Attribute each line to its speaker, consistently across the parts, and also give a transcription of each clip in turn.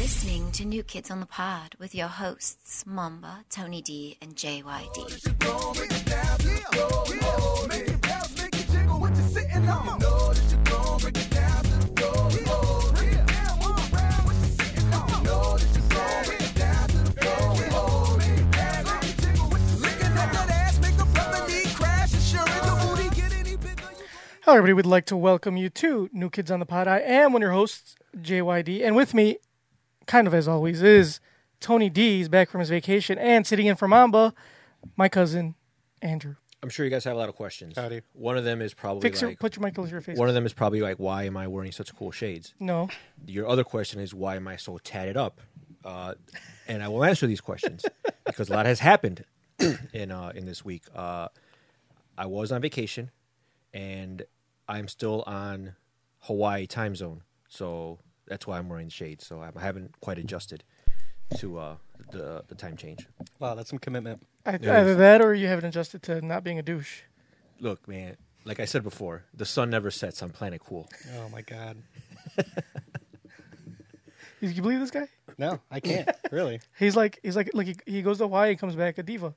Speaker 1: listening to New Kids on the Pod with your hosts, Mamba, Tony D, and JYD.
Speaker 2: Hello, everybody. We'd like to welcome you to New Kids on the Pod. I am one of your hosts, JYD, and with me, kind of as always, is Tony D. He's back from his vacation and sitting in for Mamba, my cousin Andrew.
Speaker 3: I'm sure you guys have a lot of questions.
Speaker 4: Howdy.
Speaker 3: One of them is probably
Speaker 2: Fix your,
Speaker 3: like,
Speaker 2: put your mic closer to your face.
Speaker 3: one of them is probably like, why am I wearing such cool shades?
Speaker 2: No,
Speaker 3: Your other question is, why am I so tatted up? Uh, and I will answer these questions because a lot has happened in uh, in this week. Uh, I was on vacation, and I'm still on Hawaii time zone, so that's why I'm wearing shades. So I haven't quite adjusted to uh, the the time change.
Speaker 4: Wow, that's some commitment.
Speaker 2: I, either that or you haven't adjusted to not being a douche.
Speaker 3: Look, man, like I said before, the sun never sets on Planet Cool.
Speaker 4: Oh my god.
Speaker 2: You, you believe this guy?
Speaker 4: No, I can't. really?
Speaker 2: He's like he's like like he, he goes to Hawaii and comes back a diva.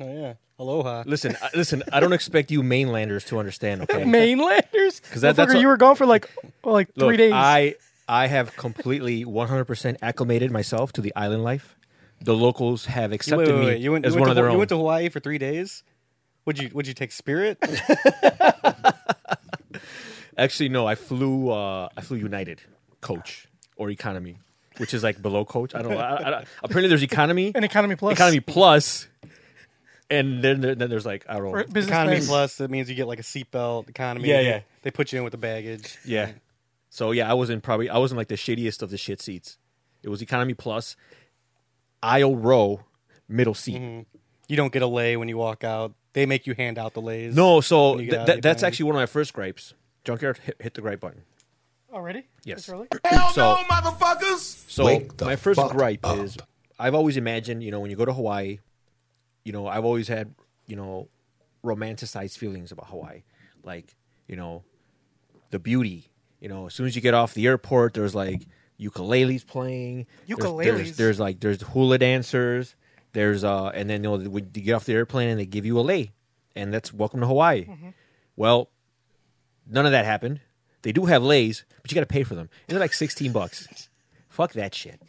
Speaker 4: Oh yeah. Aloha.
Speaker 3: Listen, I, listen. I don't expect you mainlanders to understand. Okay,
Speaker 2: Mainlanders,
Speaker 3: 'Cause that- that's
Speaker 2: Motherfucker,
Speaker 3: what-
Speaker 2: you were gone for like well, like
Speaker 3: Look,
Speaker 2: three days.
Speaker 3: I I have completely 100% acclimated myself to the island life. The locals have
Speaker 4: You,
Speaker 3: accepted
Speaker 4: wait, wait,
Speaker 3: me
Speaker 4: wait. You went,
Speaker 3: as
Speaker 4: you went
Speaker 3: one
Speaker 4: to,
Speaker 3: of their
Speaker 4: you
Speaker 3: own.
Speaker 4: went to Hawaii for three days. Would you would you take Spirit?
Speaker 3: Actually, no, I flew uh, I flew United, Coach or Economy, which is like below Coach. I don't. I, I, I- apparently, there's Economy,
Speaker 2: and economy plus
Speaker 3: Economy Plus, and then there- then there's like I don't.
Speaker 2: or
Speaker 3: know.
Speaker 2: business
Speaker 4: economy
Speaker 2: class.
Speaker 4: plus. That means you get like a seatbelt economy.
Speaker 3: Yeah, yeah.
Speaker 4: They put you in with the baggage.
Speaker 3: Yeah. So yeah, I was in probably I was in like the shittiest of the shit seats. It was economy plus, aisle row, middle seat.
Speaker 4: Mm-hmm. You don't get a lay when you walk out. They make you hand out the lays.
Speaker 3: No, so
Speaker 4: When you
Speaker 3: th-
Speaker 4: get out of
Speaker 3: that-
Speaker 4: the
Speaker 3: that's
Speaker 4: plane.
Speaker 3: actually one of my first gripes. Junkyard hit, hit the gripe button.
Speaker 2: already.
Speaker 3: Yes.
Speaker 2: This early?
Speaker 3: so
Speaker 5: motherfuckers!
Speaker 3: so
Speaker 5: Wake the
Speaker 3: my first
Speaker 5: fuck
Speaker 3: gripe is I've always imagined you know when you go to Hawaii, you know I've always had you know romanticized feelings about Hawaii, like you know the beauty. You know, as soon as you get off the airport, there's like ukuleles playing. There's- There's,
Speaker 2: Ukuleles?
Speaker 3: there's, like there's hula dancers. There's uh, and then you know when you get off the airplane and they give you a lei, and that's welcome to Hawaii. Well, none of that happened. They do have lays, but you got to pay for them. And they're like sixteen bucks. Fuck that shit.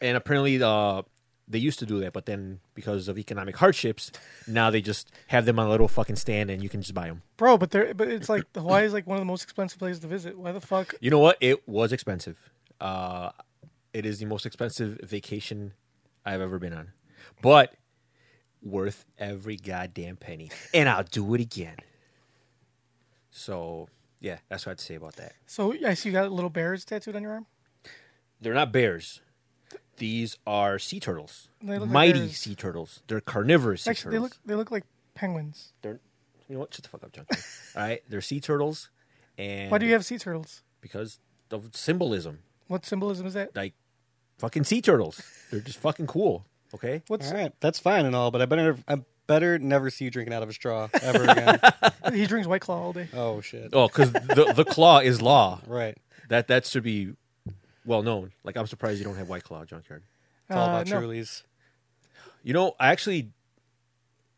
Speaker 3: And apparently, uh, they used to do that, but then because of economic hardships, now they just have them on a little fucking stand, and you can just buy them.
Speaker 2: Bro, but there, but it's like Hawaii is like one of the most expensive places to visit. Why the fuck?
Speaker 3: You know what? It was expensive. Uh, it is the most expensive vacation I've ever been on, but worth every goddamn penny. And I'll do it again. So yeah, that's what I had to say about that.
Speaker 2: So I see you got little bears tattooed on your arm.
Speaker 3: They're not bears. These are sea turtles.
Speaker 2: They look like
Speaker 3: Mighty
Speaker 2: bears.
Speaker 3: sea turtles. They're carnivorous sea
Speaker 2: Actually, they
Speaker 3: turtles.
Speaker 2: look they look like penguins.
Speaker 3: They are you know what? Shut the fuck up, John. All right, they're sea turtles, and
Speaker 2: Why do you have sea turtles?
Speaker 3: because of symbolism,
Speaker 2: What symbolism is that?
Speaker 3: like fucking sea turtles. They're just fucking cool. Okay.
Speaker 2: What's
Speaker 4: All right, that's fine and all, but I better I better never see you drinking out of a straw ever again.
Speaker 2: he drinks White Claw all day.
Speaker 4: oh shit.
Speaker 3: Oh, because the the claw is law.
Speaker 4: Right.
Speaker 3: That that should be well known. Like I'm surprised you don't have white claw, junkyard.
Speaker 4: It's all
Speaker 2: Uh,
Speaker 4: about
Speaker 2: no.
Speaker 4: Trulies.
Speaker 3: You know, I actually,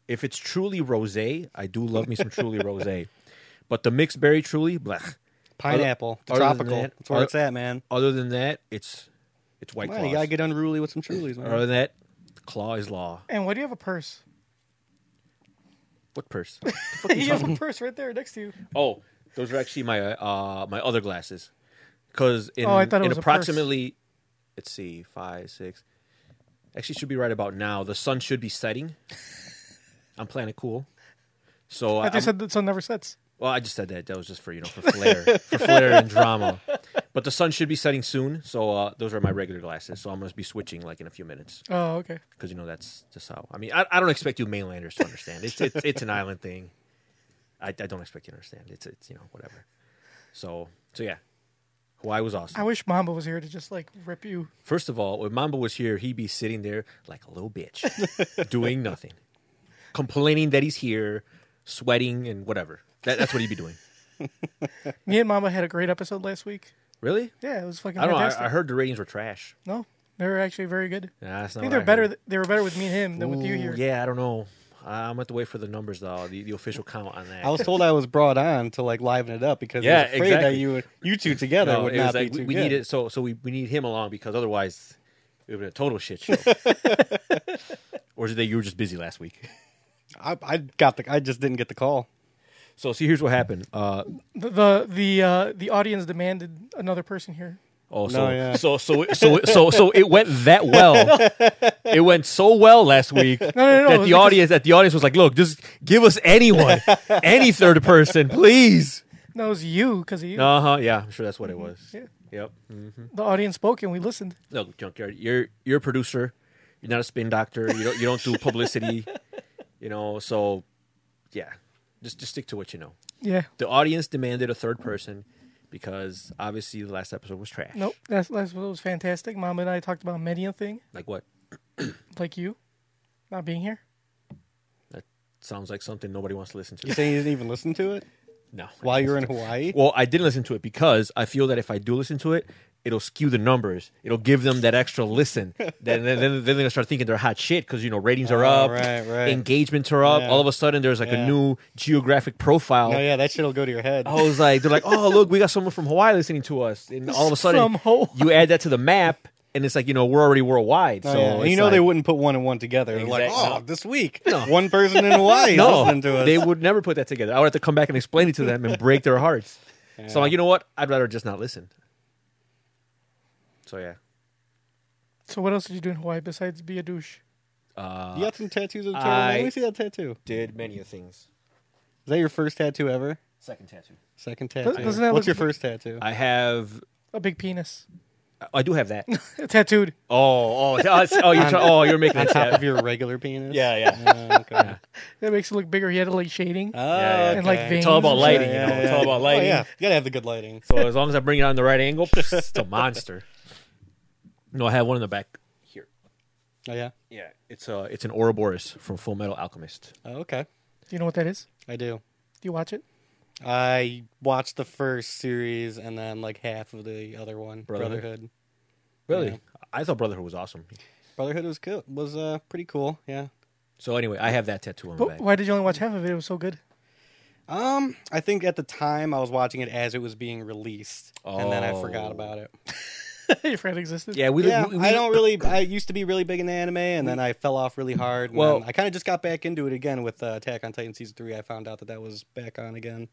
Speaker 3: if it's truly rosé, I do love me some truly rosé, but the mixed berry truly, blech.
Speaker 4: Pineapple.
Speaker 3: Other- other than
Speaker 4: tropical.
Speaker 3: that-
Speaker 4: that's where
Speaker 3: other-
Speaker 4: it's at, man.
Speaker 3: Other than that, it's it's white
Speaker 4: Man, you
Speaker 3: claw.
Speaker 4: gotta get unruly with some Trulies, man.
Speaker 3: Other than that, claw is law.
Speaker 2: And why do you have a purse?
Speaker 3: What purse?
Speaker 2: you have a purse right there next to you.
Speaker 3: oh, those are actually my uh my other glasses. Because in
Speaker 2: Oh, I thought it
Speaker 3: in
Speaker 2: was a purse.
Speaker 3: approximately, let's see, five six. Actually, should be right about now. The sun should be setting. I'm Planet Cool. So
Speaker 2: I thought
Speaker 3: I'm-
Speaker 2: you said the sun never sets.
Speaker 3: Well, I just said that. That was just for you know for flair, for flair and drama. But the sun should be setting soon, so uh, those are my regular glasses. So I'm gonna be switching like in a few minutes
Speaker 2: Oh, okay.
Speaker 3: because you know that's just how. I mean, I, I don't expect you mainlanders to understand. It's it's, it's an island thing. I, I don't expect you to understand. It's it's you know whatever. So so yeah, Hawaii was awesome.
Speaker 2: I wish Mamba was here to just like rip you.
Speaker 3: First of all, when Mamba was here, he'd be sitting there like a little bitch, doing nothing, complaining that he's here, sweating and whatever. That, that's what he'd be doing.
Speaker 2: Me and Mamba had a great episode last week.
Speaker 3: Really?
Speaker 2: Yeah, it was fucking
Speaker 3: I don't know.
Speaker 2: fantastic.
Speaker 3: I, I heard the ratings were trash.
Speaker 2: no, they were actually very good.
Speaker 3: Nah, that's
Speaker 2: I think
Speaker 3: not what
Speaker 2: they're better.
Speaker 3: heard.
Speaker 2: th- They were better with me and him than with you
Speaker 3: Ooh,
Speaker 2: here.
Speaker 3: Yeah, I don't know. I- I'm going to wait for the numbers though, the, the official count on that.
Speaker 4: I was told I was brought on to like liven it up because
Speaker 3: Yeah,
Speaker 4: I was afraid
Speaker 3: exactly.
Speaker 4: that you would- you two together
Speaker 3: No,
Speaker 4: would
Speaker 3: it
Speaker 4: not
Speaker 3: was
Speaker 4: be
Speaker 3: like, we,
Speaker 4: too
Speaker 3: we
Speaker 4: good.
Speaker 3: need it. So so we, we need him along because otherwise it would be a total shit show. or is it that you were just busy last week?
Speaker 4: I, I got the. I just didn't get the call.
Speaker 3: So see, here's what happened. Uh,
Speaker 2: The the the, uh, the audience demanded another person here.
Speaker 3: oh, so,
Speaker 4: No, yeah.
Speaker 3: so so so so so it went that well. it went so well last week
Speaker 2: no, no,
Speaker 3: that
Speaker 2: it was
Speaker 3: the
Speaker 2: because-
Speaker 3: audience that the audience was like, look, just give us anyone, any third person, please.
Speaker 2: No, it was you because you.
Speaker 3: Uh huh. Yeah, I'm sure that's what it was.
Speaker 2: Yeah.
Speaker 3: Yep.
Speaker 2: The audience spoke and we listened.
Speaker 3: Look, junkyard, you're you're a producer. You're not a spin doctor. You don't you don't do publicity. you know, so yeah, just just stick to what you know.
Speaker 2: Yeah.
Speaker 3: The audience demanded a third person because obviously the last episode was trash.
Speaker 2: Nope. That's that's what was fantastic. Mom and I talked about many a thing,
Speaker 3: Like what?
Speaker 2: like you, not being here.
Speaker 3: That sounds like something nobody wants to listen
Speaker 4: You
Speaker 3: to.
Speaker 4: saying you didn't even listen to it
Speaker 3: no.
Speaker 4: while you were in Hawaii?
Speaker 3: Well, I didn't listen to it because I feel that if I do listen to it, it'll skew the numbers. It'll give them that extra listen. then, then, then then they're gonna start thinking they're hot shit because you know ratings are
Speaker 4: Oh,
Speaker 3: up,
Speaker 4: right, right.
Speaker 3: engagements are up.
Speaker 4: Yeah.
Speaker 3: All of a sudden, there's like
Speaker 4: Yeah.
Speaker 3: a new geographic profile.
Speaker 4: No, Oh, yeah, that shit'll go to your head.
Speaker 3: I was like, they're like, oh look, we got someone from Hawaii listening to us, and all of
Speaker 2: From
Speaker 3: a sudden,
Speaker 2: Hawaii.
Speaker 3: you add that to the map, and it's like you know we're already worldwide.
Speaker 4: Oh,
Speaker 3: so
Speaker 4: yeah. And
Speaker 3: it's
Speaker 4: you know they
Speaker 3: like-
Speaker 4: wouldn't put one and one together. They're like,
Speaker 3: Exact-
Speaker 4: oh,
Speaker 3: no.
Speaker 4: this week,
Speaker 3: No.
Speaker 4: one person in Hawaii
Speaker 3: No,
Speaker 4: listening to us.
Speaker 3: they would never put that together. I would have to come back and explain it to them and break their hearts. So I'm like, you know what? I'd rather just not listen. So yeah,
Speaker 2: So what else did you do in Hawaii besides be a douche?
Speaker 3: uh,
Speaker 4: you got some tattoos of the turtle.
Speaker 3: I-
Speaker 4: Let me see that tattoo.
Speaker 3: did many of things.
Speaker 4: Is that your first tattoo ever?
Speaker 3: Second tattoo.
Speaker 4: Second tattoo.
Speaker 2: doesn't that
Speaker 4: What's your
Speaker 2: look-
Speaker 4: first tattoo?
Speaker 3: I have.
Speaker 2: A big penis
Speaker 3: I do have that. oh,
Speaker 2: tattooed.
Speaker 3: oh, oh! Oh, you're, try- oh, you're making
Speaker 4: on
Speaker 3: a
Speaker 4: top
Speaker 3: tap.
Speaker 4: of your regular penis.
Speaker 3: Yeah, yeah.
Speaker 4: Oh, okay.
Speaker 2: That makes it look bigger. He had like shading.
Speaker 4: Oh,
Speaker 3: yeah.
Speaker 2: And, like,
Speaker 4: okay.
Speaker 2: veins.
Speaker 3: It's all about lighting, you
Speaker 4: Yeah,
Speaker 3: know.
Speaker 4: yeah,
Speaker 3: It's all
Speaker 4: yeah.
Speaker 3: about
Speaker 4: Oh,
Speaker 3: lighting.
Speaker 4: yeah, you gotta have the good lighting.
Speaker 3: So as long as I bring it on the right angle, it's a monster. No, I have one in the back here.
Speaker 4: Oh yeah.
Speaker 3: Yeah, it's a it's an Ouroboros from Full Metal Alchemist.
Speaker 4: Oh, okay.
Speaker 2: Do you know what that is?
Speaker 4: I do.
Speaker 2: Do you watch it?
Speaker 4: I watched the first series and then like half of the other one,
Speaker 3: Brotherhood?
Speaker 4: Brotherhood.
Speaker 3: Really,
Speaker 4: Yeah.
Speaker 3: I thought Brotherhood was awesome.
Speaker 4: Brotherhood was cool. Was uh pretty cool. Yeah.
Speaker 3: So anyway, I have that tattoo on my
Speaker 2: But
Speaker 3: back.
Speaker 2: why did you only watch half of it? It was so good.
Speaker 4: Um, I think at the time I was watching it as it was being released, and then I
Speaker 3: Oh.
Speaker 4: forgot about it.
Speaker 2: you forgot it existed.
Speaker 3: Yeah, we,
Speaker 4: yeah,
Speaker 3: we, we
Speaker 4: I don't really. I used to be really big in anime, and then I fell off really hard. And
Speaker 3: Well-
Speaker 4: then I kind of just got back into it again with uh, Attack on Titan season three. I found out that that was back on again.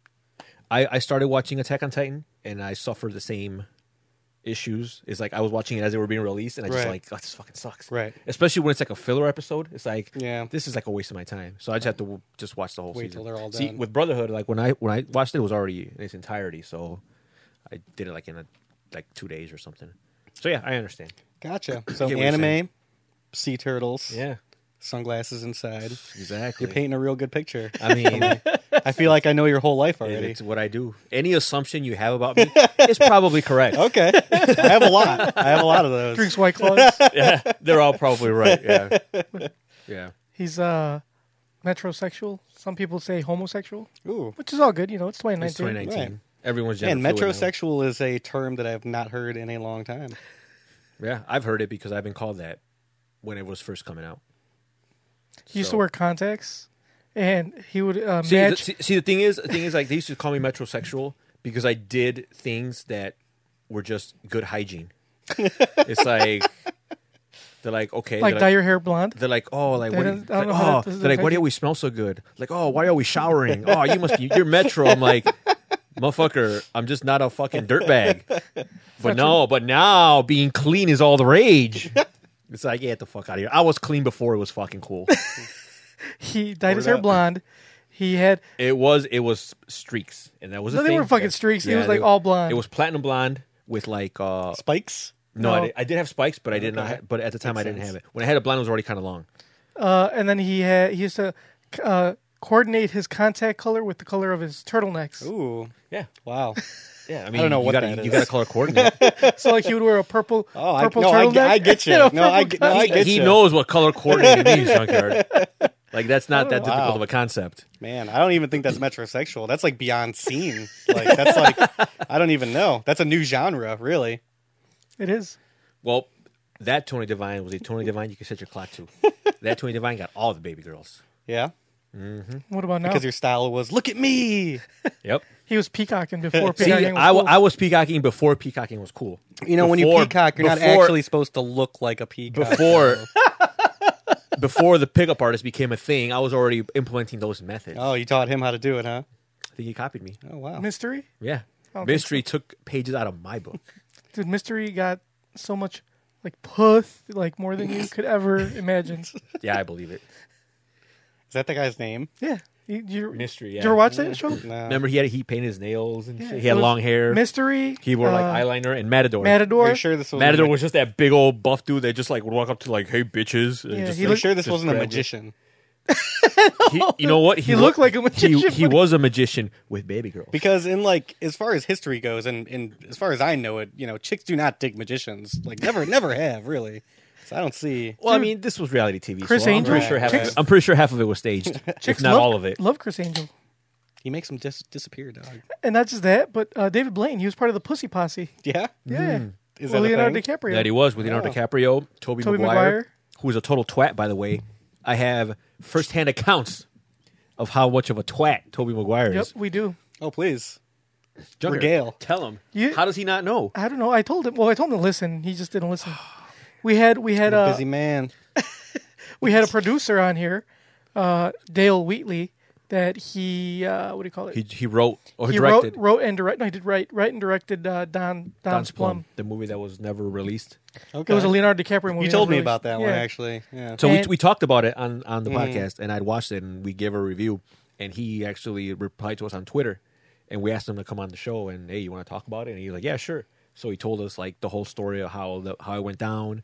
Speaker 3: I, I started watching Attack on Titan and I suffered the same issues. It's like I was watching it as they were being released and I just
Speaker 4: Right.
Speaker 3: like, oh, this fucking sucks.
Speaker 4: Right.
Speaker 3: Especially when it's like a filler episode. It's like,
Speaker 4: Yeah.
Speaker 3: this is like a waste of my time. So I just have to w- just watch the whole
Speaker 4: Wait
Speaker 3: season.
Speaker 4: till they're all
Speaker 3: See,
Speaker 4: done.
Speaker 3: with Brotherhood, like when I when I watched it, it was already in its entirety. So I did it like in a, like two days or something. So yeah, I understand.
Speaker 4: Gotcha. So
Speaker 3: what you're saying.
Speaker 4: anime, sea turtles, sunglasses inside.
Speaker 3: exactly.
Speaker 4: You're painting a real good picture.
Speaker 3: I mean,
Speaker 4: I feel like I know your whole life already.
Speaker 3: it's what I do. Any assumption you have about me is probably correct.
Speaker 4: Okay, I have a lot. I have a lot of those.
Speaker 2: Drinks white claws.
Speaker 3: yeah, they're all probably right. Yeah, yeah.
Speaker 2: He's uh, metrosexual. Some people say homosexual,
Speaker 4: Ooh,
Speaker 2: which is all good. You know, it's 2019.
Speaker 3: It's 2019.
Speaker 4: Right.
Speaker 3: Everyone's
Speaker 4: man,
Speaker 3: gender fluid now.
Speaker 4: metrosexual is a term that I have not heard in a long time.
Speaker 3: Yeah, I've heard it because I've been called that when it was first coming out.
Speaker 2: He used
Speaker 3: So-
Speaker 2: to wear contacts, and he would uh,
Speaker 3: See, the,
Speaker 2: match.
Speaker 3: see, see, the thing is, the thing is, like they used to call me metrosexual because I did things that were just good hygiene. it's like they're like okay,
Speaker 2: like
Speaker 3: they're
Speaker 2: dye your hair blonde.
Speaker 3: They're like, oh, like,
Speaker 2: They
Speaker 3: what,
Speaker 2: don't- I don't
Speaker 3: like,
Speaker 2: know how
Speaker 3: oh,
Speaker 2: that- this is
Speaker 3: they're like, why do
Speaker 2: affecting-
Speaker 3: you always smell so good? Like, oh, why are we showering? oh, you must be, you're Metro. I'm like, motherfucker, I'm just not a fucking dirtbag. But no, but now being clean is all the rage. It's like, yeah, get the fuck out of here. I was clean before it was fucking cool.
Speaker 2: He dyed his
Speaker 4: Word
Speaker 2: hair
Speaker 4: up.
Speaker 2: blonde. He had
Speaker 3: It was, it was streaks, and that was.
Speaker 2: No,
Speaker 3: a
Speaker 2: they
Speaker 3: thing.
Speaker 2: weren't fucking
Speaker 3: Yeah.
Speaker 2: streaks. It was,
Speaker 3: they-
Speaker 2: like, all blonde.
Speaker 3: It was platinum blonde with like, uh
Speaker 4: Spikes.
Speaker 3: no, I
Speaker 2: No.
Speaker 3: did, I did have spikes, but I did not.
Speaker 4: Okay.
Speaker 3: Have, but at the time, I
Speaker 4: Makes
Speaker 3: didn't
Speaker 4: sense.
Speaker 3: have it. When I had a blonde, it was already kind of long.
Speaker 2: uh, and then he had he used to uh, coordinate his contact color with the color of his turtlenecks.
Speaker 4: Ooh,
Speaker 3: Yeah,
Speaker 4: wow.
Speaker 3: yeah. I mean,
Speaker 4: don't know
Speaker 3: you
Speaker 4: what
Speaker 3: gotta,
Speaker 4: that
Speaker 3: you
Speaker 4: is.
Speaker 3: got to color coordinate.
Speaker 2: So like he would wear a purple
Speaker 4: Oh, I,
Speaker 2: purple
Speaker 4: no, I,
Speaker 2: turtleneck.
Speaker 4: I get you.
Speaker 2: and a
Speaker 4: No, I,
Speaker 2: purple
Speaker 4: get- no, I
Speaker 2: contact.
Speaker 4: get
Speaker 3: he
Speaker 4: you.
Speaker 3: knows what color coordinated means, junkyard. Like that's not that difficult
Speaker 4: Oh, Wow.
Speaker 3: of a concept.
Speaker 4: Man, I don't even think that's metrosexual. That's like beyond seen. Like that's like I don't even know. That's a new genre, really.
Speaker 2: It is.
Speaker 3: Well, that Tony Divine was a Tony Divine you can set your clock to. that Tony Divine got all the baby girls.
Speaker 4: Yeah.
Speaker 2: What about now?
Speaker 4: Because your style was look at me.
Speaker 3: Yep.
Speaker 2: He was peacocking before
Speaker 3: See,
Speaker 2: peacocking. was
Speaker 3: I,
Speaker 2: cool.
Speaker 3: I was peacocking before peacocking was cool.
Speaker 4: You know, when you
Speaker 3: Before-
Speaker 4: peacock, you're not
Speaker 3: before-
Speaker 4: actually supposed to look like a peacock.
Speaker 3: Before before the pickup artist became a thing, I was already implementing those methods.
Speaker 4: Oh, you taught him how to do it, huh?
Speaker 3: I think he copied me.
Speaker 4: Oh wow.
Speaker 2: mystery.
Speaker 3: Yeah.
Speaker 2: don't think
Speaker 3: Mystery took pages out of my book.
Speaker 2: Dude, mystery got so much like puth, like more than you could ever imagine.
Speaker 3: Yeah, I believe it.
Speaker 4: Is that the guy's name?
Speaker 2: Yeah, you, you,
Speaker 3: Mystery,
Speaker 2: Did
Speaker 3: yeah.
Speaker 2: you ever watch that show?
Speaker 4: No.
Speaker 3: Remember he had he painted his nails and shit. He
Speaker 2: It
Speaker 3: had
Speaker 2: was
Speaker 3: long hair.
Speaker 2: Mystery.
Speaker 3: he wore like
Speaker 2: uh,
Speaker 3: eyeliner and matador.
Speaker 2: Matador.
Speaker 4: Are you sure this was
Speaker 3: Matador was just that big old buff dude that just like would walk up to like, "Hey, bitches!" And
Speaker 2: Yeah,
Speaker 3: just,
Speaker 2: he
Speaker 4: Are you
Speaker 3: like,
Speaker 2: looked-
Speaker 4: sure this
Speaker 3: just
Speaker 4: wasn't a
Speaker 3: grab it.
Speaker 4: magician?
Speaker 3: He- you know what?
Speaker 2: He
Speaker 3: wa-
Speaker 2: looked like a
Speaker 3: He,
Speaker 2: magician,
Speaker 3: he
Speaker 2: but-
Speaker 3: was a magician with baby girls.
Speaker 4: Because in like as far as history goes, and, and as far as I know it, you know, chicks do not dig magicians. Like never, never have really. So I don't see.
Speaker 3: well, I mean, this was reality TV.
Speaker 2: Chris
Speaker 3: so I'm
Speaker 2: Angel-
Speaker 3: pretty sure half. of
Speaker 2: Chicks-
Speaker 3: it- I'm pretty sure half of it was staged, if
Speaker 2: Chicks
Speaker 3: not
Speaker 2: love-
Speaker 3: all of it.
Speaker 2: Love Chris Angel,
Speaker 4: He makes them dis- disappear, dog.
Speaker 2: and not just that, but uh, David Blaine. He was part of the Pussy Posse.
Speaker 4: Yeah.
Speaker 2: Yeah,
Speaker 4: Mm. Is
Speaker 2: Well,
Speaker 4: that a
Speaker 2: Leonardo
Speaker 4: thing?
Speaker 2: DiCaprio.
Speaker 3: That he was with Leonardo DiCaprio, Toby,
Speaker 2: Tobey
Speaker 3: Maguire,
Speaker 2: Maguire.
Speaker 3: who is a total twat, by the way. I have firsthand accounts of how much of a twat Toby Maguire
Speaker 2: Yep,
Speaker 3: is.
Speaker 2: we do.
Speaker 4: Oh please.
Speaker 3: Junker,
Speaker 4: regale.
Speaker 3: tell him.
Speaker 2: You- Uh,
Speaker 3: how does he not know?
Speaker 2: I don't know. I told him. Well, I told him to listen. He just didn't listen. We had we had uh,
Speaker 4: Busy man.
Speaker 2: we had a producer on here, uh, Dale Wheatley, that he uh, what do you call it?
Speaker 3: He, he wrote or he
Speaker 2: He
Speaker 3: directed
Speaker 2: wrote wrote and directed. No, he did write write and directed uh, Don Don's
Speaker 3: Don's
Speaker 2: Plum.
Speaker 3: Plum, the movie that was never released.
Speaker 4: Okay.
Speaker 2: It was a Leonardo DiCaprio movie.
Speaker 4: you told
Speaker 2: that
Speaker 4: me
Speaker 2: released-
Speaker 4: about that one
Speaker 2: yeah.
Speaker 4: actually. Yeah.
Speaker 3: So
Speaker 2: And-
Speaker 3: we, we talked about it on, on the
Speaker 2: Mm-hmm.
Speaker 3: podcast, and I'd watched it, and we gave a review, and he actually replied to us on Twitter, and we asked him to come on the show, and hey, you want to talk about it? And he's like, yeah, sure. So he told us like the whole story of how the, how it went down,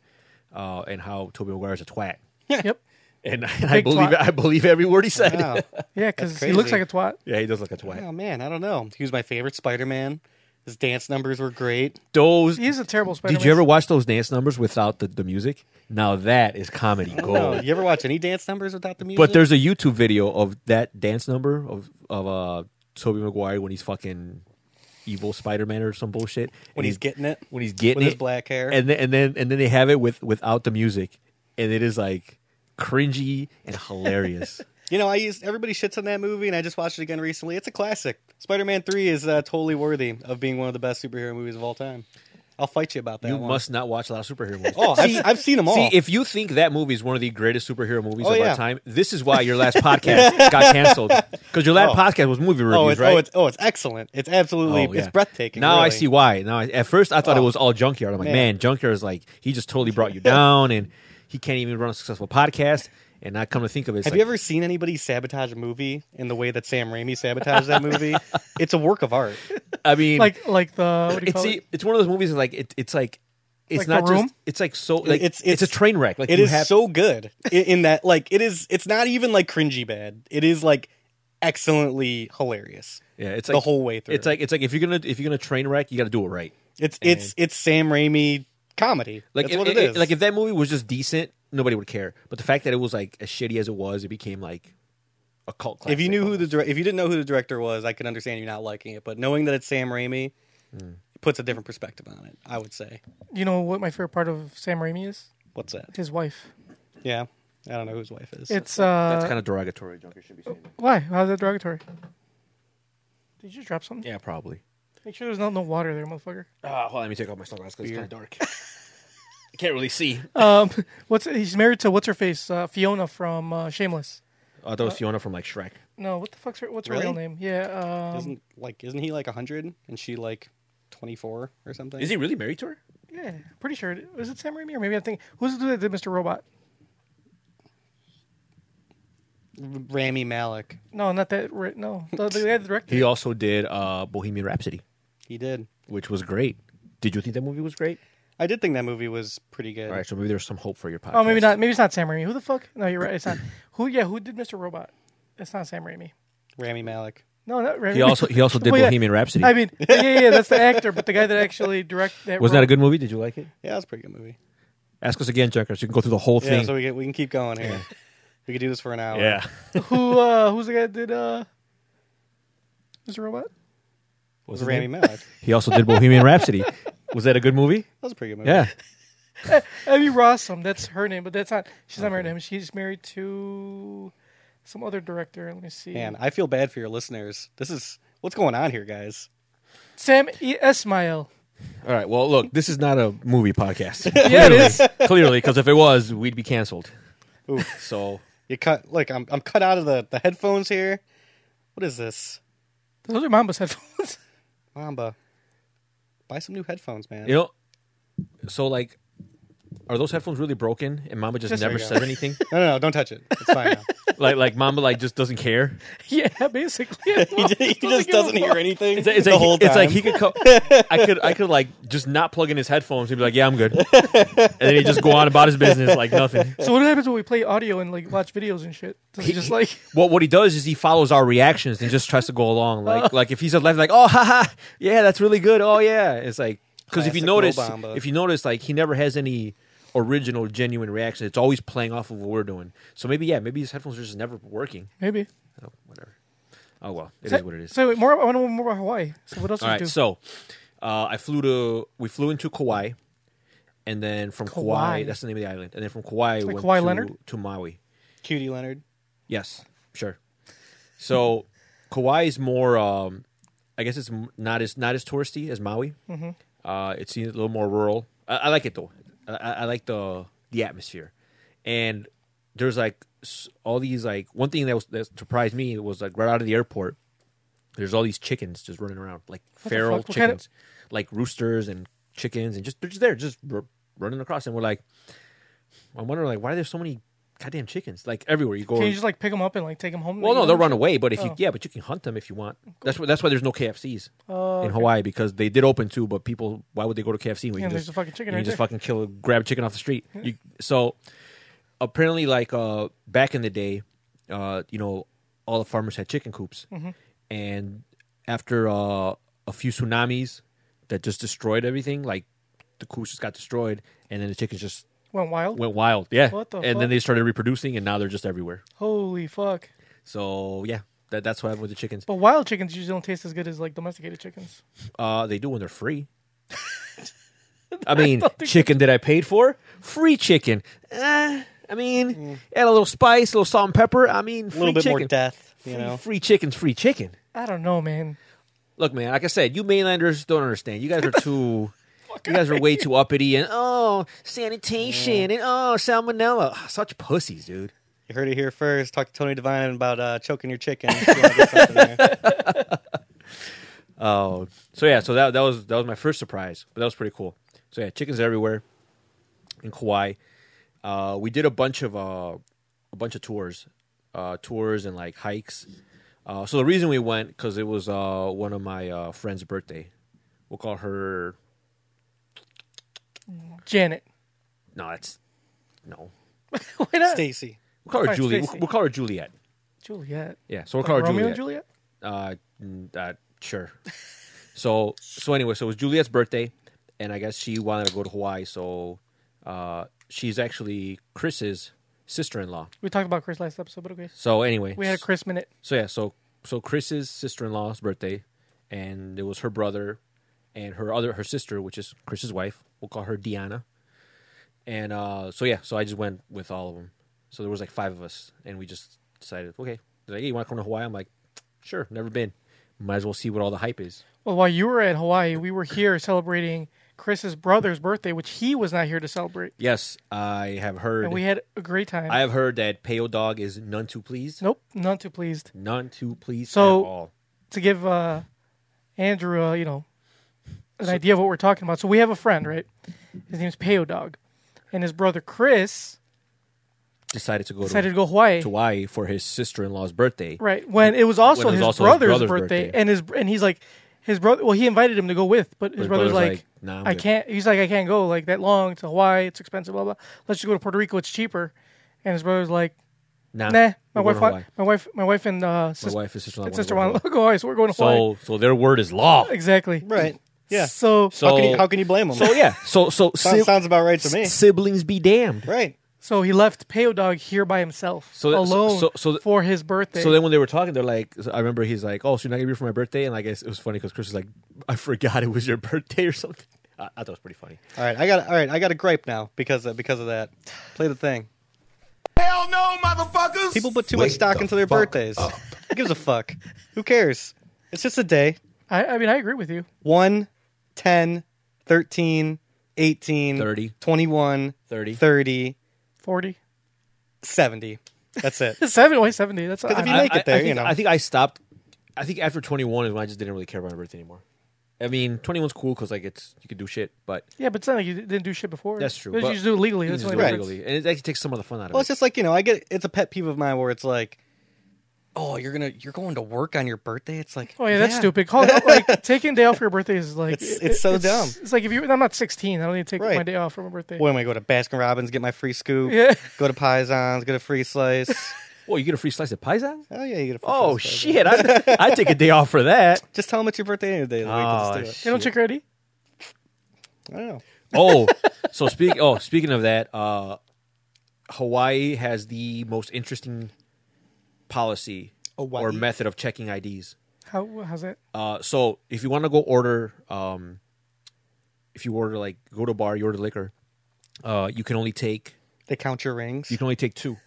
Speaker 3: uh, and how Toby Maguire's a twat,
Speaker 2: Yep.
Speaker 3: and, and I
Speaker 2: Big
Speaker 3: believe
Speaker 2: twat.
Speaker 3: I believe every word he said.
Speaker 4: Wow.
Speaker 2: Yeah, because he
Speaker 4: crazy.
Speaker 2: looks like a twat.
Speaker 3: yeah, he does look a twat.
Speaker 4: oh man, I don't know. He was my favorite Spider-Man. His dance numbers were great.
Speaker 3: Those
Speaker 2: He is a terrible Spider-Man.
Speaker 3: did you ever watch those dance numbers without the, the music? Now that is comedy
Speaker 4: No,
Speaker 3: gold.
Speaker 4: you ever watch any dance numbers without the music?
Speaker 3: Oh. But there's a YouTube video of that dance number of of uh Toby Maguire when he's fucking evil Spider Man or some bullshit.
Speaker 4: when
Speaker 3: And
Speaker 4: he's getting it.
Speaker 3: when he's getting
Speaker 4: with his
Speaker 3: it,
Speaker 4: black hair.
Speaker 3: and then, and then and then they have it with without the music, and it is like cringy and hilarious.
Speaker 4: You know, I used everybody shits on that movie, and I just watched it again recently. It's a classic. Spider-Man Three is uh, totally worthy of being one of the best superhero movies of all time. I'll fight you about that.
Speaker 3: you
Speaker 4: one.
Speaker 3: must not watch a lot of superhero movies.
Speaker 4: Oh, I've, I've seen them all.
Speaker 3: See, if you think that movie is one of the greatest superhero movies
Speaker 4: Oh,
Speaker 3: of
Speaker 4: yeah.
Speaker 3: our time, this is why your last podcast got canceled. Because your last
Speaker 4: Oh.
Speaker 3: podcast was movie reviews,
Speaker 4: oh, it's,
Speaker 3: right?
Speaker 4: oh, it's oh, it's excellent. It's absolutely
Speaker 3: Oh, yeah.
Speaker 4: it's breathtaking.
Speaker 3: Now I
Speaker 4: really. Oh.
Speaker 3: see why. Now I, at first I thought it was all junkyard. I'm like,
Speaker 4: man.
Speaker 3: man, junkyard is like he just totally brought you down, and he can't even run a successful podcast. And I come to think of it, it's
Speaker 4: Have
Speaker 3: like,
Speaker 4: you ever seen anybody sabotage a movie in the way that Sam Raimi sabotaged that movie? it's a work of art.
Speaker 3: I mean,
Speaker 2: like like the what do you
Speaker 3: it's
Speaker 4: oh,
Speaker 3: e
Speaker 2: call
Speaker 3: see,
Speaker 2: it?
Speaker 3: it's one of those movies. That like it, it's like it's
Speaker 2: Like The
Speaker 3: not just
Speaker 2: Room?
Speaker 3: it's like so like
Speaker 4: It's-
Speaker 3: it's
Speaker 4: it's-
Speaker 3: it's, a train wreck. Like
Speaker 4: It
Speaker 3: you
Speaker 4: is
Speaker 3: have-
Speaker 4: so good in, in that like it is. It's not even like cringy bad. It is like excellently hilarious.
Speaker 3: yeah. It's
Speaker 4: the
Speaker 3: like
Speaker 4: whole way through.
Speaker 3: It's like it's like if you're gonna if you're gonna train wreck, you got to do it right.
Speaker 4: It's it's it's Sam Raimi comedy.
Speaker 3: Like
Speaker 4: That's
Speaker 3: if,
Speaker 4: what it
Speaker 3: if-
Speaker 4: is.
Speaker 3: Like if that movie was just decent, nobody would care. But the fact that it was like as shitty as it was, it became like a cult. Classic
Speaker 4: if you knew who the direct, if you didn't know who the director was, I can understand you not liking it. But knowing that it's Sam Raimi it puts a different perspective on it. I would say.
Speaker 2: You know what my favorite part of Sam Raimi is?
Speaker 4: What's that?
Speaker 2: His wife.
Speaker 4: Yeah, I don't know who his wife is.
Speaker 2: It's uh.
Speaker 3: that's kind of derogatory. Junker should be saying. that.
Speaker 2: why? How's that derogatory? Did you drop something?
Speaker 3: Yeah, probably.
Speaker 2: Make sure there's not no water there, motherfucker.
Speaker 3: Uh, hold on, let me take off my sunglasses because it's kind of dark. I can't really see.
Speaker 2: Um, what's he's married to what's her face? Uh, Fiona from uh, Shameless.
Speaker 3: Oh, that was Fiona from like Shrek.
Speaker 2: No, what the fuck's her? What's her
Speaker 4: Really?
Speaker 2: real name? Yeah. Um,
Speaker 4: isn't like isn't he like hundred and she like twenty four or something?
Speaker 3: Is he really married to her?
Speaker 2: yeah. Pretty sure. It, was it Sam Raimi or maybe I think who's the dude that did Mr. Robot?
Speaker 4: Rami Malik?
Speaker 2: No, not that. ri- No, the, the guy that directed.
Speaker 3: He
Speaker 2: it.
Speaker 3: also did uh, Bohemian Rhapsody,
Speaker 4: He did.
Speaker 3: which was great. Did you think that movie was great?
Speaker 4: I did think that movie was pretty good.
Speaker 3: All right, so maybe there's some hope for your podcast.
Speaker 2: Oh, maybe not. Maybe it's not Sam Raimi. Who the fuck? No, you're right. It's not. Who? Yeah, who did Mr. Robot? It's not Sam Raimi.
Speaker 4: Rami Malik.
Speaker 2: No, not Raimi.
Speaker 3: He also he also did
Speaker 2: Well, yeah.
Speaker 3: Bohemian Rhapsody.
Speaker 2: I mean, yeah, yeah, yeah, that's the actor, but the guy that actually directed that
Speaker 3: was that a good movie? Did you like it?
Speaker 4: Yeah, that was a pretty good movie.
Speaker 3: Ask us again, Junker, so you can go through the whole
Speaker 4: Yeah,
Speaker 3: thing.
Speaker 4: so we can, we can keep going here. We could do this for an hour.
Speaker 3: Yeah.
Speaker 2: Who uh, who's the guy that did uh, Mr. Robot?
Speaker 3: Was his
Speaker 4: Rami
Speaker 3: name?
Speaker 4: Malek. That
Speaker 3: He also did Bohemian Rhapsody. Was that a good movie?
Speaker 4: was a pretty good movie.
Speaker 3: Yeah.
Speaker 2: Abby Rossum. That's her name, but that's not. She's not married to him. She's married to some other director. Let me see.
Speaker 4: Man, I feel bad for your listeners. This is what's going on here, guys.
Speaker 2: Sam e- Esmail.
Speaker 3: All right. Well, look, this is not a movie podcast.
Speaker 2: Yeah, it is.
Speaker 3: Clearly, because if it was, we'd be canceled. So
Speaker 4: You cut like I'm I'm cut out of the, the headphones here. What is this?
Speaker 2: Those are Mamba's headphones.
Speaker 4: Mamba. Buy some new headphones, man.
Speaker 3: you know, so like, are those headphones really broken? And Mama just
Speaker 2: Yes,
Speaker 3: never
Speaker 4: there you
Speaker 3: said anything.
Speaker 4: No, no, no, don't touch it. It's fine now.
Speaker 3: like, like Mama like just doesn't care.
Speaker 2: yeah, basically.
Speaker 4: he just, he just doesn't hear anything
Speaker 3: It's, it's
Speaker 4: the
Speaker 3: like,
Speaker 4: whole time.
Speaker 3: it's like he could. Co- I could. I could like just not plug in his headphones. He'd be like, "Yeah, I'm good," and then he'd just go on about his business like nothing.
Speaker 2: So what happens when we play audio and like watch videos and shit? Does he just like
Speaker 3: What what he does is he follows our reactions and just tries to go along. Like like if he's a left, like oh ha ha, yeah, that's really good. Oh yeah, it's like because if you
Speaker 4: Classic
Speaker 3: notice,
Speaker 4: Mo Bamba.
Speaker 3: if you notice, like he never has any original, genuine reaction. It's always playing off of what we're doing. So maybe yeah, maybe his headphones are just never working.
Speaker 2: maybe?
Speaker 3: Oh, whatever. Oh well, it is what it is.
Speaker 2: So wait, more. I want to know more about Hawaii. So what else?
Speaker 3: All
Speaker 2: did you
Speaker 3: right,
Speaker 2: do?
Speaker 3: so uh, I flew to we flew into Kauai, and then from Kauai,
Speaker 2: Kauai.
Speaker 3: that's the name of the island, and then from Kauai
Speaker 2: like
Speaker 3: went
Speaker 2: Kawhi
Speaker 3: to,
Speaker 2: Leonard?
Speaker 3: to Maui.
Speaker 4: Cutie Leonard.
Speaker 3: Yes, sure. So Kauai is more, um, I guess it's m- not as not as touristy as Maui. Mm-hmm. Uh, it seems a little more rural. I, I like it though. I, I I like the the atmosphere, and there's like s- all these like one thing that was that surprised me was like right out of the airport. There's all these chickens just running around, like feral
Speaker 2: fuck? What kind of-
Speaker 3: chickens, like roosters and chickens, and just they're just there, just r- running across. And we're like, I'm wondering like why are there so many goddamn chickens like everywhere you go.
Speaker 2: Can you just like pick them up and like take them home?
Speaker 3: Well,
Speaker 2: Like,
Speaker 3: no,
Speaker 2: you
Speaker 3: they'll
Speaker 2: know?
Speaker 3: run away. But if you
Speaker 2: Oh.
Speaker 3: yeah, but you can hunt them if you want. That's why that's why there's no KFCs
Speaker 2: Oh,
Speaker 3: in Hawaii because they did open too. But people, why would they go to KFC when
Speaker 2: Yeah,
Speaker 3: you
Speaker 2: there's
Speaker 3: just
Speaker 2: a fucking chicken
Speaker 3: You
Speaker 2: right
Speaker 3: just
Speaker 2: there.
Speaker 3: fucking kill, grab chicken off the street. You, so apparently, like uh, back in the day, uh, you know, all the farmers had chicken coops,
Speaker 2: Mm-hmm.
Speaker 3: and after uh, a few tsunamis that just destroyed everything, like the coops just got destroyed, and then the chickens just
Speaker 2: Went wild.
Speaker 3: went wild. Yeah,
Speaker 2: What the
Speaker 3: and
Speaker 2: fuck?
Speaker 3: then they started reproducing, and now they're just everywhere.
Speaker 2: Holy fuck!
Speaker 3: So yeah, that, that's what happened with the chickens.
Speaker 2: But wild chickens usually don't taste as good as like domesticated chickens.
Speaker 3: Uh, they do when they're free. I mean, chicken that I paid for, free chicken. Eh, I mean, add a little spice, a little salt and pepper. I mean,
Speaker 4: Mm. A
Speaker 3: free
Speaker 4: little bit
Speaker 3: chicken.
Speaker 4: more death, you
Speaker 3: free,
Speaker 4: know.
Speaker 3: free chicken's free chicken.
Speaker 2: I don't know, man.
Speaker 3: Look, man, like I said, you mainlanders don't understand. You guys are too. You guys are way too uppity and oh sanitation and oh salmonella. Ah, Such pussies, dude.
Speaker 4: You heard it here first. Talk to Tony Divine about uh, choking your chicken. if you wanna get something there.
Speaker 3: Oh, so yeah, so that that was that was my first surprise, but that was pretty cool. So yeah, chickens everywhere in Kauai. Uh, we did a bunch of uh, a bunch of tours, uh, tours and like hikes. Uh, so the reason we went because it was uh, one of my uh, friend's birthday. We'll call her.
Speaker 2: Janet.
Speaker 3: No, that's no.
Speaker 2: Why not?
Speaker 4: Stacy.
Speaker 3: We'll call her
Speaker 2: Alright,
Speaker 3: Julie.
Speaker 2: Stacy.
Speaker 3: We'll, we'll call her Juliet.
Speaker 2: Juliet.
Speaker 3: Yeah, so we'll
Speaker 2: Like
Speaker 3: call her
Speaker 2: Romeo
Speaker 3: Juliet.
Speaker 2: and Juliet.
Speaker 3: Uh, mm, uh, sure. so so anyway, so it was Juliet's birthday, and I guess she wanted to go to Hawaii. So uh, she's actually Chris's sister-in-law.
Speaker 2: We talked about Chris last episode, but okay.
Speaker 3: So anyway,
Speaker 2: We had a Chris minute.
Speaker 3: so yeah, so so Chris's sister-in-law's birthday, and it was her brother and her other her sister, which is Chris's wife. We'll call her Deanna. And uh, so yeah, so I just went with all of them. So there was like five of us, and we just decided, okay, they're like, hey, you want to come to Hawaii? I'm like, sure, never been. Might as well see what all the hype is.
Speaker 2: Well, while you were at Hawaii, we were here celebrating Chris's brother's birthday, which he was not here to celebrate,
Speaker 3: Yes, I have heard.
Speaker 2: and we had a great time.
Speaker 3: I have heard that Peo Dog is none too pleased.
Speaker 2: nope, not too pleased.
Speaker 3: None too pleased
Speaker 2: So-
Speaker 3: at all.
Speaker 2: to give uh, Andrew, uh, you know, an idea of what we're talking about. So we have a friend, right? His name's Peo Dog, and his brother Chris
Speaker 3: Decided to go
Speaker 2: decided
Speaker 3: to,
Speaker 2: to go Hawaii,
Speaker 3: to Hawaii for his sister in law's birthday.
Speaker 2: right? When it was also,
Speaker 3: When it was
Speaker 2: his,
Speaker 3: also his
Speaker 2: brother's
Speaker 3: brother's
Speaker 2: birthday,
Speaker 3: birthday.
Speaker 2: and his and he's like, his brother. Well, he invited him to go with, but his,
Speaker 3: his
Speaker 2: brother's,
Speaker 3: brother's
Speaker 2: like,
Speaker 3: like, "Nah, I'm
Speaker 2: I
Speaker 3: good."
Speaker 2: can't. He's like, I can't go like that long to Hawaii. It's expensive. Blah blah. Let's just go to Puerto Rico. It's cheaper. And his brother's like,
Speaker 3: Nah,
Speaker 2: Nah, my
Speaker 3: we're
Speaker 2: wife,
Speaker 3: going
Speaker 2: wa-
Speaker 3: to Hawaii.
Speaker 2: my wife, my wife, and uh,
Speaker 3: My
Speaker 2: sis-
Speaker 3: wife and sister in law.
Speaker 2: sister want to go to Hawaii, so we're going to Hawaii.
Speaker 3: So, so their word is law.
Speaker 2: Exactly.
Speaker 4: Right. Yeah.
Speaker 2: So
Speaker 3: So
Speaker 4: how, can you, how can you blame them?
Speaker 3: So yeah. So so
Speaker 4: sounds,
Speaker 3: sib-
Speaker 4: sounds about right to me.
Speaker 3: siblings be damned.
Speaker 4: Right.
Speaker 2: So he left Peo Dog here by himself,
Speaker 3: So that- so-
Speaker 2: alone,
Speaker 3: so- so th-
Speaker 2: for his birthday.
Speaker 3: So then when they were talking, they're like, I remember he's like, oh, so you're not going to be here for my birthday? And I guess it was funny because Chris was like, I forgot it was your birthday or something. I, I thought it was pretty funny.
Speaker 4: All right, I got all right. I got a gripe now because of, because of that. Play the thing.
Speaker 5: Hell no, motherfuckers!
Speaker 4: People put too
Speaker 5: Wake
Speaker 4: much stock
Speaker 5: the
Speaker 4: into their
Speaker 5: fuck
Speaker 4: birthdays.
Speaker 5: up.
Speaker 4: Who gives a fuck? Who cares? It's just a day.
Speaker 2: I, I mean, I agree with you.
Speaker 4: 1, 10, 13, 18,
Speaker 3: 30.
Speaker 4: 21,
Speaker 3: 30.
Speaker 4: 30,
Speaker 2: 40.
Speaker 4: 70. That's it.
Speaker 2: Seven, wait, 70. That's
Speaker 4: if you
Speaker 2: I-
Speaker 4: make it there,
Speaker 3: think,
Speaker 4: you know.
Speaker 3: I think I stopped. I think after 21 is when I just didn't really care about my birthday anymore. I mean, 21's cool because like it's you can do shit, but
Speaker 2: Yeah, but it's not like you didn't do shit before.
Speaker 3: that's true.
Speaker 2: You
Speaker 3: but
Speaker 2: just do it legally.
Speaker 3: you
Speaker 2: That's
Speaker 3: just
Speaker 2: the
Speaker 3: do it
Speaker 2: only
Speaker 4: Right.
Speaker 2: difference.
Speaker 3: legally, and it actually takes some of the fun out of
Speaker 4: Well,
Speaker 3: it.
Speaker 4: it's just like you know, I get it's a pet peeve of mine where it's like, oh, you're gonna you're going to work on your birthday. It's like,
Speaker 2: Oh yeah, that's stupid. Call it, like taking day off for your birthday is like
Speaker 4: It's- it's so dumb.
Speaker 2: It's like if you, I'm not 16, I don't need to take
Speaker 4: Right.
Speaker 2: my day off for my birthday.
Speaker 4: When am I go to Baskin Robbins get my free scoop?
Speaker 2: Yeah.
Speaker 4: Go to Pisons, get a free slice.
Speaker 3: Well, you get a free slice of paisan?
Speaker 4: oh yeah, you get a free
Speaker 3: Oh
Speaker 4: slice.
Speaker 3: shit! I I take a day off for that.
Speaker 4: Just tell them it's your birthday any day of the week. They'll
Speaker 3: Oh,
Speaker 4: just do it.
Speaker 2: They don't check your ID.
Speaker 4: I don't know.
Speaker 3: Oh, so speak. Oh, speaking of that, uh, Hawaii has the most interesting policy or
Speaker 4: Hawaii?
Speaker 3: method of checking IDs.
Speaker 2: How how's that?
Speaker 3: Uh, so if you want to go order, um, if you order like go to a bar, you order liquor, uh, you can only take
Speaker 4: They count your rings.
Speaker 3: you can only take two,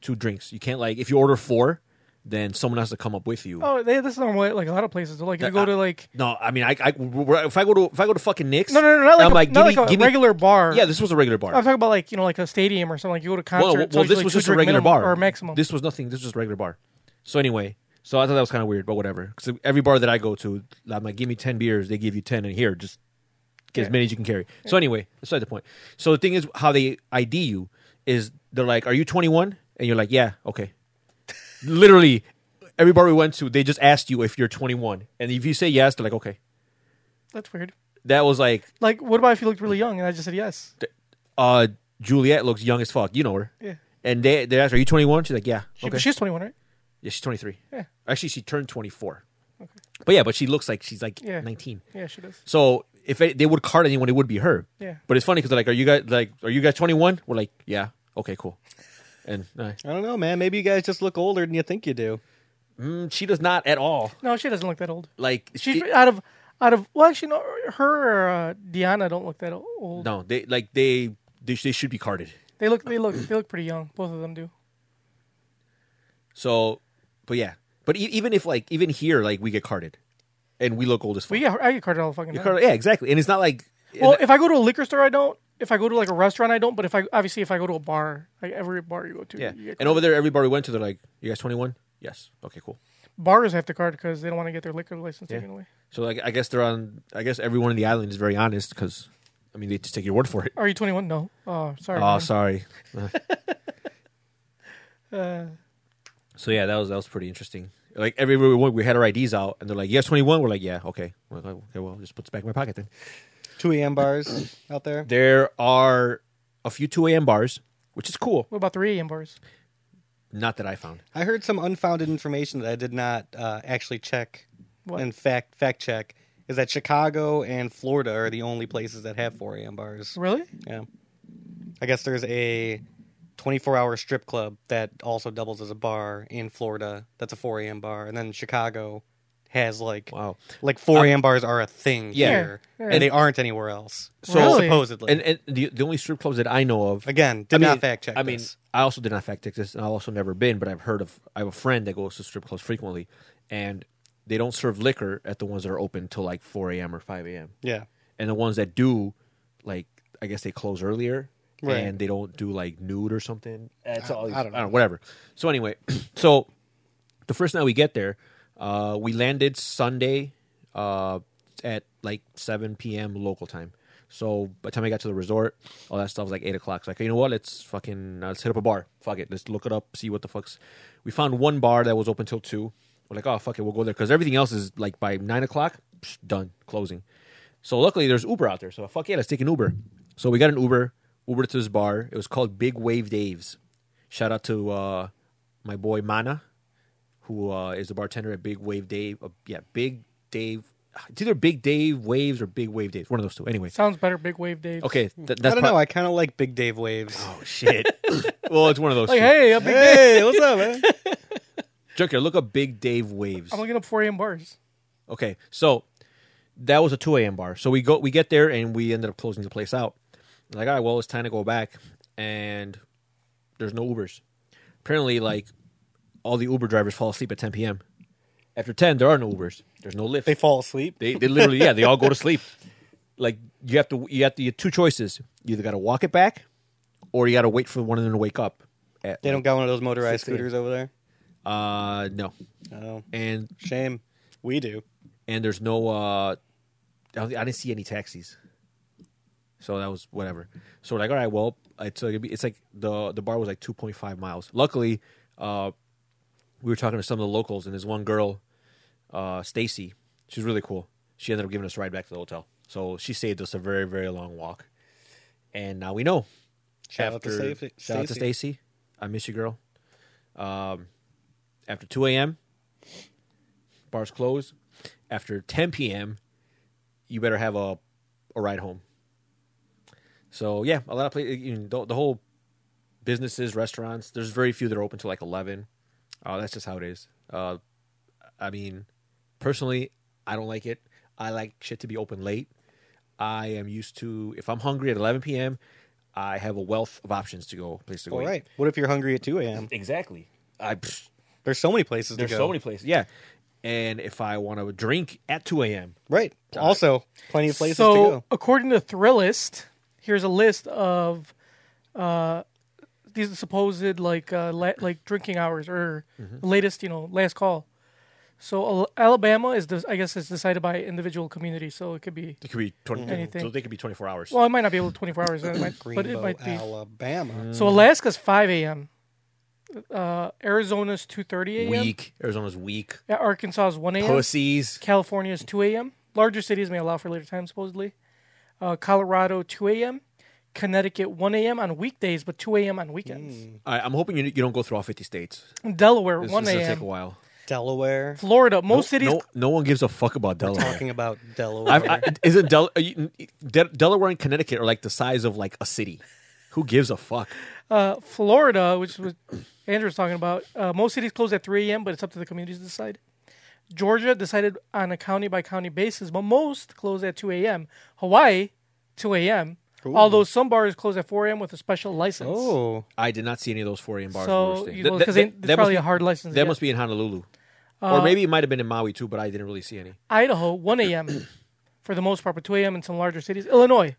Speaker 3: two drinks. You can't like if you order four, then someone has to come up with you.
Speaker 2: Oh, they, that's not what like a lot of places. do. Like you
Speaker 3: That-
Speaker 2: go to like
Speaker 3: No, I mean, I, I if I go to if I go to fucking Nick's,
Speaker 2: no no no not
Speaker 3: and
Speaker 2: like,
Speaker 3: I'm
Speaker 2: a,
Speaker 3: like,
Speaker 2: not
Speaker 3: give me-
Speaker 2: like a
Speaker 3: give me-
Speaker 2: regular bar.
Speaker 3: Yeah, this was a regular bar.
Speaker 2: I'm talking about like you know like a stadium or something. Like you go to a concert.
Speaker 3: well, well,
Speaker 2: it's
Speaker 3: well,
Speaker 2: always,
Speaker 3: this
Speaker 2: like,
Speaker 3: was
Speaker 2: two
Speaker 3: just a
Speaker 2: drink
Speaker 3: regular
Speaker 2: minimum
Speaker 3: bar
Speaker 2: or maximum.
Speaker 3: This was nothing. This was a regular bar. So anyway, so I thought that was kind of weird, but whatever. Because every bar that I go to, I'm like, give me ten beers, they give you ten, and here, just get as many as you can carry. So anyway, that's not the point. So the thing is, how they ID you is they're like, are you 21? And you're like, yeah, okay. Literally, every bar we went to, they just asked you if you're 21, and if you say yes, they're like, okay.
Speaker 2: that's weird.
Speaker 3: That was like,
Speaker 2: Like what about if you looked really young and I just said yes?
Speaker 3: uh, Juliet looks young as fuck. You know her.
Speaker 2: Yeah.
Speaker 3: And they they asked, her, are you 21? She's like, yeah.
Speaker 2: She, She's 21, right?
Speaker 3: Yeah, she's 23.
Speaker 2: Yeah.
Speaker 3: Actually, she turned 24. But yeah, but she looks like she's like
Speaker 2: Yeah.
Speaker 3: 19.
Speaker 2: Yeah, she does.
Speaker 3: So if it, they would card anyone, it would be her.
Speaker 2: Yeah.
Speaker 3: But it's funny because like, are you guys like, are you guys 21? We're like, yeah, okay, cool. And uh,
Speaker 4: I don't know, man. Maybe you guys just look older than you think you do.
Speaker 3: mm, she does not at all.
Speaker 2: No, she doesn't look that old.
Speaker 3: Like
Speaker 2: She's
Speaker 3: she,
Speaker 2: out of out of well, actually, no, her or uh, Deanna don't look that old.
Speaker 3: no, they like they, they they should be carded.
Speaker 2: They look they look they look pretty young. Both of them do.
Speaker 3: So, but yeah, but e- even if like even here like we get carded, and we look old as fuck.
Speaker 2: But yeah, I get carded all the fucking
Speaker 3: You're
Speaker 2: time.
Speaker 3: carded- yeah, exactly. And it's not like
Speaker 2: Well, if I go to a liquor store, I don't. If I go to like a restaurant, I don't. But if I obviously if I go to a bar, like every bar you go to,
Speaker 3: yeah.
Speaker 2: you get
Speaker 3: And
Speaker 2: carded.
Speaker 3: over there, every bar we went to, they're like, you guys 21? Yes. Okay, cool.
Speaker 2: bars have to card because they don't want to get their liquor license taken away.
Speaker 3: So like, I guess they're on. I guess everyone in the island is very honest because, I mean, they just take your word for it.
Speaker 2: Are you 21? No. Oh, sorry.
Speaker 3: Oh,
Speaker 2: man.
Speaker 3: sorry. so yeah, that was that was pretty interesting. Like everywhere we went, we had our IDs out, and they're like, "Yes, twenty one. We're like, "Yeah, okay, We're like, okay." Well, just put this back in my pocket then.
Speaker 4: Two AM bars out there.
Speaker 3: There are a few two AM bars, which is cool.
Speaker 2: What about 3 a.m. bars?
Speaker 3: Not that I found.
Speaker 4: I heard some unfounded information that I did not uh, actually check
Speaker 2: What?
Speaker 4: and fact fact check is that Chicago and Florida are the only places that have 4 a.m. bars.
Speaker 2: Really?
Speaker 4: Yeah. I guess there's a 24 hour strip club that also doubles as a bar in Florida. That's a 4 a.m. bar. And then Chicago has like
Speaker 3: Wow. Um,
Speaker 4: like 4 a.m. bars are a thing
Speaker 3: Yeah.
Speaker 4: here
Speaker 2: Yeah.
Speaker 4: and they aren't anywhere else.
Speaker 3: So-
Speaker 2: Really?
Speaker 4: supposedly.
Speaker 3: And and the, the only strip clubs that I know of
Speaker 4: Again, did
Speaker 3: I mean-
Speaker 4: not fact check
Speaker 3: I mean,
Speaker 4: this.
Speaker 3: I also did not fact check this, and I've also never been, but I've heard of. I have a friend that goes to strip clubs frequently, and they don't serve liquor at the ones that are open till like 4 a.m. or 5 a.m.
Speaker 4: Yeah.
Speaker 3: And the ones that do, like, I guess they close earlier,
Speaker 4: Right.
Speaker 3: and they don't do like nude or something. That's all.
Speaker 4: I don't know.
Speaker 3: Whatever. So anyway, so the first night we get there, uh, we landed Sunday uh, at like 7 p.m. local time. So by the time I got to the resort, all that stuff was like 8 o'clock. So like, you know what? Let's fucking, uh, let's hit up a bar. Fuck it. Let's look it up, see what the fuck's. We found one bar that was open till 2. We're like, oh, fuck it. We'll go there. Because everything else is like by 9 o'clock, psh, done, closing. So luckily there's Uber out there. So fuck yeah, let's take an Uber. So we got an Uber, Uber to this bar. It was called Big Wave Dave's. Shout out to uh, my boy Mana who uh, is the bartender at Big Wave Dave. Uh, yeah, Big Dave. It's either Big Dave Waves or Big Wave Dave. One of those two. Anyway,
Speaker 2: Sounds better, Big Wave Dave.
Speaker 3: okay. th- that's
Speaker 4: I don't know.
Speaker 3: prob-
Speaker 4: I kind of like Big Dave waves.
Speaker 3: oh shit. well, it's one of those.
Speaker 2: Like,
Speaker 3: two.
Speaker 2: hey, a Big Dave.
Speaker 4: hey, what's up, man?
Speaker 3: Junker, look up Big Dave Waves.
Speaker 2: I'm looking up 4 a.m. bars.
Speaker 3: Okay, so that was a 2 a.m. bar. So we go, we get there, and we ended up closing the place out. Like, all right, well, it's time to go back, and there's no Ubers. Apparently, like all the Uber drivers fall asleep at 10 p.m. After 10, there are no Ubers. There's no Lyft.
Speaker 4: They fall asleep.
Speaker 3: They, they literally, yeah, they all go to sleep. Like you have to, you have to, you have two choices. You either got to walk it back, or you got to wait for one of them to wake up. At,
Speaker 4: They don't got one of those motorized
Speaker 3: 6 a.m.
Speaker 4: scooters over there.
Speaker 3: Uh, no.
Speaker 4: Oh,
Speaker 3: And
Speaker 4: shame. We do.
Speaker 3: and there's no uh I, don't, I didn't see any taxis so that was whatever so we're like all right well it's like, it's like the the bar was like 2.5 miles luckily uh we were talking to some of the locals and there's one girl uh stacy she's really cool she ended up giving us a ride back to the hotel so she saved us a very very long walk and now we know
Speaker 4: Shout out to Stacy.
Speaker 3: shout out to Stacy. I miss you, girl. Um, after 2 a.m., bars closed. After 10 p.m., you better have a a ride home. So yeah, a lot of places. You know, the, the whole businesses, restaurants. There's very few that are open till like 11. Uh, that's just how it is. Uh, I mean, personally, I don't like it. I like shit to be open late. I am used to if I'm hungry at 11 p.m. I have a wealth of options to go place to go.
Speaker 4: All
Speaker 3: eat.
Speaker 4: right. What if you're hungry at 2 a.m.?
Speaker 3: exactly. I pfft,
Speaker 4: There's so many places
Speaker 3: there's
Speaker 4: to go.
Speaker 3: so many places. Yeah, and if I want to drink at 2 a.m.
Speaker 4: Right. Also, plenty of places
Speaker 2: so,
Speaker 4: to go.
Speaker 2: according to Thrillist, here's a list of uh, these are supposed like uh, la- like drinking hours or
Speaker 4: Mm-hmm.
Speaker 2: latest, you know, last call. So Al- Alabama is, de- I guess, is decided by individual community. So it could be.
Speaker 3: It could be 20.
Speaker 2: Anything.
Speaker 3: So they could be 24 hours.
Speaker 2: Well, it might not be able to 24 hours, it might, but it
Speaker 4: Greenbow,
Speaker 2: might be.
Speaker 4: Alabama.
Speaker 3: Mm.
Speaker 2: So Alaska's 5 a.m. Uh, Arizona's 2:30 a.m.
Speaker 3: weak. Arizona's weak.
Speaker 2: Yeah, Arkansas is 1 a.m.
Speaker 3: Pussies.
Speaker 2: California is 2 a.m. Larger cities may allow for later time, supposedly. Uh, Colorado, 2 a.m. Connecticut, 1 a.m. on weekdays, but 2 a.m. on weekends.
Speaker 3: All right, I'm hoping you, you don't go through all 50 states.
Speaker 2: Delaware,
Speaker 3: Hmm. This
Speaker 2: 1
Speaker 3: is gonna take a
Speaker 2: a.m.
Speaker 3: while.
Speaker 4: Delaware.
Speaker 2: Florida, most
Speaker 3: no,
Speaker 2: cities.
Speaker 3: No, no one gives a fuck about Delaware.
Speaker 4: Talking about Delaware.
Speaker 3: I've, I, isn't Del, are you, De- Delaware and Connecticut are like the size of like a city? Who gives a fuck?
Speaker 2: Uh, Florida, which was Andrew's talking about, uh, most cities close at 3 a.m., but it's up to the communities to decide. Georgia decided on a county by county basis, but most close at 2 a.m. Hawaii, 2 a.m. Although some bars close at 4 a.m. with a special license.
Speaker 4: oh,
Speaker 3: I did not see any of those 4 a.m. bars.
Speaker 2: So,
Speaker 3: in Lewis State.
Speaker 2: you-
Speaker 3: Th-
Speaker 2: well,
Speaker 3: th-
Speaker 2: 'cause
Speaker 3: th-
Speaker 2: they- it's
Speaker 3: that must
Speaker 2: probably
Speaker 3: be-
Speaker 2: a hard license to
Speaker 3: That
Speaker 2: get. Uh,
Speaker 3: must be in Honolulu. or maybe it might have been in Maui too, but I didn't really see any.
Speaker 2: Idaho, 1 a.m. for the most part, but 2 a.m. in some larger cities. Illinois,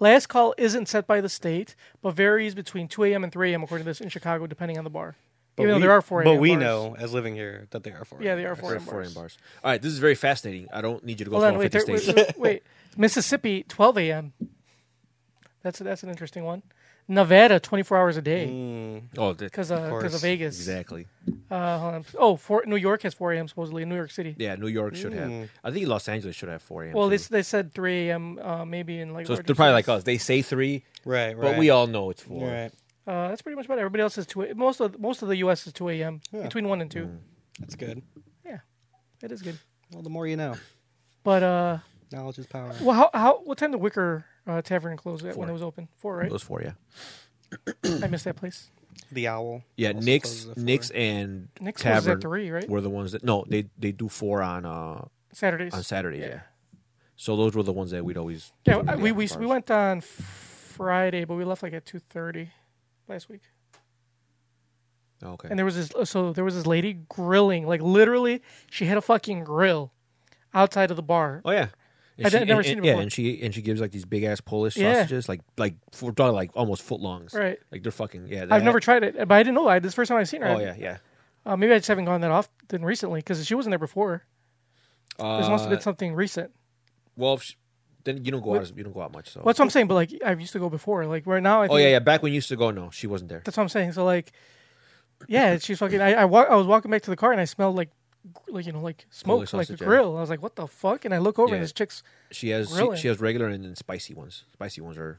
Speaker 2: last call isn't set by the state, but varies between 2 a.m. and 3 a.m. according to this in Chicago, depending on the bar. Even though
Speaker 4: we-
Speaker 2: there are 4 a.m.
Speaker 4: But we
Speaker 2: bars.
Speaker 4: know, as living here, that there are four.
Speaker 2: Yeah,
Speaker 4: a.m.
Speaker 2: there are
Speaker 4: bars.
Speaker 2: 4 a.m.
Speaker 3: Four
Speaker 2: bars.
Speaker 3: a.m. bars. All right, this is very fascinating. I don't need you to go
Speaker 2: Hold
Speaker 3: through
Speaker 2: on,
Speaker 3: all
Speaker 2: wait,
Speaker 3: 50
Speaker 2: there, wait,
Speaker 3: states.
Speaker 2: wait, wait. Mississippi, 12 a.m. That's that's an interesting one. Nevada, 24 hours a day
Speaker 3: oh, that-
Speaker 2: because of,
Speaker 4: course.
Speaker 2: because of Vegas.
Speaker 3: exactly.
Speaker 2: Uh, hold on. Oh, four, New York has 4 a.m. supposedly in New York City.
Speaker 3: Yeah, New York should
Speaker 4: Hmm.
Speaker 3: have. I think Los Angeles should have 4 a.m.
Speaker 2: Well,
Speaker 3: too.
Speaker 2: they, s- they said 3 a.m. Uh, maybe in like.
Speaker 3: so
Speaker 2: larger
Speaker 3: they're probably
Speaker 2: cities.
Speaker 3: like us. They say three,
Speaker 4: Right, right.
Speaker 3: but we all know it's four.
Speaker 4: Right.
Speaker 2: Uh, that's pretty much about it. Everybody else is two. a- Most of most of the U.S. is two a.m. between one and two.
Speaker 3: Mm.
Speaker 4: That's good.
Speaker 2: Yeah, it is good.
Speaker 4: Well, the more you know,
Speaker 2: But uh,
Speaker 4: knowledge is power.
Speaker 2: well, how how what time did Wicker uh, Tavern close at when
Speaker 3: Four.
Speaker 2: it was open? Four, right?
Speaker 3: It was four, yeah.
Speaker 2: I missed that place.
Speaker 4: The owl.
Speaker 3: Yeah,
Speaker 4: also
Speaker 3: Nick's
Speaker 4: closes at four.
Speaker 3: Nick's and
Speaker 2: Nick's closes at
Speaker 3: Tavern
Speaker 2: three, right?
Speaker 3: were the ones that no, they they do four on uh
Speaker 2: Saturdays.
Speaker 3: on Saturday, yeah. So those were the ones that we'd always
Speaker 2: yeah, I- we we
Speaker 3: bars.
Speaker 2: we went on Friday, but we left like at two thirty last week.
Speaker 3: Oh, okay.
Speaker 2: And there was this uh, so there was this lady grilling like literally she had a fucking grill outside of the bar.
Speaker 3: oh yeah. And
Speaker 2: I'd never
Speaker 3: and-
Speaker 2: seen
Speaker 3: and-
Speaker 2: it
Speaker 3: yeah,
Speaker 2: before.
Speaker 3: and she and she gives like these big ass Polish
Speaker 2: Yeah.
Speaker 3: sausages, like like for probably, like almost foot longs.
Speaker 2: Right.
Speaker 3: Like they're fucking yeah.
Speaker 2: I've
Speaker 3: that-
Speaker 2: never tried it, but I didn't know. I this is the first time I've seen her.
Speaker 3: Oh yeah, yeah.
Speaker 2: Uh, maybe I just haven't gone that often recently because she wasn't there before. This must have been something recent.
Speaker 3: Uh, Well, if sh then you don't go out. as- You don't go out much. So.
Speaker 2: Well, that's what I'm saying. But like, I used to go before. Like right now, I think
Speaker 3: oh yeah, yeah. Back when you used to go, no, she wasn't there.
Speaker 2: that's what I'm saying. So like, yeah, she's fucking. I I, wa- I was walking back to the car and I smelled like, gr- like you know, like smoke,
Speaker 3: Polish
Speaker 2: like a
Speaker 3: sausage, yeah.
Speaker 2: grill. I was like, what the fuck? And I look over
Speaker 3: Yeah.
Speaker 2: and this chick's
Speaker 3: She has she,
Speaker 2: Really?
Speaker 3: she has regular and then spicy ones. Spicy ones are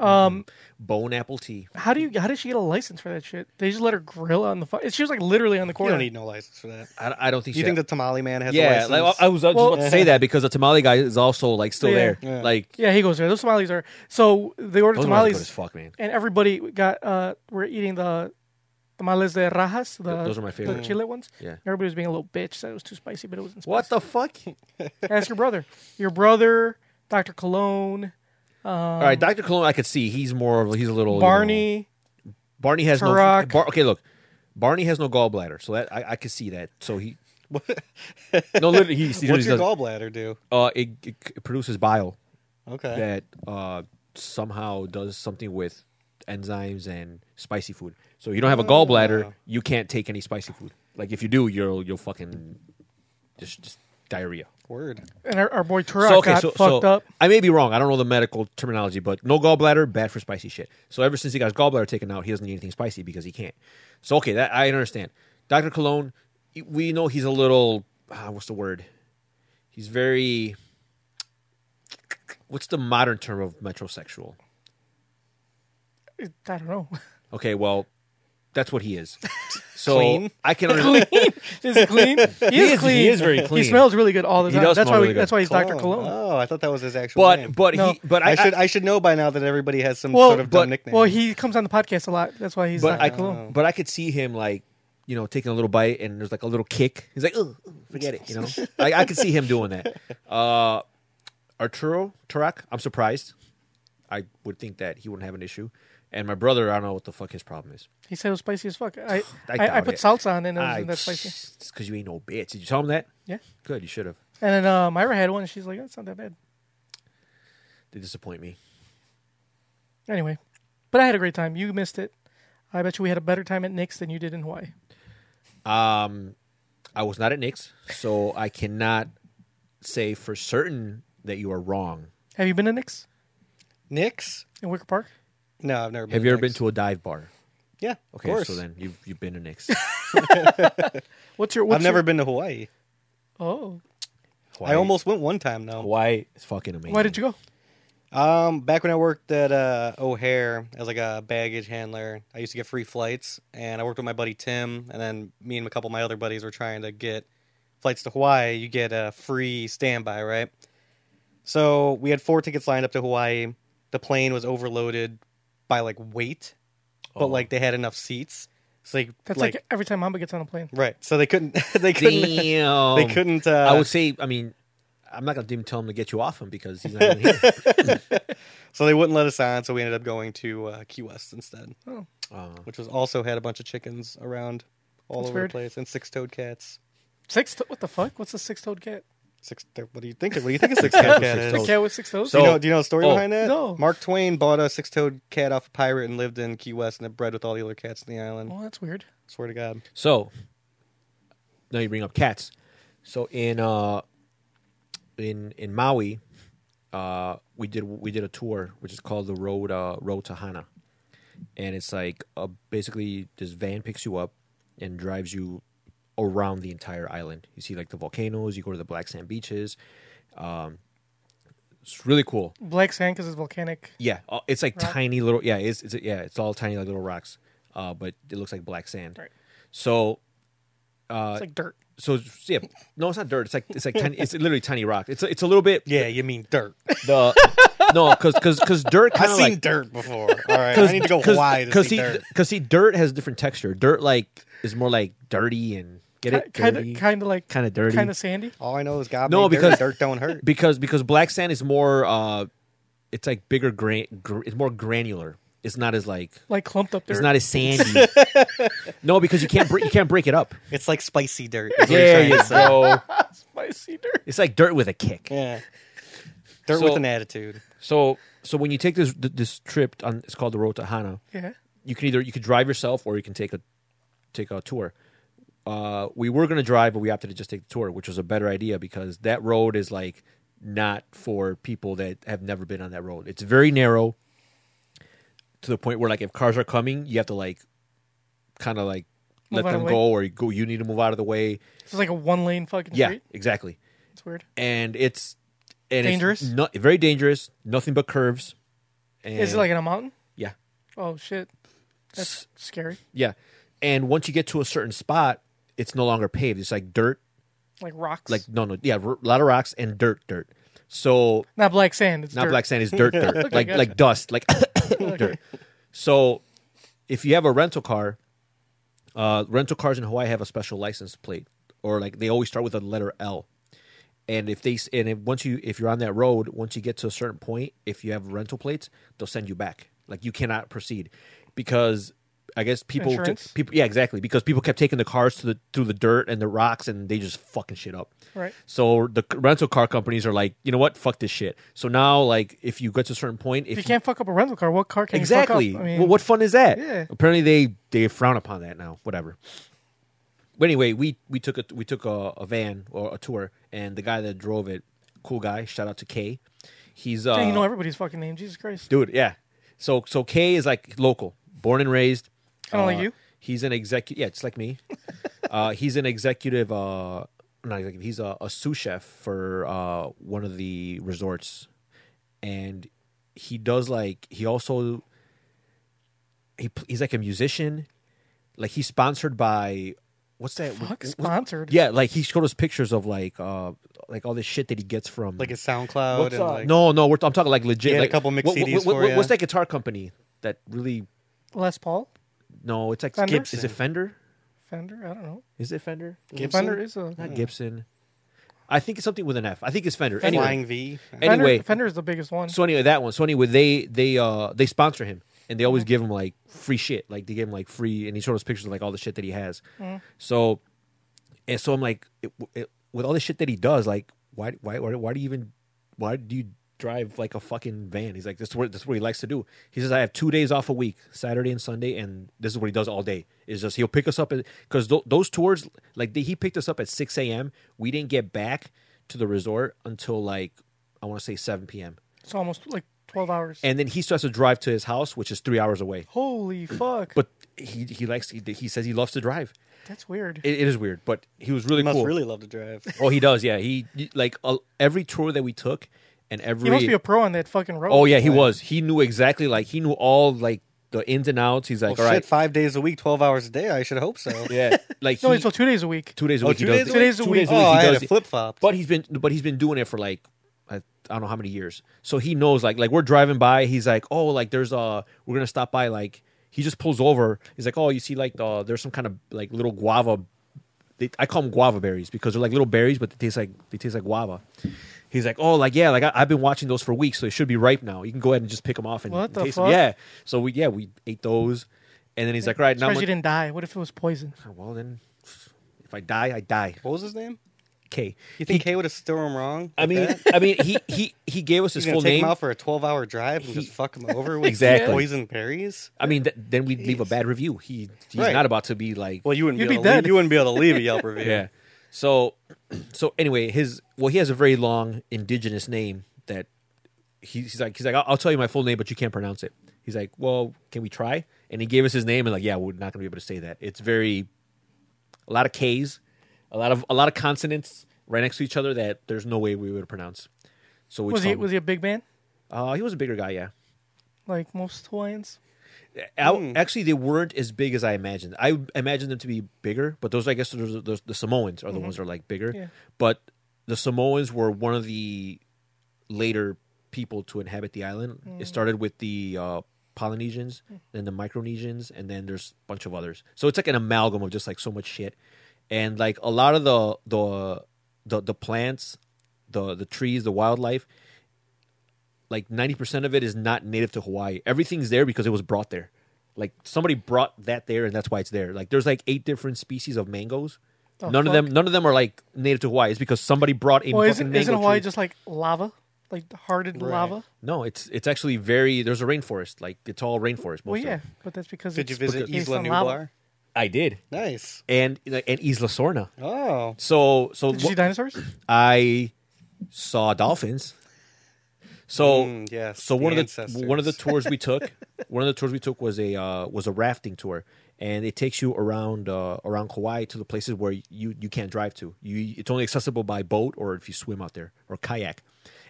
Speaker 2: Um,
Speaker 3: Bone apple tea.
Speaker 2: how do you? How did she get a license for that shit? They just let her grill on the. Fu- she was like literally on the
Speaker 4: You
Speaker 2: corner.
Speaker 4: don't need no license for that.
Speaker 3: I, I don't think
Speaker 4: Do you
Speaker 3: she
Speaker 4: think the tamale man has a
Speaker 3: yeah,
Speaker 4: license?
Speaker 3: like, I I was I was
Speaker 2: Well-
Speaker 3: about to say that because the tamale guy is also like still
Speaker 2: Yeah.
Speaker 3: there.
Speaker 4: Yeah.
Speaker 3: Like
Speaker 2: yeah, he goes there. Those tamales are so they ordered
Speaker 3: those tamales are good as
Speaker 2: tamales,
Speaker 3: fuck, man.
Speaker 2: and everybody got uh, were eating the tamales de rajas. The,
Speaker 3: those are my
Speaker 2: The
Speaker 3: favorite.
Speaker 2: chile ones.
Speaker 3: Yeah.
Speaker 2: everybody was being a little bitch. Said it was too spicy, but it wasn't. Spicy.
Speaker 3: What the fuck?
Speaker 2: Um, Ask your brother. Your brother, Doctor Cologne,
Speaker 3: All right, Doctor Cologne, I could see he's more of he's a little you know,
Speaker 2: Barney.
Speaker 3: Barney has
Speaker 2: Turok.
Speaker 3: no. Bar, okay, look, Barney has no gallbladder, so that I, I could see that. So he. no, literally, he. he
Speaker 4: What's your
Speaker 3: does-
Speaker 4: gallbladder do?
Speaker 3: Uh, it, it produces bile
Speaker 4: Okay.
Speaker 3: that uh, somehow does something with enzymes and spicy food. So you don't have a gallbladder, you can't take any spicy food. Like if you do, you'll you'll fucking just just diarrhea.
Speaker 4: Word.
Speaker 2: And our, our boy Turok got fucked up.
Speaker 3: I may be wrong. I don't know the medical terminology, but no gallbladder, bad for spicy shit. So ever since he got his gallbladder taken out, he doesn't need anything spicy because he can't. So okay, that I understand. Doctor Cologne, he- we know he's a little. ah, what's the word? He's very. What's the modern term of metrosexual?
Speaker 2: I don't know.
Speaker 3: Okay, well, that's what he is. So
Speaker 4: Clean?
Speaker 3: I can understand.
Speaker 2: Is he clean? He, is,
Speaker 3: is- he
Speaker 2: clean.
Speaker 3: is very clean.
Speaker 2: He smells really good all the
Speaker 3: He
Speaker 2: time.
Speaker 3: does
Speaker 2: that's
Speaker 3: smell
Speaker 2: why
Speaker 3: really
Speaker 2: we,
Speaker 3: good.
Speaker 2: that's why he's Doctor
Speaker 4: Cologne.
Speaker 2: Cologne.
Speaker 4: Oh, I thought that was his actual name.
Speaker 3: But but
Speaker 2: No.
Speaker 3: he but
Speaker 4: I,
Speaker 3: I,
Speaker 4: should I should know by now that everybody has some
Speaker 2: Well,
Speaker 4: sort of
Speaker 3: but-
Speaker 4: dumb nickname.
Speaker 2: Well, he comes on the podcast a lot. That's why he's
Speaker 3: but
Speaker 2: Doctor
Speaker 3: I
Speaker 2: Cologne.
Speaker 3: but I could see him like you know taking a little bite and there's like a little kick. He's like, oh, forget it. You know, I, I could see him doing that. Uh, Arturo Turak, I'm surprised. I would think that he wouldn't have an issue. And my brother, I don't know what the fuck his problem is.
Speaker 2: He said it was spicy as fuck. I
Speaker 3: I
Speaker 2: I, I
Speaker 3: doubt
Speaker 2: put
Speaker 3: it.
Speaker 2: salsa on it and it
Speaker 3: I-
Speaker 2: wasn't that spicy.
Speaker 3: It's because you ain't no bitch. Did you tell him that?
Speaker 2: Yeah.
Speaker 3: Good, you should have.
Speaker 2: And then uh, Myra had one. And she's like, that's not that bad.
Speaker 3: They disappoint me.
Speaker 2: Anyway, but I had a great time. You missed it. I bet you we had a better time at Nick's than you did in Hawaii.
Speaker 3: I was not at Nick's, so I cannot say for certain that you are wrong.
Speaker 2: Have you been to Nick's
Speaker 4: Nick's?
Speaker 2: in Wicker Park?
Speaker 4: No, I've never. been
Speaker 3: Have
Speaker 4: to
Speaker 3: you ever been
Speaker 4: Nick's.
Speaker 3: to a dive bar?
Speaker 4: Yeah. Of
Speaker 3: Okay,
Speaker 4: course.
Speaker 3: so then you've you've been to Nick's.
Speaker 2: What's your? What's
Speaker 4: I've never
Speaker 2: your-
Speaker 4: been to Hawaii.
Speaker 2: Oh,
Speaker 3: Hawaii-
Speaker 4: I almost went one time though.
Speaker 3: Hawaii is fucking amazing.
Speaker 2: why did you go?
Speaker 4: Um, back when I worked at uh, O'Hare as like a baggage handler, I used to get free flights, and I worked with my buddy Tim, and then me and a couple of my other buddies were trying to get flights to Hawaii. You get a free standby, right? So we had four tickets lined up to Hawaii. The plane was overloaded by like weight, but
Speaker 3: Oh.
Speaker 4: like they had enough seats, so they
Speaker 2: That's like,
Speaker 4: like,
Speaker 2: every time Mamba gets on a plane.
Speaker 4: right, so they couldn't they couldn't
Speaker 3: Damn.
Speaker 4: they couldn't. Uh,
Speaker 3: Um, I would say, I mean, I'm not going to tell him to get you off him because he's not even here.
Speaker 4: So they wouldn't let us on, so we ended up going to uh, Key West instead,
Speaker 3: Uh,
Speaker 4: which was also had a bunch of chickens around all
Speaker 2: That's
Speaker 4: over
Speaker 2: weird.
Speaker 4: the place and six-toed cats.
Speaker 2: Six? To- what the fuck? What's a six-toed cat?
Speaker 4: Six. What do you think? What do you think a six-toed cat is?
Speaker 3: Six-toed.
Speaker 2: Cat with six toes?
Speaker 4: do, you know,
Speaker 3: Oh, So-
Speaker 4: do you know the story
Speaker 3: oh,
Speaker 4: behind that?
Speaker 2: no.
Speaker 4: Mark Twain bought a six-toed cat off a pirate and lived in Key West and it bred with all the other cats in the island.
Speaker 2: well, that's weird.
Speaker 4: Swear to God.
Speaker 3: so, now you bring up cats. So in uh, in in Maui, uh, we did we did a tour which is called the road uh, road to Hana, and it's like uh, basically this van picks you up and drives you around the entire island. You see like the volcanoes. You go to the black sand beaches. Um, it's really cool.
Speaker 2: Black sand because it's volcanic.
Speaker 3: Yeah, uh, it's like tiny little. Yeah, it's, it's yeah, it's all tiny like little rocks, uh, but it looks like black sand.
Speaker 2: Right.
Speaker 3: So Uh,
Speaker 2: it's like dirt.
Speaker 3: so yeah, no, it's not dirt. It's like it's like tiny. It's literally tiny rock. It's it's a little bit
Speaker 4: Yeah, you mean dirt.
Speaker 3: the no because because because dirt
Speaker 4: I've
Speaker 3: kind of
Speaker 4: seen
Speaker 3: like
Speaker 4: dirt before. All right, I need to go Hawaii to see
Speaker 3: see
Speaker 4: dirt.
Speaker 3: because see dirt has different texture. Dirt like is more like dirty and get it
Speaker 2: Kind
Speaker 3: dirty?
Speaker 2: of, kind of like,
Speaker 3: Kinda dirty.
Speaker 2: kind of sandy.
Speaker 4: All I know is God
Speaker 3: No,
Speaker 4: made
Speaker 3: because-
Speaker 4: dirt. Dirt don't hurt.
Speaker 3: because because black sand is more uh, it's like bigger gran gr- it's more granular. It's not as like
Speaker 2: like clumped up
Speaker 3: it's
Speaker 2: dirt.
Speaker 3: not e- as sandy. no, because you can't break you can't break it up.
Speaker 4: It's like spicy dirt. is what you're
Speaker 3: There
Speaker 4: trying to
Speaker 3: you
Speaker 4: say.
Speaker 3: go.
Speaker 2: spicy dirt.
Speaker 3: It's like dirt with a kick.
Speaker 4: Yeah. Dirt
Speaker 3: So-
Speaker 4: with an attitude.
Speaker 3: So so when you take this this trip on it's called the road to Hana.
Speaker 2: Yeah.
Speaker 3: You can either you could drive yourself or you can take a take a tour. Uh, we were gonna drive, but we opted to just take the tour, which was a better idea because that road is like not for people that have never been on that road. It's very narrow to the point where like if cars are coming, you have to like kind of like
Speaker 2: Move
Speaker 3: let
Speaker 2: out of
Speaker 3: them
Speaker 2: the way.
Speaker 3: go or you go you need to move out of the way.
Speaker 2: It's like a one lane fucking
Speaker 3: Yeah,
Speaker 2: street.
Speaker 3: exactly.
Speaker 2: It's weird.
Speaker 3: and it's and
Speaker 2: Dangerous?
Speaker 3: It's no, very dangerous. Nothing but curves, And
Speaker 2: Is it like in a mountain?
Speaker 3: yeah,
Speaker 2: Oh shit, that's scary.
Speaker 3: yeah? And once you get to a certain spot, it's no longer paved. It's like dirt,
Speaker 2: Like rocks.
Speaker 3: like no, no, yeah, r- a lot of rocks and dirt, dirt. So
Speaker 2: not black sand. It's
Speaker 3: not
Speaker 2: dirt.
Speaker 3: black sand, it's dirt, dirt, like
Speaker 2: gotcha.
Speaker 3: like dust, like dirt. So if you have a rental car, uh, rental cars in Hawaii have a special license plate, or like they always start with a letter L. And if they s- and if, once you if you're on that road, once you get to a certain point, if you have rental plates, they'll send you back. Like you cannot proceed because I guess people took-
Speaker 2: Insurance?
Speaker 3: people yeah exactly because people kept taking the cars to the through the dirt and the rocks and they just fucking shit up.
Speaker 2: Right.
Speaker 3: So the c- rental car companies are like, you know what, fuck this shit. So now, like, if you get to a certain point, if
Speaker 2: If you can't fuck up a rental car, what car can
Speaker 3: exactly,
Speaker 2: you fuck up? I mean,
Speaker 3: well, what fun is that?
Speaker 2: Yeah.
Speaker 3: Apparently, they they frown upon that now. Whatever. But anyway, we we took a we took a, a van or a tour, and the guy that drove it, cool guy. Shout out to Kay. He's uh,
Speaker 2: Dang, you know everybody's fucking name. Jesus Christ.
Speaker 3: dude, yeah. So so Kay is like local, born and raised. Uh,
Speaker 2: Kinda like Oh, you?
Speaker 3: He's an executive. Yeah, it's like me. uh, he's an executive. Uh, not executive. He's a, a sous chef for uh, one of the resorts, and he does like he also he pl- he's like a musician. Like he's sponsored by what's that?
Speaker 2: Fuck,
Speaker 3: what-
Speaker 2: sponsored.
Speaker 3: Yeah, like he showed us pictures of like uh like all this shit that he gets from
Speaker 4: Like his SoundCloud
Speaker 3: What's,
Speaker 4: and
Speaker 3: uh,
Speaker 4: like
Speaker 3: no, no, we're, I'm talking like legit.
Speaker 4: He had a
Speaker 3: like,
Speaker 4: couple mixed
Speaker 3: what- what-
Speaker 4: CDs
Speaker 3: what-
Speaker 4: for
Speaker 3: what-
Speaker 4: ya.
Speaker 3: What's that guitar company that really?
Speaker 2: Les Paul,
Speaker 3: No, it's like
Speaker 2: Fender?
Speaker 3: Is it Fender?
Speaker 2: Fender. I don't know.
Speaker 3: Is it Fender?
Speaker 4: Gibson?
Speaker 2: Fender is a
Speaker 3: Not Gibson. I think it's something with an F. I think it's Fender.
Speaker 2: Fender.
Speaker 3: Anyway,
Speaker 4: Flying V.
Speaker 2: Fender,
Speaker 3: anyway,
Speaker 2: Fender is the biggest one.
Speaker 3: so anyway, uh, that one. So anyway, they they uh they sponsor him and they always give him like free shit. Like they give him like free and he showed us pictures of like all the shit that he has. So and so I'm like it, it, with all the shit that he does, like why why why, why do you even why do you drive like a fucking van? He's like this is what this is what he likes to do. He says I have two days off a week, Saturday and Sunday, and this is what he does all day. Is just he'll pick us up because th- those tours like they, he picked us up at six a.m. We didn't get back to the resort until like I want to say seven p.m
Speaker 2: It's almost like twelve hours.
Speaker 3: and then he still has to drive to his house, which is three hours away.
Speaker 2: Holy fuck.
Speaker 3: But he he likes he, he says he loves to drive.
Speaker 2: that's weird.
Speaker 3: It, it is weird, but he was really
Speaker 4: Must
Speaker 3: cool.
Speaker 4: really love to drive.
Speaker 3: oh, he does. Yeah, he like uh, every tour that we took, and every
Speaker 2: he must be a pro on that fucking road.
Speaker 3: oh yeah he was. He knew exactly like he knew all like the ins and outs. He's like
Speaker 4: Well,
Speaker 3: all
Speaker 4: shit,
Speaker 3: right,
Speaker 4: five days a week, twelve hours a day. I should hope so.
Speaker 3: yeah, like
Speaker 2: No,
Speaker 3: he-
Speaker 2: it's only two days a week.
Speaker 3: two days a
Speaker 4: Oh,
Speaker 3: week.
Speaker 4: two
Speaker 3: he does it.
Speaker 4: days a week? Two
Speaker 2: days a
Speaker 3: Two
Speaker 2: week.
Speaker 3: days a
Speaker 4: Oh,
Speaker 3: week.
Speaker 4: I
Speaker 3: he
Speaker 4: had
Speaker 3: does
Speaker 4: a
Speaker 3: it.
Speaker 4: flip flop.
Speaker 3: But he's been but he's been doing it for like I, I don't know how many years. So he knows like like we're driving by, he's like, "Oh, like there's a we're going to stop by like he just pulls over. He's like, "Oh, you see like the there's some kind of like little guava they, I call them guava berries because they're like little berries but they taste like they taste like guava." He's like, "Oh, like yeah, like I, I've been watching those for weeks, so they should be ripe now. You can go ahead and just pick them off and,
Speaker 2: What
Speaker 3: and
Speaker 2: the
Speaker 3: taste 'em."
Speaker 2: fuck?
Speaker 3: Yeah. So we yeah, we ate those. And then he's like, "All right, now I'm
Speaker 2: Surprised you
Speaker 3: gonna-
Speaker 2: didn't die. What if it was poison?
Speaker 3: well then if I die, I die."
Speaker 4: what was his name?
Speaker 3: Okay.
Speaker 4: You think Kay would have still him wrong?
Speaker 3: I mean, I mean, he he he gave us his
Speaker 4: he's
Speaker 3: full
Speaker 4: gonna take
Speaker 3: name.
Speaker 4: him out for a twelve-hour drive and just fuck him over with
Speaker 3: Exactly.
Speaker 4: poison berries.
Speaker 3: I mean, th- then we'd leave a bad review. He he's
Speaker 4: Right.
Speaker 3: not about to be like,
Speaker 4: Well, you wouldn't
Speaker 2: You'd be
Speaker 4: be, able to leave-
Speaker 2: dead.
Speaker 4: you wouldn't be able to leave a Yelp review.
Speaker 3: yeah. So, so anyway, his well, he has a very long indigenous name that he, he's like he's like I'll, I'll tell you my full name, but you can't pronounce it. He's like, well, can we try? And he gave us his name, and like, yeah, we're not gonna be able to say that. It's very a lot of K's, a lot of a lot of consonants right next to each other that there's no way we would pronounce. So we
Speaker 2: Was
Speaker 3: just
Speaker 2: he
Speaker 3: told him-
Speaker 2: was he a big man?
Speaker 3: uh, he was a bigger guy, yeah.
Speaker 2: Like most Hawaiians?
Speaker 3: I, Actually, they weren't as big as I imagined. I imagined them to be bigger, but those, I guess, those, those, the Samoans are the ones that are like bigger.
Speaker 2: Yeah.
Speaker 3: But the Samoans were one of the later people to inhabit the island.
Speaker 2: Mm.
Speaker 3: It started with the uh, Polynesians, then the Micronesians, and then there's a bunch of others. So it's like an amalgam of just like so much shit, and like a lot of the the the, the plants, the the trees, the wildlife. Like ninety percent of it is not native to Hawaii. Everything's there because it was brought there. Like somebody brought that there, and that's why it's there. Like there's like eight different species of mangoes.
Speaker 2: Oh,
Speaker 3: none of
Speaker 2: fuck.
Speaker 3: them, none of them are like native to Hawaii. It's because somebody brought a
Speaker 2: Well,
Speaker 3: fucking
Speaker 2: isn't,
Speaker 3: mango
Speaker 2: isn't Hawaii
Speaker 3: tree.
Speaker 2: just like lava? Like hardened
Speaker 4: Right.
Speaker 2: lava?
Speaker 3: No, it's it's actually very. There's a rainforest. Like it's all rainforest. Most
Speaker 2: Well,
Speaker 3: of
Speaker 2: yeah,
Speaker 3: it.
Speaker 2: but that's because
Speaker 4: Did
Speaker 2: it's
Speaker 4: you visit
Speaker 2: based
Speaker 4: Isla
Speaker 2: on lava.
Speaker 4: Nublar?
Speaker 3: I did,
Speaker 4: Nice.
Speaker 3: and and Isla Sorna.
Speaker 4: Oh,
Speaker 3: So so
Speaker 2: Did you see
Speaker 3: wh-
Speaker 2: dinosaurs?
Speaker 3: I saw dolphins. So
Speaker 4: Mm, yes,
Speaker 3: so
Speaker 4: the
Speaker 3: one of the
Speaker 4: ancestors.
Speaker 3: one of the tours we took, one of the tours we took was a uh, was a rafting tour, and it takes you around uh, around Kauai to the places where you you can't drive to. You it's only accessible by boat or if you swim out there or kayak,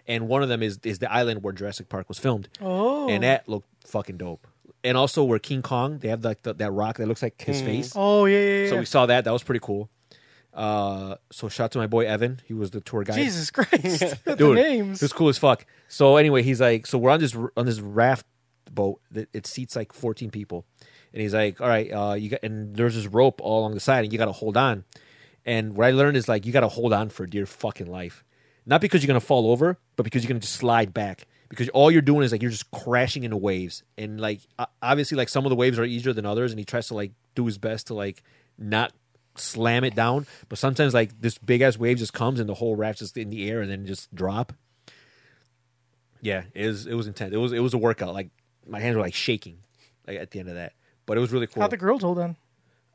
Speaker 3: and one of them is is the island where Jurassic Park was filmed.
Speaker 2: Oh.
Speaker 3: and that looked fucking dope. And also where King Kong, they have like the, that rock that looks like his
Speaker 4: Mm.
Speaker 3: face.
Speaker 2: Oh yeah, yeah, yeah.
Speaker 3: So we saw that. That was pretty cool. Uh, so shout out to my boy Evan. He was the tour guide.
Speaker 2: Jesus Christ, the
Speaker 3: Dude,
Speaker 2: names.
Speaker 3: It was cool as fuck. So anyway, he's like, so we're on this on this raft boat that it seats like 14 people, and he's like, all right, uh, you got and there's this rope all along the side, and you got to hold on. And what I learned is like you got to hold on for dear fucking life, not because you're gonna fall over, but because you're gonna just slide back. Because all you're doing is like you're just crashing into waves, and like o- obviously like some of the waves are easier than others, and he tries to like do his best to like not slam it down. But sometimes like this big ass wave just comes and the whole raft just in the air and then just drop. Yeah, it was it was intense. It was it was a workout. Like my hands were like shaking like at the end of that. But it was really cool.
Speaker 2: How'd the girls hold on?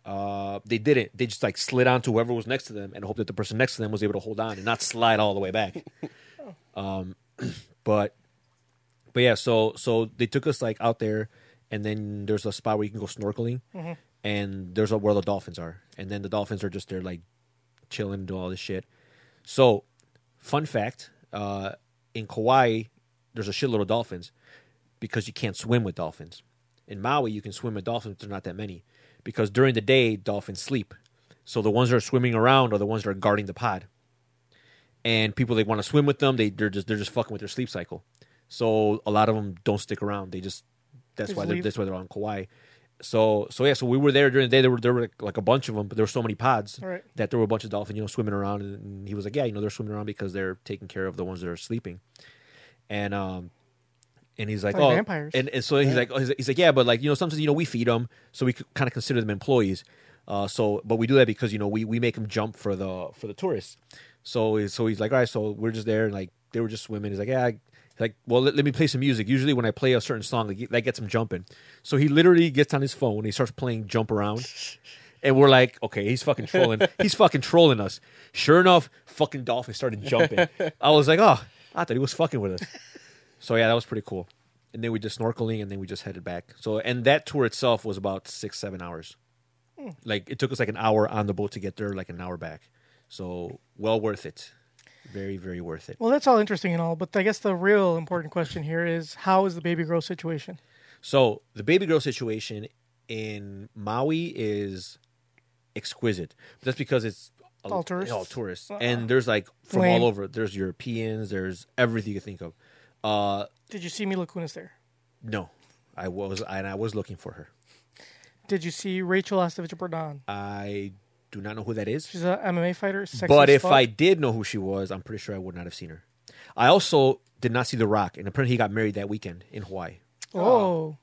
Speaker 3: Uh, they didn't. They just like slid onto whoever was next to them and hoped that the person next to them was able to hold on and not slide all the way back. um, but but yeah, so so they took us like out there, and then there's a spot where you can go snorkeling, and there's a where the dolphins are, and then the dolphins are just there like chilling, doing all this shit. So, fun fact: uh, in Kauai, there's a shitload of dolphins because you can't swim with dolphins. In Maui, you can swim with dolphins, but they're not that many because during the day dolphins sleep, so the ones that are swimming around are the ones that are guarding the pod and people that want to swim with them, they they're just they're just fucking with their sleep cycle. So a lot of them don't stick around. They just that's
Speaker 2: Just
Speaker 3: why they're,
Speaker 2: leave.
Speaker 3: that's why they're on Kauai. So so yeah, so we were there during the day. There were there were like, like a bunch of them, but there were so many pods
Speaker 2: Right.
Speaker 3: that there were a bunch of dolphins, you know, swimming around. And, and he was like, yeah, you know, they're swimming around because they're taking care of the ones that are sleeping. And um, and he's like,
Speaker 2: Like
Speaker 3: oh,
Speaker 2: vampires.
Speaker 3: and, and so he's like, oh, he's, he's like, yeah, but like you know, sometimes you know we feed them, so we kind of consider them employees. Uh, so, but we do that because you know we we make them jump for the for the tourists. So he's- so he's like, all right, so we're just there, and like they were just swimming. He's like, yeah. I, he's like well, let, let me play some music. Usually, when I play a certain song, like, that gets him jumping. So he literally gets on his phone and he starts playing "Jump Around," and we're like, okay, he's fucking trolling. he's fucking trolling us. Sure enough, fucking dolphin started jumping. I was like, oh, I thought he was fucking with us. So yeah, that was pretty cool. And then we did snorkeling, and then we just headed back. So and that tour itself was about six, seven hours.
Speaker 2: Hmm.
Speaker 3: Like it took us like an hour on the boat to get there, like an hour back. So well worth it, very, very worth it.
Speaker 2: Well, that's all interesting and all, but I guess the real important question here is how is the baby girl situation?
Speaker 3: So the baby girl situation in Maui is exquisite. That's because it's
Speaker 2: All tourists? Uh-uh.
Speaker 3: all tourists, and there's like from
Speaker 2: Lame.
Speaker 3: all over. There's Europeans. There's everything you can think of. Uh,
Speaker 2: Did you see Mila Kunis there?
Speaker 3: no, I was and I was looking for her.
Speaker 2: Did you see Rachel Ostovich Bernard?
Speaker 3: I do not know who that is.
Speaker 2: She's a MMA fighter. Sexy
Speaker 3: But
Speaker 2: as
Speaker 3: if
Speaker 2: fuck.
Speaker 3: I did know who she was, I'm pretty sure I would not have seen her. I also did not see The Rock, and apparently he got married that weekend in Hawaii.
Speaker 2: oh,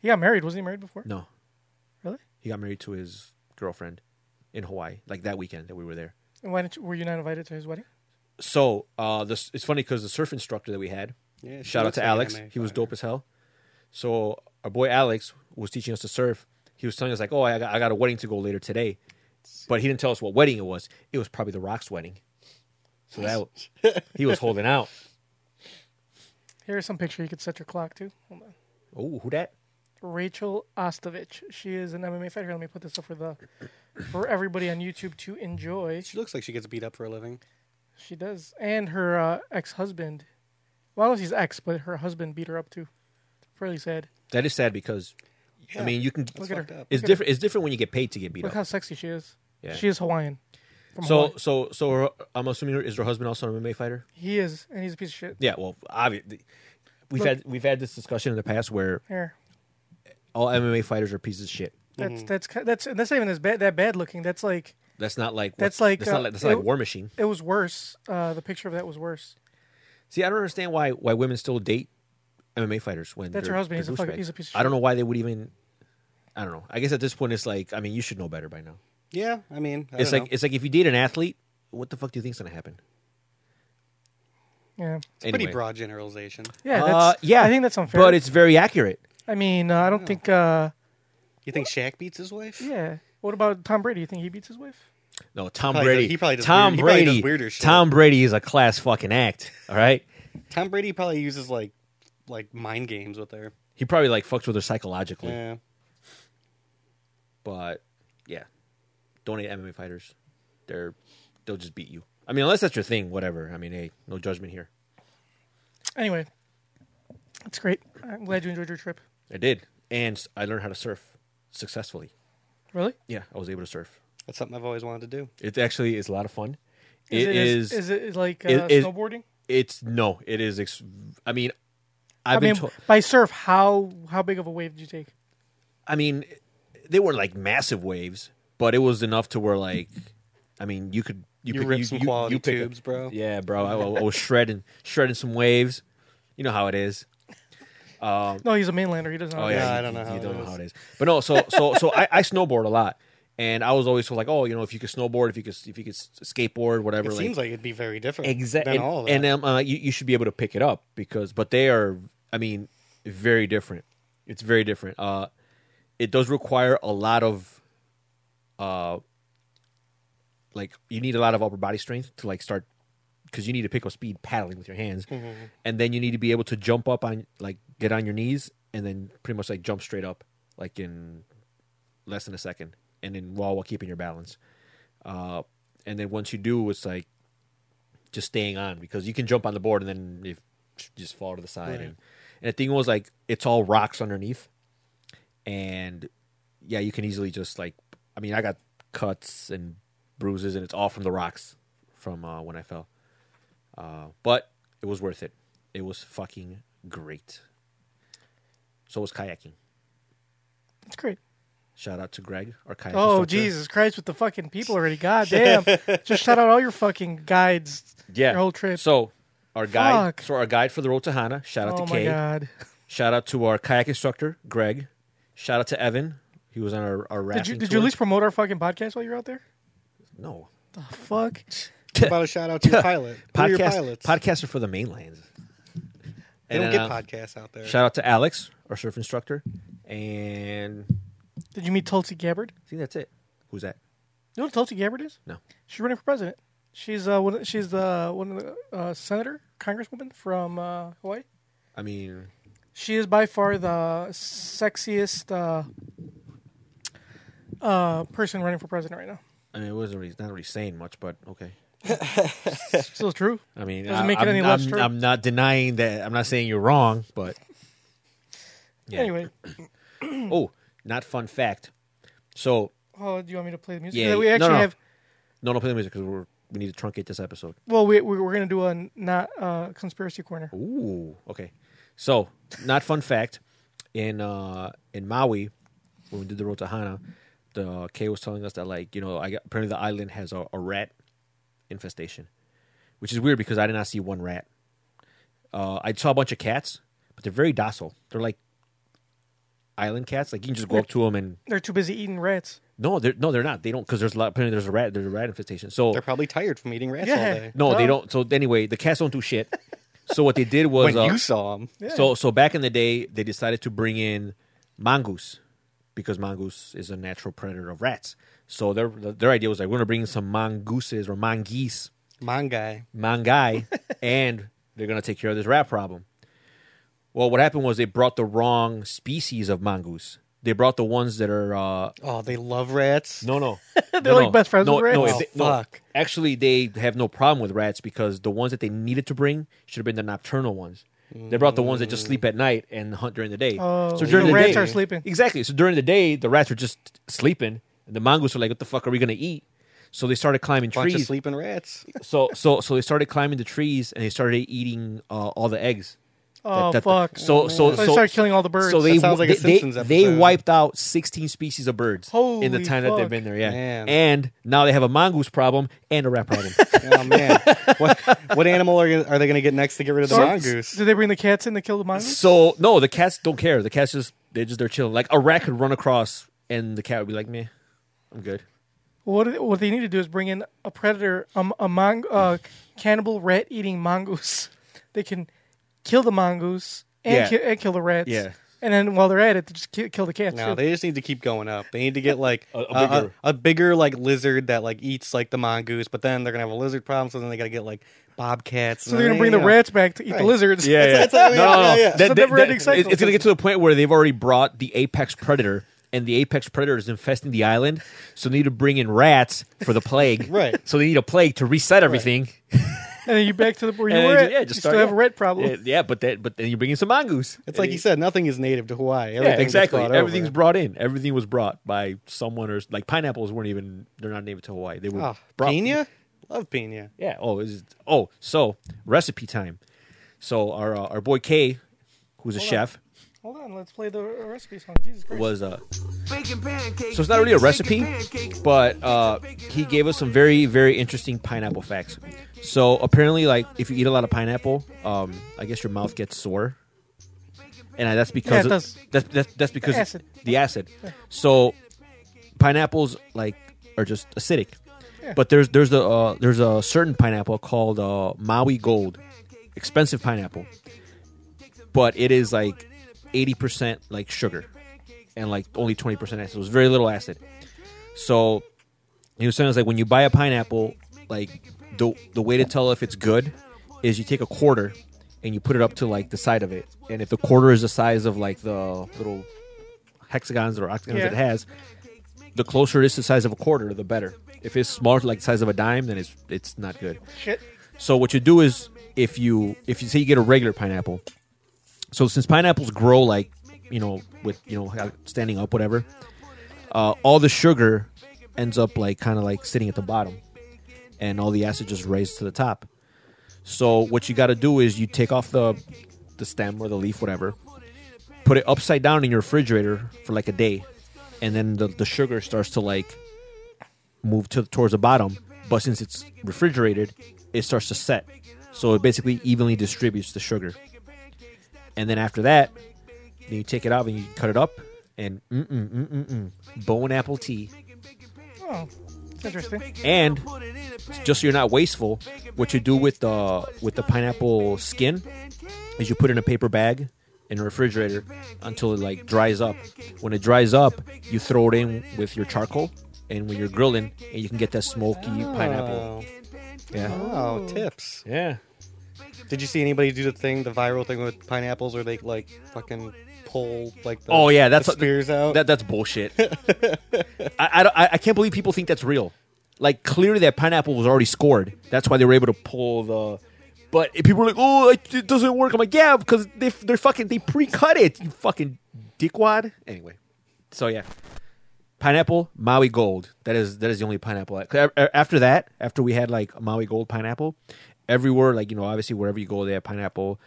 Speaker 2: he got married. Wasn't he married before?
Speaker 3: No,
Speaker 2: Really?
Speaker 3: he got married to his girlfriend in Hawaii, like that weekend that we were there.
Speaker 2: And why didn't you, were you not invited to his wedding?
Speaker 3: So uh, this it's funny because the surf instructor that we had,
Speaker 4: Yeah, she
Speaker 3: shout out
Speaker 4: looks
Speaker 3: to
Speaker 4: like an
Speaker 3: Alex,
Speaker 4: MMA
Speaker 3: he was
Speaker 4: fighter.
Speaker 3: dope as hell. So our boy Alex was teaching us to surf. He was telling us like, "Oh, I got, I got a wedding to go later today," but he didn't tell us what wedding it was. It was probably the Rock's wedding. So that he was holding out.
Speaker 2: Here's some picture you could set your clock to. Hold on.
Speaker 3: Oh, who that?
Speaker 2: Rachel Ostovich. She is an MMA fighter. Let me put this up for the for everybody on YouTube to enjoy.
Speaker 4: She looks like she gets beat up for a living.
Speaker 2: She does, and her uh, ex-husband. Well, I don't know if he's ex, but her husband beat her up too. Fairly sad.
Speaker 3: That is sad because, I mean, you can.
Speaker 2: Look at her.
Speaker 4: fucked up.
Speaker 3: It's different. It's different when you get paid to get beat
Speaker 2: Look
Speaker 3: up.
Speaker 2: how sexy she is.
Speaker 3: Yeah.
Speaker 2: She is Hawaiian. From
Speaker 3: So,
Speaker 2: Hawaii.
Speaker 3: so, so, her, I'm assuming her, is her husband also an MMA fighter?
Speaker 2: he is, and he's a piece of shit.
Speaker 3: Yeah. Well, obviously, we've
Speaker 2: Look.
Speaker 3: had we've had this discussion in the past where
Speaker 2: Here,
Speaker 3: all MMA fighters are pieces of shit.
Speaker 2: that's that's ki- that's that's not even as bad that bad looking. That's like
Speaker 3: That's not like what-
Speaker 2: That's like,
Speaker 3: that's
Speaker 2: uh,
Speaker 3: not like, that's not like
Speaker 2: it-
Speaker 3: War Machine.
Speaker 2: it was worse. Uh, the picture of that was worse.
Speaker 3: See, I don't understand why why women still date MMA fighters when
Speaker 2: That's
Speaker 3: they're-
Speaker 2: her husband.
Speaker 3: they're
Speaker 2: He's a fucking-
Speaker 3: douchebags.
Speaker 2: he's a piece of
Speaker 3: I don't know why they would even. I don't know. I guess at this point, it's like I mean, you should know better by now.
Speaker 4: Yeah, I mean, I
Speaker 3: It's
Speaker 4: don't
Speaker 3: like
Speaker 4: know.
Speaker 3: it's like if you date an athlete, what the fuck do you think's gonna happen?
Speaker 2: Yeah,
Speaker 4: it's pretty
Speaker 3: anyway.
Speaker 4: broad generalization.
Speaker 2: yeah, that's,
Speaker 3: Uh, yeah,
Speaker 2: I think that's unfair.
Speaker 3: But it's very accurate.
Speaker 2: I mean, uh, I don't think. Uh,
Speaker 4: You think Shaq beats his wife?
Speaker 2: yeah. What about Tom Brady? You think he beats his wife?
Speaker 3: No, Tom
Speaker 4: probably
Speaker 3: Brady.
Speaker 4: does- he probably does
Speaker 3: Tom
Speaker 4: weird- he probably
Speaker 3: Brady.
Speaker 4: does weirder shit.
Speaker 3: Tom Brady is a class fucking act. All right.
Speaker 4: Tom Brady probably uses like like mind games with her.
Speaker 3: He probably like fucks with her psychologically,
Speaker 4: Yeah.
Speaker 3: but yeah, don't hate MMA fighters. They're they'll just beat you. I mean, unless that's your thing, whatever. I mean, hey, no judgment here.
Speaker 2: Anyway, that's great. I'm glad you enjoyed your trip.
Speaker 3: I did, and s- I learned how to surf successfully.
Speaker 2: Really?
Speaker 3: Yeah, I was able to surf.
Speaker 4: That's something I've always wanted to do.
Speaker 3: It actually is a lot of fun. it
Speaker 2: as-
Speaker 3: is.
Speaker 2: Is it like uh,
Speaker 3: it is-
Speaker 2: snowboarding?
Speaker 3: It's no. It is. Ex- I mean,
Speaker 2: I
Speaker 3: I've been.
Speaker 2: mean,
Speaker 3: to-
Speaker 2: by surf, how how big of a wave did you take?
Speaker 3: I mean, they were like massive waves, but it was enough to where like, I mean, you could you,
Speaker 4: You
Speaker 3: pick-
Speaker 4: ripped some quality
Speaker 3: pick a-
Speaker 4: tubes, bro.
Speaker 3: Yeah, bro. I, I was shredding shredding some waves. You know how it is.
Speaker 2: No, he's a mainlander. He doesn't. know.
Speaker 3: Oh yeah,
Speaker 4: No,
Speaker 3: you-
Speaker 4: I don't know
Speaker 3: you-
Speaker 4: how
Speaker 3: you
Speaker 4: it
Speaker 3: don't know
Speaker 4: is.
Speaker 3: how it is. But no, so so so I, I snowboard a lot, and I was always so like, oh, you know, if you could snowboard, if you could if you could s- skateboard, whatever.
Speaker 4: It seems like it'd be very different
Speaker 3: exactly,
Speaker 4: than
Speaker 3: and,
Speaker 4: all of that.
Speaker 3: and um, uh, you you should be able to pick it up because, but they are, I mean, very different. It's very different. Uh, it does require a lot of, uh, like you need a lot of upper body strength to like start. Because you need to pick up speed paddling with your hands,
Speaker 4: Mm-hmm.
Speaker 3: and then you need to be able to jump up on like get on your knees and then pretty much like jump straight up like in less than a second, and then while while keeping your balance. Uh, and then once you do, it's like just staying on because you can jump on the board and then if just fall to the side. And, and the thing was like it's all rocks underneath, and yeah, you can easily just like I mean I got cuts and bruises and it's all from the rocks from uh, when I fell. Uh, but it was worth it. It was fucking great. So was kayaking.
Speaker 2: That's great.
Speaker 3: Shout out to Greg, our kayak.
Speaker 2: Oh
Speaker 3: instructor.
Speaker 2: Jesus Christ! With the fucking people already, God damn! Just shout out all your fucking guides.
Speaker 3: Yeah,
Speaker 2: your whole trip.
Speaker 3: So our guide,
Speaker 2: Fuck.
Speaker 3: so our guide for the road to Hana. Shout out
Speaker 2: oh
Speaker 3: to
Speaker 2: my
Speaker 3: Kay.
Speaker 2: God!
Speaker 3: Shout out to our kayak instructor Greg. Shout out to Evan. He was on our, our
Speaker 2: Did
Speaker 3: rafting
Speaker 2: you did
Speaker 3: tour.
Speaker 2: you at least promote our fucking podcast while you were out there?
Speaker 3: no
Speaker 2: The fuck!
Speaker 4: How about a shout out to your pilot. Who are your
Speaker 3: podcast?
Speaker 4: pilots?
Speaker 3: Podcasts are for the mainlands.
Speaker 4: they
Speaker 3: And,
Speaker 4: don't get
Speaker 3: uh,
Speaker 4: podcasts out there.
Speaker 3: Shout out to Alex, our surf instructor, and
Speaker 2: Did you meet Tulsi Gabbard?
Speaker 3: I think that's it. Who's that?
Speaker 2: You know what Tulsi Gabbard is?
Speaker 3: No.
Speaker 2: She's running for president. She's uh one, she's the one of the uh, senator congresswoman from uh, Hawaii.
Speaker 3: I mean,
Speaker 2: She is by far the sexiest uh, uh, person running for president right now.
Speaker 3: I mean, it wasn't really, not really saying much, but okay.
Speaker 2: Still true.
Speaker 3: I mean,
Speaker 2: Doesn't
Speaker 3: I,
Speaker 2: make it
Speaker 3: am
Speaker 2: any less
Speaker 3: I'm,
Speaker 2: true.
Speaker 3: I'm not denying that. I'm not saying you're wrong, but yeah.
Speaker 2: Anyway, Hmm.
Speaker 3: Oh, not fun fact. So
Speaker 2: oh, do you want me to play the music?
Speaker 3: Yeah,
Speaker 2: we
Speaker 3: no,
Speaker 2: actually
Speaker 3: no.
Speaker 2: have.
Speaker 3: no, don't play the music because we're we need to truncate this episode.
Speaker 2: Well, we we- we're gonna do a not uh, conspiracy corner.
Speaker 3: Ooh, okay. So, not fun fact. In uh in Maui, when we did the road to Hana, the Kay was telling us that like you know I got, apparently the island has a, a rat infestation, which is weird because I did not see one rat. Uh, I saw a bunch of cats, but they're very docile. They're like island cats. Like you can just go up to them and
Speaker 2: They're too busy eating rats.
Speaker 3: no, they're no, they're not. They don't because there's a lot. Apparently, there's a rat. There's a rat infestation. So
Speaker 4: They're probably tired from eating rats
Speaker 2: Yeah.
Speaker 4: all day.
Speaker 3: no, they
Speaker 2: Oh.
Speaker 3: don't. So anyway, the cats don't do shit. So what they did was
Speaker 4: When
Speaker 3: uh,
Speaker 4: you saw them,
Speaker 3: so so back in the day, they decided to bring in mongoose because mongoose is a natural predator of rats. So their their idea was like we're gonna bring in some mongooses or mongeese,
Speaker 4: manga.
Speaker 3: mongai, and they're gonna take care of this rat problem. Well, what happened was they brought the wrong species of mongoose. They brought the ones that are uh,
Speaker 4: Oh, they love rats.
Speaker 3: no, no.
Speaker 2: They're like best friends
Speaker 3: no,
Speaker 2: with rats.
Speaker 3: No, if
Speaker 4: Oh,
Speaker 3: they- no.
Speaker 4: fuck.
Speaker 3: Actually, they have no problem with rats because the ones that they needed to bring should have been the nocturnal ones. They brought the ones that just sleep at night and hunt during the day.
Speaker 2: Oh,
Speaker 3: so during
Speaker 2: the
Speaker 3: the,
Speaker 2: rats
Speaker 3: day,
Speaker 2: are sleeping.
Speaker 3: Exactly. So during the day, the rats are just sleeping, and the mongoose are like, "What the fuck are we gonna eat?" So they started climbing
Speaker 4: Bunch
Speaker 3: trees.
Speaker 4: of sleeping rats.
Speaker 3: So so so they started climbing the trees and they started eating uh, all the eggs.
Speaker 2: Oh,
Speaker 3: That- that-
Speaker 2: fuck.
Speaker 3: So
Speaker 2: So
Speaker 3: so
Speaker 2: they
Speaker 3: so
Speaker 2: started killing all the birds.
Speaker 3: So they
Speaker 4: That sounds like a
Speaker 3: they- they-
Speaker 4: Simpsons
Speaker 3: they
Speaker 4: episode.
Speaker 3: wiped out 16 species of birds in the
Speaker 2: Holy
Speaker 3: time that
Speaker 2: fuck.
Speaker 3: they've been there. Yeah,
Speaker 4: Man.
Speaker 3: and now they have a mongoose problem and a rat problem.
Speaker 4: Oh man, what, what animal are, you- are they going to get next to get rid of the
Speaker 2: So-
Speaker 4: mongoose?
Speaker 2: Did they bring the cats in to kill the mongoose?
Speaker 3: so no, the cats don't care. The cats just they just they're chilling. Like a rat could run across and the cat would be like, "Meh, I'm good."
Speaker 2: What what they need to do is bring in a predator, um, a mon- uh, cannibal rat eating mongoose. They can kill the mongoose and,
Speaker 3: Yeah.
Speaker 2: ki- and kill the rats.
Speaker 3: Yeah.
Speaker 2: And then while they're at it, they just ki- kill the cats.
Speaker 4: No,
Speaker 2: too.
Speaker 4: they just need to keep going up. They need to get like a,
Speaker 3: A- a
Speaker 4: a,
Speaker 3: bigger-
Speaker 4: a bigger like lizard that like eats like the mongoose, but then they're gonna have a lizard problem, so then they gotta get like bobcats.
Speaker 2: so they're gonna bring the rats back to eat the
Speaker 4: Right.
Speaker 2: lizards.
Speaker 4: That's what I mean.
Speaker 3: no, no, no.
Speaker 4: Yeah, yeah.
Speaker 3: That-
Speaker 2: It's a
Speaker 3: that-
Speaker 2: never-ending
Speaker 3: that-
Speaker 2: cycle.
Speaker 3: It's, going to get to the point where they've already brought the apex predator, and the apex predator is infesting the island. So they need to bring in rats for the plague.
Speaker 4: Right.
Speaker 3: So they need a plague to reset everything.
Speaker 2: and then you back to the where you
Speaker 3: And
Speaker 2: were
Speaker 3: then
Speaker 2: at.
Speaker 3: you- yeah,
Speaker 2: you
Speaker 3: just
Speaker 2: still
Speaker 3: start-
Speaker 2: have a
Speaker 3: yeah.
Speaker 2: red problem.
Speaker 3: Yeah, yeah, but that but then you bring in some mongoose.
Speaker 4: It's like
Speaker 3: you
Speaker 4: you said, nothing is native to Hawaii.
Speaker 3: Yeah,
Speaker 4: Everything's
Speaker 3: exactly.
Speaker 4: brought over.
Speaker 3: Everything's brought in. Everything was brought by someone or like pineapples weren't even they're not native to Hawaii. They were
Speaker 4: Ah,
Speaker 3: brought
Speaker 4: pina? Love pina.
Speaker 3: Yeah. Oh, is oh, so recipe time. So our uh, our boy Kay, who's a chef,
Speaker 2: Hold on, let's play the uh, recipe song. Jesus Christ.
Speaker 3: was uh
Speaker 5: Bacon pancakes.
Speaker 3: so it's not really a
Speaker 5: bacon
Speaker 3: recipe,
Speaker 5: pancakes.
Speaker 3: but uh he gave us some very very interesting pineapple facts. So apparently, like if you eat a lot of pineapple, um, I guess your mouth gets sore, and uh, that's
Speaker 2: Yeah, it
Speaker 3: because of-
Speaker 2: does.
Speaker 3: that's, that's that's because
Speaker 2: Acid.
Speaker 3: the acid. So pineapples like are just acidic. But there's there's a uh, there's a certain pineapple called uh, Maui Gold, expensive pineapple, but it is like eighty percent like sugar, and like only twenty percent acid. It was very little acid. So he was saying it's like when you buy a pineapple, like the the way to tell if it's good is you take a quarter and you put it up to like the side of it, and if the quarter is the size of like the little hexagons or octagons
Speaker 2: Yeah.
Speaker 3: it has, the closer it is to the size of a quarter, the better. If it's smaller, like the size of a dime, then it's it's not good.
Speaker 2: Shit.
Speaker 3: So what you do is if you if you say you get a regular pineapple, so since pineapples grow like you know with you know how- standing up whatever, uh, all the sugar ends up like kind of like sitting at the bottom, and all the acid just rises to the top. So what you got to do is you take off the the stem or the leaf whatever, put it upside down in your refrigerator for like a day, and then the, the sugar starts to like move to towards the bottom, but since it's refrigerated, it starts to set. So it basically evenly distributes the sugar. And then after that, then you take it out and you cut it up and mm mm mm mm mm bone apple tea.
Speaker 2: Oh, it's interesting.
Speaker 3: And just so you're not wasteful, what you do with the with the pineapple skin is you put it in a paper bag in a refrigerator until it like dries up. When it dries up, you throw it in with your charcoal and when you're grilling and you can get that smoky pineapple. Yeah.
Speaker 4: Oh, tips.
Speaker 3: Yeah.
Speaker 4: Did you see anybody do the thing, the viral thing with pineapples, where they like fucking pull like the
Speaker 3: Oh yeah,
Speaker 4: the
Speaker 3: that's
Speaker 4: spears out?
Speaker 3: That that's bullshit. I, I don't- I I can't believe people think that's real. Like clearly that pineapple was already scored. That's why they were able to pull the. But if people were like, "Oh, it it doesn't work," I'm like, "Yeah, because they f- they're fucking they pre-cut it, you fucking dickwad." Anyway, so yeah, pineapple Maui Gold. That is that is the only pineapple. I- 'cause a- After that, after we had like Maui Gold pineapple, everywhere like you know obviously wherever you go they have pineapple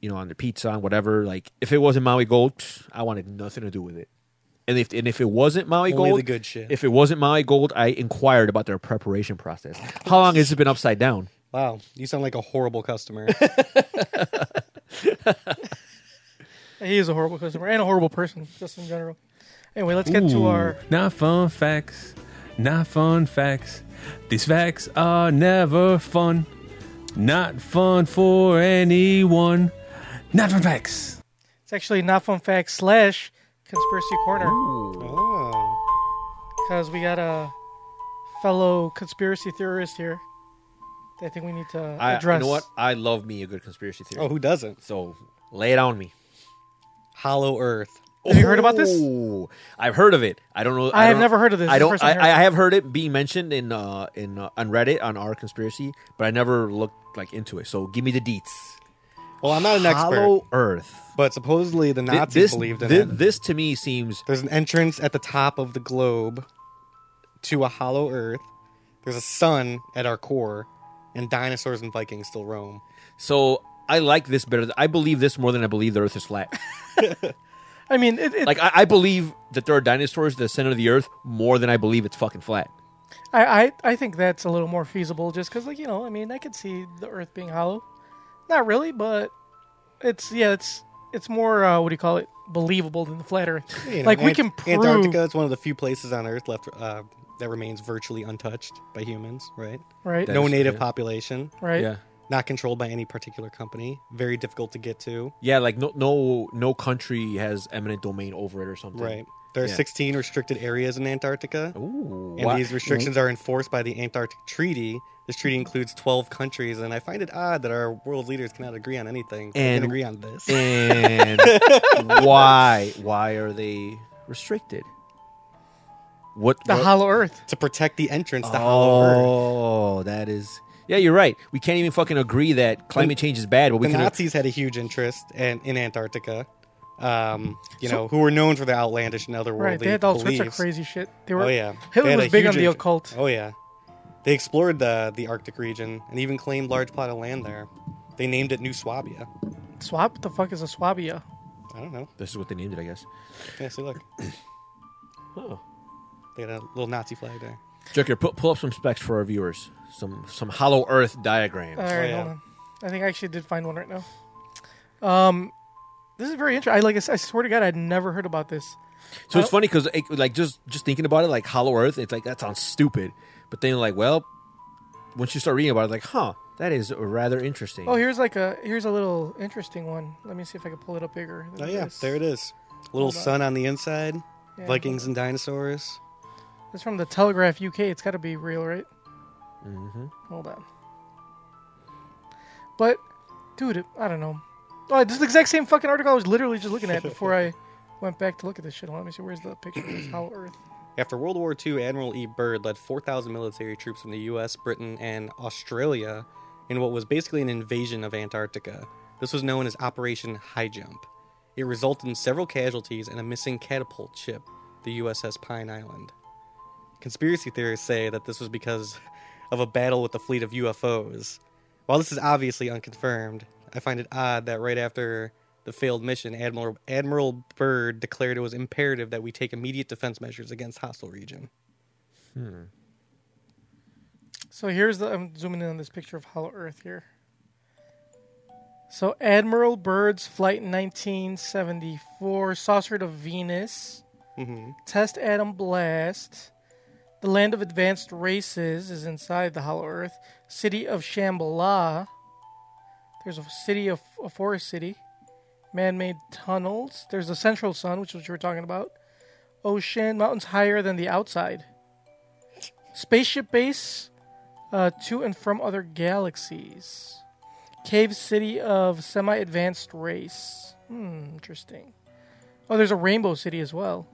Speaker 3: you know, on their pizza, on whatever. Like, if it wasn't Maui Gold, pfft, I wanted nothing to do with it. And if and if it wasn't Maui
Speaker 4: Only
Speaker 3: Gold,
Speaker 4: the good shit.
Speaker 3: If it wasn't Maui Gold, I inquired about their preparation process. How long has it been upside down?
Speaker 4: wow, you sound like a horrible customer.
Speaker 2: He is a horrible customer and a horrible person, just in general. Anyway, let's get to our.
Speaker 6: Not fun facts. Not fun facts. These facts are never fun. Not fun for anyone. Not fun facts.
Speaker 2: It's actually not fun fact slash conspiracy corner
Speaker 4: oh,
Speaker 2: because we got a fellow conspiracy theorist here. that I think we need to
Speaker 3: I,
Speaker 2: address.
Speaker 3: you know what? I love me a good conspiracy theory.
Speaker 4: oh, who doesn't?
Speaker 3: So lay it on me.
Speaker 4: Hollow Earth.
Speaker 2: Have you heard about this?
Speaker 3: Ooh, Oh, I've heard of it. I don't know.
Speaker 2: I have
Speaker 3: don't-
Speaker 2: never heard of this.
Speaker 3: I
Speaker 2: It's the
Speaker 3: don't.
Speaker 2: first time
Speaker 3: I,
Speaker 2: I heard
Speaker 3: I have heard it being mentioned in uh, in uh, on Reddit on our conspiracy, but I never looked like into it. So give me the deets.
Speaker 4: Well, I'm not an expert,
Speaker 3: Hollow Earth.
Speaker 4: but supposedly the
Speaker 3: Thi-
Speaker 4: Nazis
Speaker 3: this,
Speaker 4: believed in
Speaker 3: thi-
Speaker 4: it.
Speaker 3: This to me seems
Speaker 4: There's an entrance at the top of the globe to a hollow Earth. There's a sun at our core, and dinosaurs and Vikings still roam.
Speaker 3: so. I like this better. I believe this more than I believe the Earth is flat.
Speaker 2: I mean, it, it,
Speaker 3: like I, I believe that there are dinosaurs at the center of the Earth more than I believe it's fucking flat.
Speaker 2: I, I, I think that's a little more feasible just because, like, you know, I mean, I could see the Earth being hollow. Not really, but it's, yeah, it's it's more, uh, what do you call it, believable than the flat Earth.
Speaker 4: You know,
Speaker 2: like, we
Speaker 4: Ant-
Speaker 2: can prove.
Speaker 4: Antarctica is one of the few places on Earth left uh, that remains virtually untouched by humans. Right?
Speaker 2: Right?
Speaker 3: That
Speaker 4: no
Speaker 3: is
Speaker 4: native
Speaker 3: true.
Speaker 4: population.
Speaker 2: right?
Speaker 4: Not controlled by any particular company. Very difficult to get to.
Speaker 3: yeah, like no, no, no country has eminent domain over it or something.
Speaker 4: Right. There are
Speaker 3: Yeah.
Speaker 4: 16 restricted areas in Antarctica.
Speaker 3: Ooh,
Speaker 4: And
Speaker 3: wha-
Speaker 4: these restrictions are enforced by the Antarctic Treaty. This treaty includes 12 countries, and I find it odd that our world leaders cannot agree on anything. They
Speaker 3: And-
Speaker 4: can agree on this.
Speaker 3: and why? Why are they restricted? What
Speaker 2: The
Speaker 3: what-
Speaker 2: hollow Earth.
Speaker 4: to protect the entrance to Hollow Earth.
Speaker 3: Oh, that is Yeah, you're right. We can't even fucking agree that climate change is bad, but we
Speaker 4: The
Speaker 3: can.
Speaker 4: Nazis had a huge interest in, in Antarctica. Um, you know, who were known for their outlandish and otherworldly
Speaker 2: Right, they had all
Speaker 4: beliefs.
Speaker 2: sorts of crazy shit. They were.
Speaker 4: Oh yeah, They
Speaker 2: Hitler
Speaker 4: had
Speaker 2: was
Speaker 4: a
Speaker 2: big on
Speaker 4: huge
Speaker 2: the
Speaker 4: int-
Speaker 2: occult.
Speaker 4: Oh yeah, they explored the the Arctic region and even claimed large plot of land there. They named it New Swabia.
Speaker 2: Swab? What the fuck is a swabia?
Speaker 4: I don't know.
Speaker 3: This is what they named it, I guess.
Speaker 4: Yeah, see, look,
Speaker 3: Oh.
Speaker 4: they had a little Nazi flag there.
Speaker 3: Joker, pull, pull up some specs for our viewers. Some some Hollow Earth diagrams.
Speaker 2: All right,
Speaker 4: Oh, yeah.
Speaker 2: hold on. I think I actually did find one right now. Um, this is very interesting. I like. I s- I swear to God, I'd never heard about this.
Speaker 3: so it's funny because like just just thinking about it, like Hollow Earth, it's like that sounds stupid. But then you're like, well, once you start reading about it, like, huh, that is rather interesting.
Speaker 2: Oh, here's like a here's a little interesting one. Let me see if I can pull it up bigger.
Speaker 4: Oh yeah, there it is. Little sun on the inside.
Speaker 2: Yeah.
Speaker 4: Vikings and dinosaurs.
Speaker 2: It's from the Telegraph UK. It's got to be real, right? Mm-hmm. Hold on. But, dude, I don't know. Oh, this is the exact same fucking article I was literally just looking at before I went back to look at this shit. Hold on, let me see. Where's the picture of this Hollow Earth?
Speaker 4: After World War II, Admiral E. Byrd led 4,000 military troops from the U.S., Britain, and Australia in what was basically an invasion of Antarctica. This was known as Operation High Jump. It resulted in several casualties and a missing catapult ship, the USS Pine Island. Conspiracy theorists say that this was because of a battle with a fleet of UFOs. While this is obviously unconfirmed, I find it odd that right after the failed mission, Admiral Admiral Byrd declared it was imperative that we take immediate defense measures against hostile region.
Speaker 2: So here's the. I'm zooming in on this picture of Hollow Earth here. So Admiral Byrd's flight in 1974, saucer to Venus, test atom blast, the land of advanced races is inside the Hollow Earth, city of Shambhala. There's a city of a forest city, man-made tunnels. There's the central sun, which is what you were talking about. Ocean mountains higher than the outside. Spaceship base, uh, to and from other galaxies. Cave city of semi advanced race. Hmm, interesting. Oh, there's a rainbow city as well.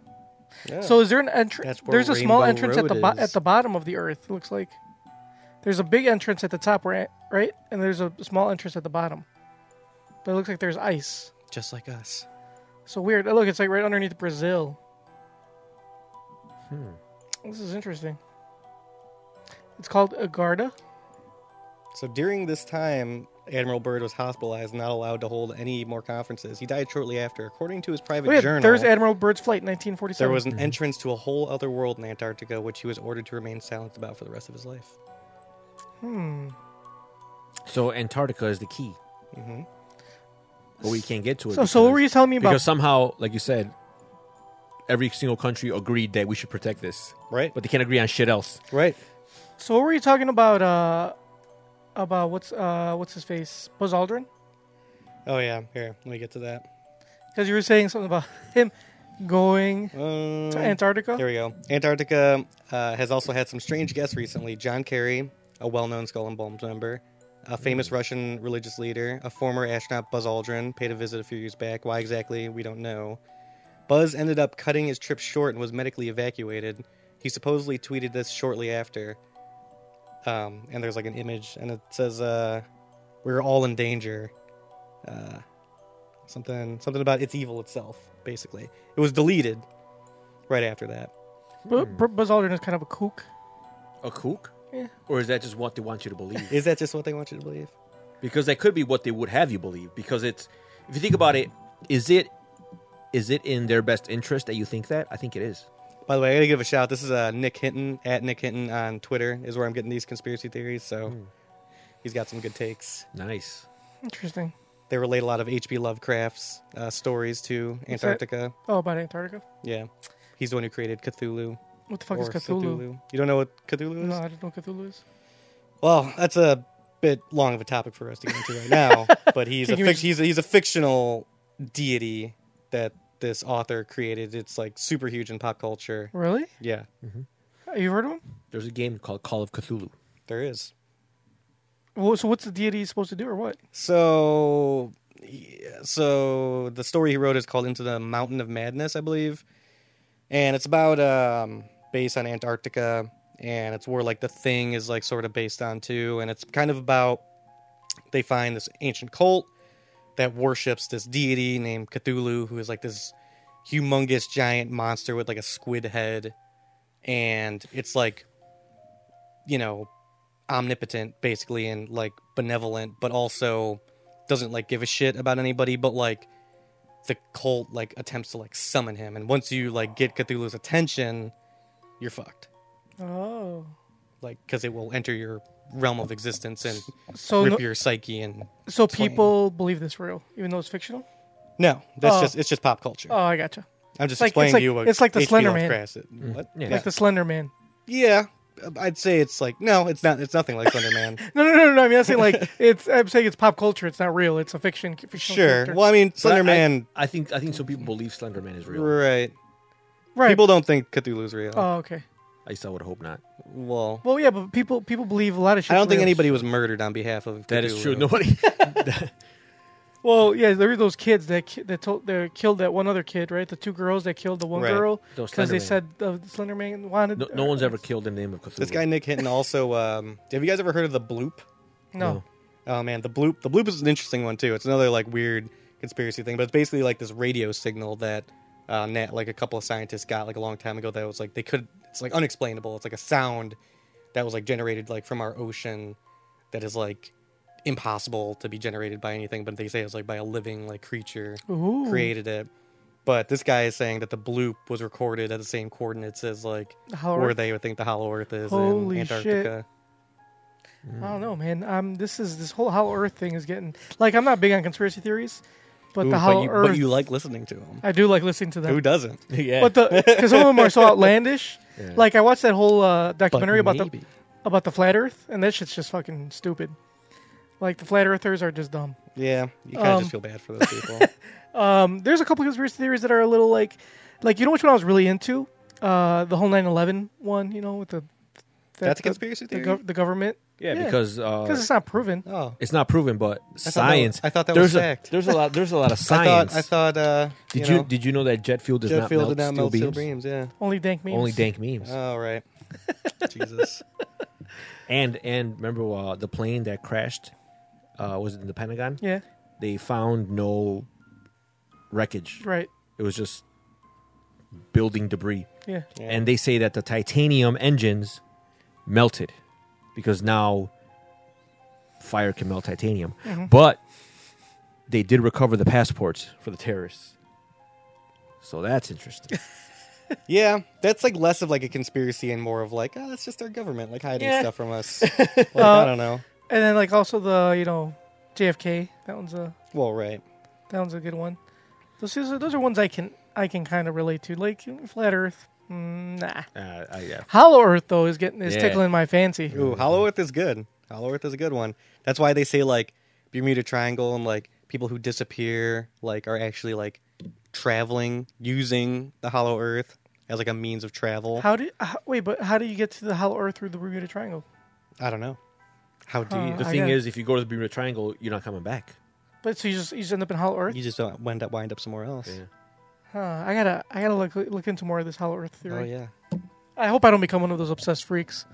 Speaker 2: So is there an entrance?
Speaker 4: That's where
Speaker 2: There's a small
Speaker 4: Rainbow
Speaker 2: entrance at the
Speaker 4: Road
Speaker 2: bo-
Speaker 4: is.
Speaker 2: at the bottom of the Earth. It looks like there's a big entrance at the top, right? Right, and there's a small entrance at the bottom. But it looks like there's ice.
Speaker 4: Just like us.
Speaker 2: So weird. Oh, look, it's like right underneath Brazil. Hmm. This is interesting. It's called Agarda.
Speaker 4: So during this time, Admiral Byrd was hospitalized and not allowed to hold any more conferences. He died shortly after. According to his private
Speaker 2: Oh, yeah,
Speaker 4: journal,
Speaker 2: There's Admiral Byrd's flight, in 1947.
Speaker 4: there was an entrance to a whole other world in Antarctica, which he was ordered to remain silent about for the rest of his life.
Speaker 3: So Antarctica is the key. Mm-hmm. But we can't get to it.
Speaker 2: So- so what were you telling me about-
Speaker 3: Because somehow, like you said, every single country agreed that we should protect this,
Speaker 4: Right.
Speaker 3: but they can't agree on shit else.
Speaker 4: Right.
Speaker 2: So what were you talking about? Uh, about what's uh, what's his face? Buzz Aldrin?
Speaker 4: Oh yeah. Here, let me get to that.
Speaker 2: Because you were saying something about him going
Speaker 4: Um,
Speaker 2: to Antarctica.
Speaker 4: There we go. Antarctica uh, has also had some strange guests recently. John Kerry, a well-known Skull and Bones member, a famous Russian religious leader, a former astronaut Buzz Aldrin paid a visit a few years back. Why exactly, we don't know. Buzz ended up cutting his trip short and was medically evacuated. He supposedly tweeted this shortly after. Um, and there's like an image, and it says, uh, "We're all in danger." Uh, something, something about it's evil itself. Basically, it was deleted right after that.
Speaker 2: Bu- Bu- Buzz Aldrin is kind of a kook.
Speaker 3: A kook?
Speaker 2: Yeah.
Speaker 3: Or is that just what they want you to believe?
Speaker 4: Is that just what they want you to believe?
Speaker 3: because that could be what they would have you believe. Because it's, if you think about it, is it, is it in their best interest that you think that? I think it is.
Speaker 4: By the way, I gotta give a shout. This is uh, Nick Hinton at Nick Hinton on Twitter is where I'm getting these conspiracy theories. So
Speaker 2: Hmm.
Speaker 4: he's got some good takes.
Speaker 3: Nice.
Speaker 2: Interesting.
Speaker 4: They relate a lot of H.P. Lovecraft's uh, stories to
Speaker 2: that?
Speaker 4: Antarctica.
Speaker 2: Oh, about Antarctica.
Speaker 4: Yeah, he's the one who created Cthulhu.
Speaker 2: What the fuck is
Speaker 4: or
Speaker 2: Cthulhu?
Speaker 4: You don't know what Cthulhu is?
Speaker 2: No, I don't know what Cthulhu is.
Speaker 4: Well, that's a bit long of a topic for us to get into right now. but he's
Speaker 2: Can
Speaker 4: a,
Speaker 2: you
Speaker 4: fic-
Speaker 2: just-
Speaker 4: he's a he's a fictional deity that this author created. It's like super huge in pop culture.
Speaker 2: Really?
Speaker 4: Yeah,
Speaker 2: You heard of him?
Speaker 3: There's a game called Call of Cthulhu.
Speaker 4: there is.
Speaker 2: Well, so what's the deity supposed to do, or what?
Speaker 4: So, yeah, so the story he wrote is called "Into the Mountain of Madness," I believe, and it's about um, based on Antarctica and it's where like the thing is like sort of based on too, and it's kind of about they find this ancient cult that worships this deity named Cthulhu, who is like this humongous giant monster with like a squid head, and it's like you know omnipotent basically and like benevolent, but also doesn't like give a shit about anybody, but like the cult like attempts to like summon him and once you like get Cthulhu's attention, you're fucked.
Speaker 2: Oh.
Speaker 4: Like cuz it will enter your realm of existence and
Speaker 2: So
Speaker 4: rip
Speaker 2: no-
Speaker 4: your psyche and
Speaker 2: So
Speaker 4: Twain.
Speaker 2: people believe this real, even though it's fictional.
Speaker 4: No, that's
Speaker 2: Oh.
Speaker 4: just it's just pop culture.
Speaker 2: Oh, I gotcha.
Speaker 4: I'm just
Speaker 2: like-
Speaker 4: explaining
Speaker 2: it's like-
Speaker 4: to you what
Speaker 2: it's like the
Speaker 4: H.P.
Speaker 2: Slender Man.
Speaker 4: Lovecraft is- What?
Speaker 3: Yeah.
Speaker 2: Like the Slender Man.
Speaker 4: yeah. I'd say it's like no, it's not it's nothing like Slender Man.
Speaker 2: No, no, no, no. no. I mean, I'm saying like it's. I'm saying it's pop culture. It's not real. It's a fiction. Fictional
Speaker 4: sure.
Speaker 2: character.
Speaker 4: Well, I mean Slender
Speaker 3: I-
Speaker 4: Man
Speaker 3: I, think I think some people believe Slender Man is real.
Speaker 4: right.
Speaker 2: right.
Speaker 4: People don't think Cthulhu's real.
Speaker 2: Oh, okay.
Speaker 3: I still would hope not.
Speaker 4: well,
Speaker 2: Well, yeah, but people people believe a lot of shit.
Speaker 4: I don't think anybody was murdered on behalf of
Speaker 3: That is
Speaker 4: Cthulhu.
Speaker 3: true. Nobody.
Speaker 2: Well, yeah, there were those kids that ki- that told that killed that one other kid, right? The two girls that killed the one
Speaker 4: Right.
Speaker 2: girl
Speaker 3: Those
Speaker 2: because they
Speaker 3: Slender
Speaker 2: said uh, the Slender Man wanted.
Speaker 3: No, no one's ever killed in the name of Cthulhu.
Speaker 4: This guy Nick Hinton also. Um, have you guys ever heard of the Bloop?
Speaker 2: No.
Speaker 4: Oh man, the Bloop. The Bloop is an interesting one too. It's another like weird conspiracy thing, but it's basically like this radio signal that uh, net, like a couple of scientists got like a long time ago that was like they could. It's like unexplainable. It's like a sound that was like generated like from our ocean that is like impossible to be generated by anything, but they say it's like by a living like creature
Speaker 2: Ooh.
Speaker 4: created it. But this guy is saying that the bloop was recorded at the same coordinates as like
Speaker 2: The Hollow
Speaker 4: where
Speaker 2: Earth?
Speaker 4: they would think the Hollow Earth is
Speaker 2: Holy
Speaker 4: in
Speaker 2: shit.
Speaker 4: Antarctica.
Speaker 2: I don't know, man. Um, this is this whole Hollow Earth thing is getting like I'm not big on conspiracy theories, but
Speaker 4: Ooh,
Speaker 2: the Hollow
Speaker 4: but, you,
Speaker 2: Earth.
Speaker 4: but you like listening to them.
Speaker 2: I do like listening to them.
Speaker 4: Who doesn't?
Speaker 3: Yeah.
Speaker 2: but the because some of them are so outlandish. Like I watched that whole uh,
Speaker 4: But
Speaker 2: documentary about the
Speaker 4: maybe.
Speaker 2: about the flat Earth, and that shit's just fucking stupid. Like the flat Earthers are just dumb.
Speaker 4: Yeah, you kind of just feel bad for those people.
Speaker 2: Um, there's a couple conspiracy theories that are a little like, like you know which one I was really into, uh, the whole 9/11 one. You know with the
Speaker 4: That's a
Speaker 2: the-
Speaker 4: conspiracy
Speaker 2: The,
Speaker 4: theory?
Speaker 2: gov- the government.
Speaker 3: yeah, because
Speaker 2: because
Speaker 3: uh,
Speaker 2: it's not proven.
Speaker 4: oh,
Speaker 3: it's not proven, but
Speaker 4: that was-
Speaker 3: science.
Speaker 4: I thought that
Speaker 3: there's
Speaker 4: was
Speaker 3: a,
Speaker 4: fact.
Speaker 3: There's a lot. There's a lot of
Speaker 4: I thought
Speaker 3: science.
Speaker 4: I thought. Uh,
Speaker 3: did
Speaker 4: you,
Speaker 3: you,
Speaker 4: know,
Speaker 3: did you know that jet fuel does
Speaker 4: jet
Speaker 3: not
Speaker 4: fuel
Speaker 3: melt
Speaker 4: did not
Speaker 3: steel
Speaker 4: melt
Speaker 3: beams?
Speaker 4: steel beams? Yeah.
Speaker 2: Only dank memes.
Speaker 3: Only dank memes.
Speaker 4: Oh right. Jesus.
Speaker 3: and and remember uh, the plane that crashed? Uh, was it in the Pentagon?
Speaker 2: Yeah.
Speaker 3: They found no wreckage.
Speaker 2: Right.
Speaker 3: It was just building debris.
Speaker 2: Yeah.
Speaker 4: Yeah.
Speaker 3: and they say that the titanium engines melted because now fire can melt titanium. But they did recover the passports for the terrorists. So that's interesting.
Speaker 4: yeah, that's like less of like a conspiracy and more of like, oh, that's just our government like hiding
Speaker 2: Yeah. Uh,
Speaker 4: stuff from us. like, I don't know.
Speaker 2: And then like also the you know JFK. That one's a
Speaker 4: Well, right.
Speaker 2: that one's a good one. Those those are, those are ones I can I can kind of relate to. Like flat Earth. Mm, nah.
Speaker 3: uh, I, yeah.
Speaker 2: Hollow Earth though is getting is
Speaker 3: Yeah.
Speaker 2: tickling my fancy.
Speaker 4: Ooh, Hollow Earth is good. Hollow Earth is a good one. That's why they say like Bermuda Triangle and like people who disappear like are actually like traveling using the Hollow Earth as like a means of travel.
Speaker 2: How do how, wait? But how do you get to the Hollow Earth through the Bermuda Triangle?
Speaker 4: I don't know. How do you?
Speaker 3: The
Speaker 2: I
Speaker 3: thing
Speaker 2: got-
Speaker 3: is, if you go to the Bermuda Triangle, you're not coming back.
Speaker 2: But so you just you just end up in Hollow Earth.
Speaker 4: You just don't wind up wind up somewhere else.
Speaker 3: Yeah.
Speaker 2: Huh, I gotta I gotta look look into more of this Hollow Earth
Speaker 4: Oh
Speaker 2: theory.
Speaker 4: yeah.
Speaker 2: I hope I don't become one of those obsessed freaks.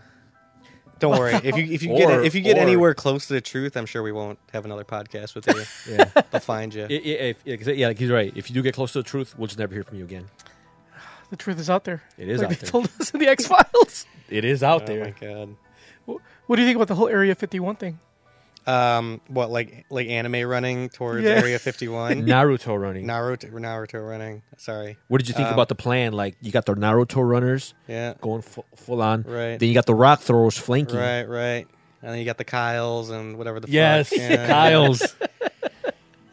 Speaker 4: Don't worry. If you if you
Speaker 3: Or-
Speaker 4: get if you get
Speaker 3: or-
Speaker 4: anywhere close to the truth, I'm sure we won't have another podcast with you.
Speaker 3: Yeah.
Speaker 4: They'll find you.
Speaker 3: I- I- if- yeah, yeah, like he's right. If you do get close to the truth, we'll just never hear from you again.
Speaker 2: The truth is out there.
Speaker 3: It is
Speaker 2: like
Speaker 3: out
Speaker 2: they
Speaker 3: there.
Speaker 2: told us in the X Files.
Speaker 3: It is out
Speaker 4: oh my
Speaker 3: there.
Speaker 4: god.
Speaker 2: what do you think about the whole Area 51 thing?
Speaker 4: Um, what like like anime running towards
Speaker 2: Yeah.
Speaker 4: Area 51?
Speaker 3: Naruto running.
Speaker 4: Naruto Naruto running. Sorry.
Speaker 3: What did you think about the plan? Like you got the Naruto runners
Speaker 4: Yeah.
Speaker 3: going full, full on.
Speaker 4: Right.
Speaker 3: Then you got the rock throwers flanking.
Speaker 4: Right, right. And then you got the Kyles and whatever the
Speaker 3: Yes,
Speaker 4: fuck. Yeah,
Speaker 3: Kyle's.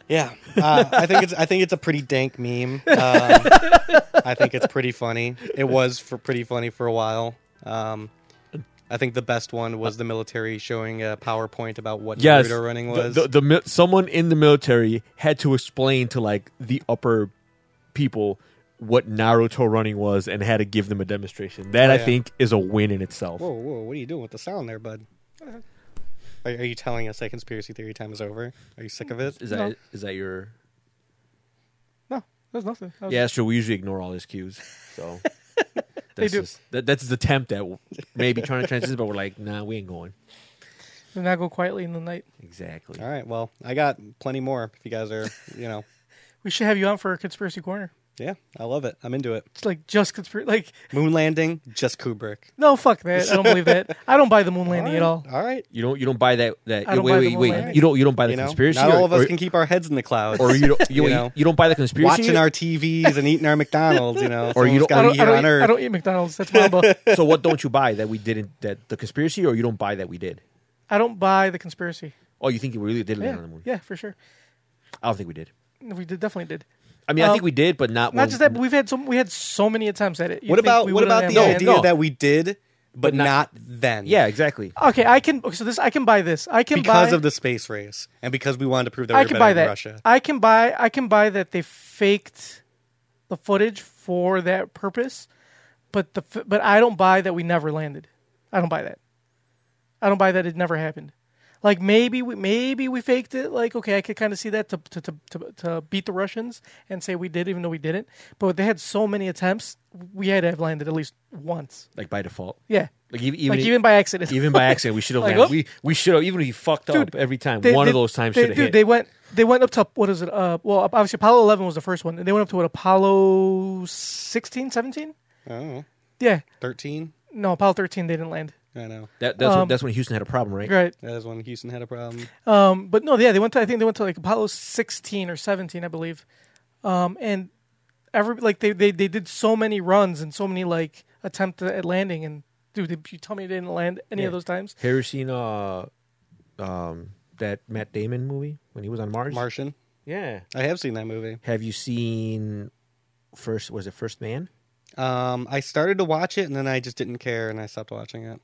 Speaker 4: Yeah, uh, I think it's I think it's a pretty dank meme. Um, I think it's pretty funny. It was for pretty funny for a while. Um, I think the best one was the military showing a PowerPoint about what
Speaker 3: yes,
Speaker 4: Naruto running
Speaker 3: The-
Speaker 4: was.
Speaker 3: The, the mi- someone in the military had to explain to like the upper people what Naruto running was and had to give them a demonstration. That I
Speaker 4: yeah.
Speaker 3: think is a win in itself.
Speaker 4: whoa, whoa! What are you doing with the sound there, bud? Are, are you telling us that conspiracy theory time is over? Are you sick of it?
Speaker 3: Is that
Speaker 2: No.
Speaker 3: is that your?
Speaker 2: No, there's nothing. That was-
Speaker 3: Yeah, that's true. We usually ignore all his cues, so that's That's
Speaker 2: do.
Speaker 3: just- that, that's the attempt at maybe trying to transition, but we're like, nah, we ain't going.
Speaker 2: Do not go quietly in the night.
Speaker 3: Exactly.
Speaker 4: All right. Well, I got plenty more if you guys are, you know.
Speaker 2: We should have you on for a conspiracy corner.
Speaker 4: Yeah, I love it. I'm into it.
Speaker 2: It's like just conspiracy. Like
Speaker 4: Moon landing, just Kubrick.
Speaker 2: no, fuck that. I don't believe that. I don't buy the moon landing at all.
Speaker 4: All right.
Speaker 3: You don't you don't buy that that
Speaker 2: I don't
Speaker 3: wait
Speaker 2: buy
Speaker 3: wait
Speaker 2: the
Speaker 3: wait
Speaker 2: moonlight.
Speaker 3: you don't you don't buy the
Speaker 4: You know,
Speaker 3: conspiracy
Speaker 4: not
Speaker 3: or,
Speaker 4: all of us
Speaker 3: or-
Speaker 4: can keep our heads in the clouds.
Speaker 3: or you don't you,
Speaker 4: you
Speaker 3: you-
Speaker 4: know.
Speaker 3: you don't buy the conspiracy
Speaker 4: watching our TVs and eating our McDonald's, you know.
Speaker 3: Or you don't-
Speaker 2: I
Speaker 4: got to
Speaker 2: don't,
Speaker 4: be
Speaker 2: I,
Speaker 4: here
Speaker 2: don't
Speaker 4: on
Speaker 2: eat, I
Speaker 4: Earth.
Speaker 2: don't eat McDonald's. That's Mamba.
Speaker 3: so what don't you buy that we didn't that the conspiracy or you don't buy that we did?
Speaker 2: I don't buy the conspiracy.
Speaker 3: Oh, you think we really did land
Speaker 2: Yeah,
Speaker 3: on the moon?
Speaker 2: yeah, for sure.
Speaker 3: I don't think we did.
Speaker 2: We did, definitely did.
Speaker 3: I mean, I
Speaker 2: Um,
Speaker 3: think we did, but
Speaker 2: Not
Speaker 3: not when-
Speaker 2: just that, but we've had so we had so many attempts at it. You'd
Speaker 4: What
Speaker 2: think
Speaker 4: about
Speaker 2: we
Speaker 4: what
Speaker 2: wouldn't
Speaker 4: about
Speaker 2: have
Speaker 4: the
Speaker 2: had-
Speaker 4: idea
Speaker 3: no.
Speaker 4: that we did, but not then?
Speaker 3: yeah, exactly.
Speaker 2: Okay, I can. Okay, so this I can buy this. I can
Speaker 4: because
Speaker 2: buy,
Speaker 4: of the space race and because we wanted to prove that we
Speaker 2: I
Speaker 4: were
Speaker 2: can
Speaker 4: better
Speaker 2: buy
Speaker 4: than
Speaker 2: that.
Speaker 4: Russia.
Speaker 2: I can buy. I can buy that they faked the footage for that purpose, but the f- but I don't buy that we never landed. I don't buy that. I don't buy that it never happened. Like maybe we maybe we faked it. Like okay, I could kind of see that to to, to to to beat the Russians and say we did, even though we didn't. But they had so many attempts, we had to have landed at least once.
Speaker 3: Like by default.
Speaker 2: Yeah,
Speaker 3: Like even even,
Speaker 2: like even by accident.
Speaker 3: even by accident, we should have
Speaker 2: Like,
Speaker 3: landed.
Speaker 2: oh.
Speaker 3: We we should have even if we fucked up
Speaker 2: Dude,
Speaker 3: every time.
Speaker 2: They-
Speaker 3: one
Speaker 2: they-
Speaker 3: of those times
Speaker 2: they-
Speaker 3: should have
Speaker 2: dude,
Speaker 3: hit.
Speaker 2: They went. They went up to what is it? Uh, well, obviously Apollo 11 was the first one, and they went up to what Apollo 16, 17?
Speaker 4: Oh,
Speaker 2: Yeah,
Speaker 4: 13?
Speaker 2: no, Apollo 13 they didn't land.
Speaker 4: I know.
Speaker 3: that, that's when, that's when Houston had a problem, right?
Speaker 2: um, Right,
Speaker 4: That is when Houston had a problem.
Speaker 2: um, but no, yeah, they went to. I think they went to like Apollo 16 or 17, I believe. Um, and every like they, they they did so many runs and so many like attempt at landing, and dude, did you tell me they didn't land any of those times?
Speaker 3: Have you ever seen uh, um, that Matt Damon movie when he was on Mars?
Speaker 4: Martian.
Speaker 3: Yeah.
Speaker 4: I have seen that movie.
Speaker 3: Have you seen first? Was it First Man?
Speaker 4: Um, I started to watch it and then I just didn't care and I stopped watching it.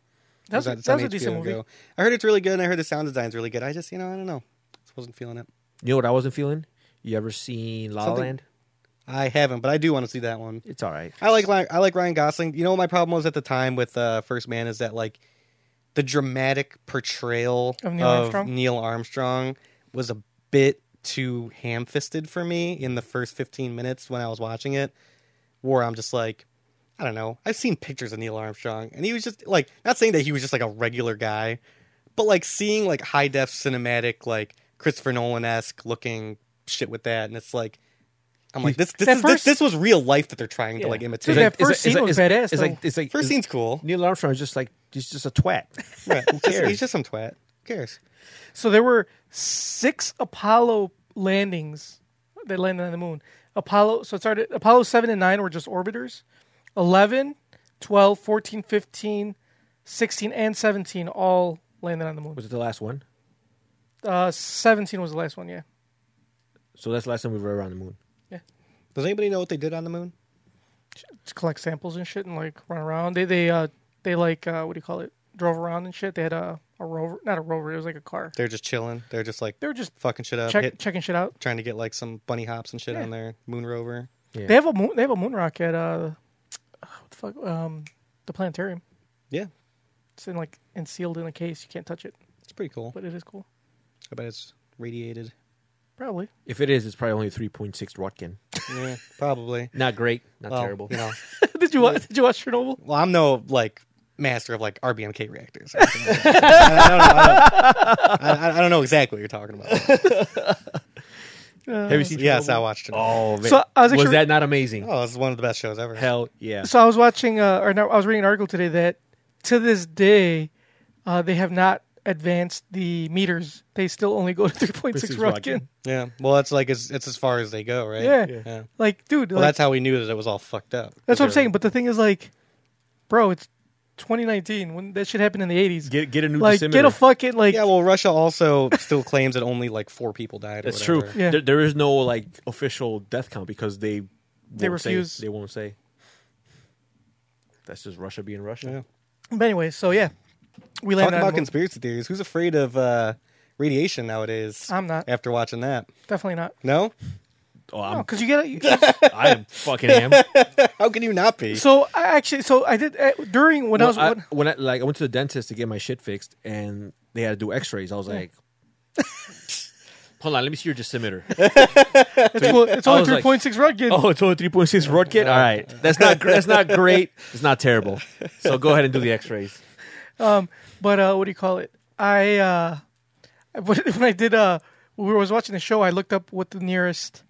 Speaker 2: That was,
Speaker 4: It
Speaker 2: a-
Speaker 4: it's
Speaker 2: that
Speaker 4: on
Speaker 2: was a decent
Speaker 4: HBO
Speaker 2: movie.
Speaker 4: Go. I heard it's really good and I heard the sound design's really good. I just, you know, I don't know. Just wasn't feeling it.
Speaker 3: You know what I wasn't feeling? You ever seen La La
Speaker 4: Something-
Speaker 3: Land?
Speaker 4: I haven't, but I do want to see that one.
Speaker 3: It's all right.
Speaker 4: I like Li- I like Ryan Gosling. You know what my problem was at the time with uh, First Man is that like the dramatic portrayal
Speaker 2: Of Neil Armstrong?
Speaker 4: Neil Armstrong was a bit too ham-fisted for me in the first 15 minutes when I was watching it where I'm just like I don't know. I've seen pictures of Neil Armstrong and he was just like not saying that he was just like a regular guy, but like seeing like high def cinematic like Christopher Nolan-esque looking shit with that and it's like I'm like this this
Speaker 2: That
Speaker 4: is
Speaker 2: first-
Speaker 4: this, this was real life that they're trying to like
Speaker 3: It's
Speaker 4: imitate.
Speaker 2: Dude, that
Speaker 3: it's
Speaker 2: first scene
Speaker 3: it's
Speaker 2: was
Speaker 3: it's
Speaker 2: badass,
Speaker 3: It's like
Speaker 2: though.
Speaker 3: it's like
Speaker 4: First
Speaker 3: it's-
Speaker 4: scene's cool.
Speaker 3: Neil Armstrong is just like he's just a twat.
Speaker 4: Right. Just-
Speaker 3: cares?
Speaker 4: He's just some twat. Who cares?
Speaker 2: So there were six Apollo landings that landed on the moon. Apollo, so it started, Apollo 7 and 9 were just orbiters. 11, 12, 14, 15, 16, and 17 all landed on the moon.
Speaker 3: Was it the last one?
Speaker 2: Uh, 17 was the last one, yeah.
Speaker 3: So that's the last time we were around the moon.
Speaker 4: Does anybody know what they did on the moon?
Speaker 2: To collect samples and shit and like run around. They, they, uh, they like, uh, what do you call it? Drove around and shit. They had a, a rover, not a rover, it was like a car.
Speaker 4: They're just chilling. They're just like
Speaker 2: They were just
Speaker 4: fucking shit up,
Speaker 2: check,
Speaker 4: hit-
Speaker 2: checking shit out.
Speaker 4: trying to get like some bunny hops and shit on their moon rover.
Speaker 2: They have a moon, they have a moon rock at, uh, what the fuck, um, the planetarium.
Speaker 4: Yeah,
Speaker 2: It's in like and sealed in a case. You can't touch it,
Speaker 4: it's pretty cool.
Speaker 2: but it is cool.
Speaker 4: I bet it's radiated.
Speaker 2: Probably.
Speaker 3: If it is, it's probably only three point six Rotkin.
Speaker 4: Yeah, probably.
Speaker 3: Not great. Not
Speaker 4: Well,
Speaker 3: terrible.
Speaker 4: You know.
Speaker 2: did you watch? Did you watch Chernobyl?
Speaker 4: Well, I'm no like master of like RBMK reactors. I don't, I, don't, I, I don't know exactly what you're talking about.
Speaker 3: Have you seen?
Speaker 4: yes,
Speaker 3: Chernobyl?
Speaker 4: I watched it.
Speaker 3: Oh man,
Speaker 2: So I was
Speaker 3: was,
Speaker 2: actually-
Speaker 3: that not amazing?
Speaker 4: Oh, it's one of the best shows ever.
Speaker 3: Hell yeah.
Speaker 2: So I was watching, uh, or no, I was reading an article today that to this day, uh, they have not advanced the meters. They still only go to three point six
Speaker 3: Precise
Speaker 2: Rotkin.
Speaker 3: Rotkin.
Speaker 4: Yeah. Well, it's like it's, it's as far as they go, right?
Speaker 2: Yeah.
Speaker 4: yeah.
Speaker 2: Like, dude,
Speaker 4: Well,
Speaker 2: like,
Speaker 4: that's how we knew that it was all fucked up.
Speaker 2: that's what I'm saying. But the thing is, like, bro, it's 2019. When that shit happened in the 80s,
Speaker 3: Get get a new
Speaker 2: like, get
Speaker 3: decimeter.
Speaker 2: a fucking like.
Speaker 4: Yeah, well, Russia also still claims that only like four people died. Or
Speaker 3: That's true.
Speaker 4: whatever.
Speaker 2: Yeah.
Speaker 3: There, there is no like official death count because they won't
Speaker 2: They refuse.
Speaker 3: Say, they won't say. That's just Russia being Russia.
Speaker 4: Yeah.
Speaker 2: but anyway, so yeah, we landed.
Speaker 4: Talk
Speaker 2: on
Speaker 4: about
Speaker 2: the moon.
Speaker 4: conspiracy theories. Who's afraid of uh, radiation nowadays?
Speaker 2: I'm not.
Speaker 4: After watching that,
Speaker 2: Definitely not.
Speaker 4: no.
Speaker 3: Oh, I'm,
Speaker 2: No, because you get it. you-
Speaker 3: I am fucking am.
Speaker 4: How can you not be?
Speaker 2: So I actually, so I did uh, during when I
Speaker 3: Well,
Speaker 2: was
Speaker 3: I-
Speaker 2: when-
Speaker 3: when I like I went to the dentist to get my shit fixed, and they had to do X-rays. I was like, Hold on, let me see your decimeter.
Speaker 2: It's, well, it's
Speaker 3: I
Speaker 2: only
Speaker 3: was
Speaker 2: three
Speaker 3: like-
Speaker 2: point six Rutgen.
Speaker 3: oh, it's only three point six rod kit. All right, that's not that's not great. It's not terrible. So go ahead and do the X-rays.
Speaker 2: But uh, what do you call it? I uh, when I did uh, when we was watching the show, I looked up what the nearest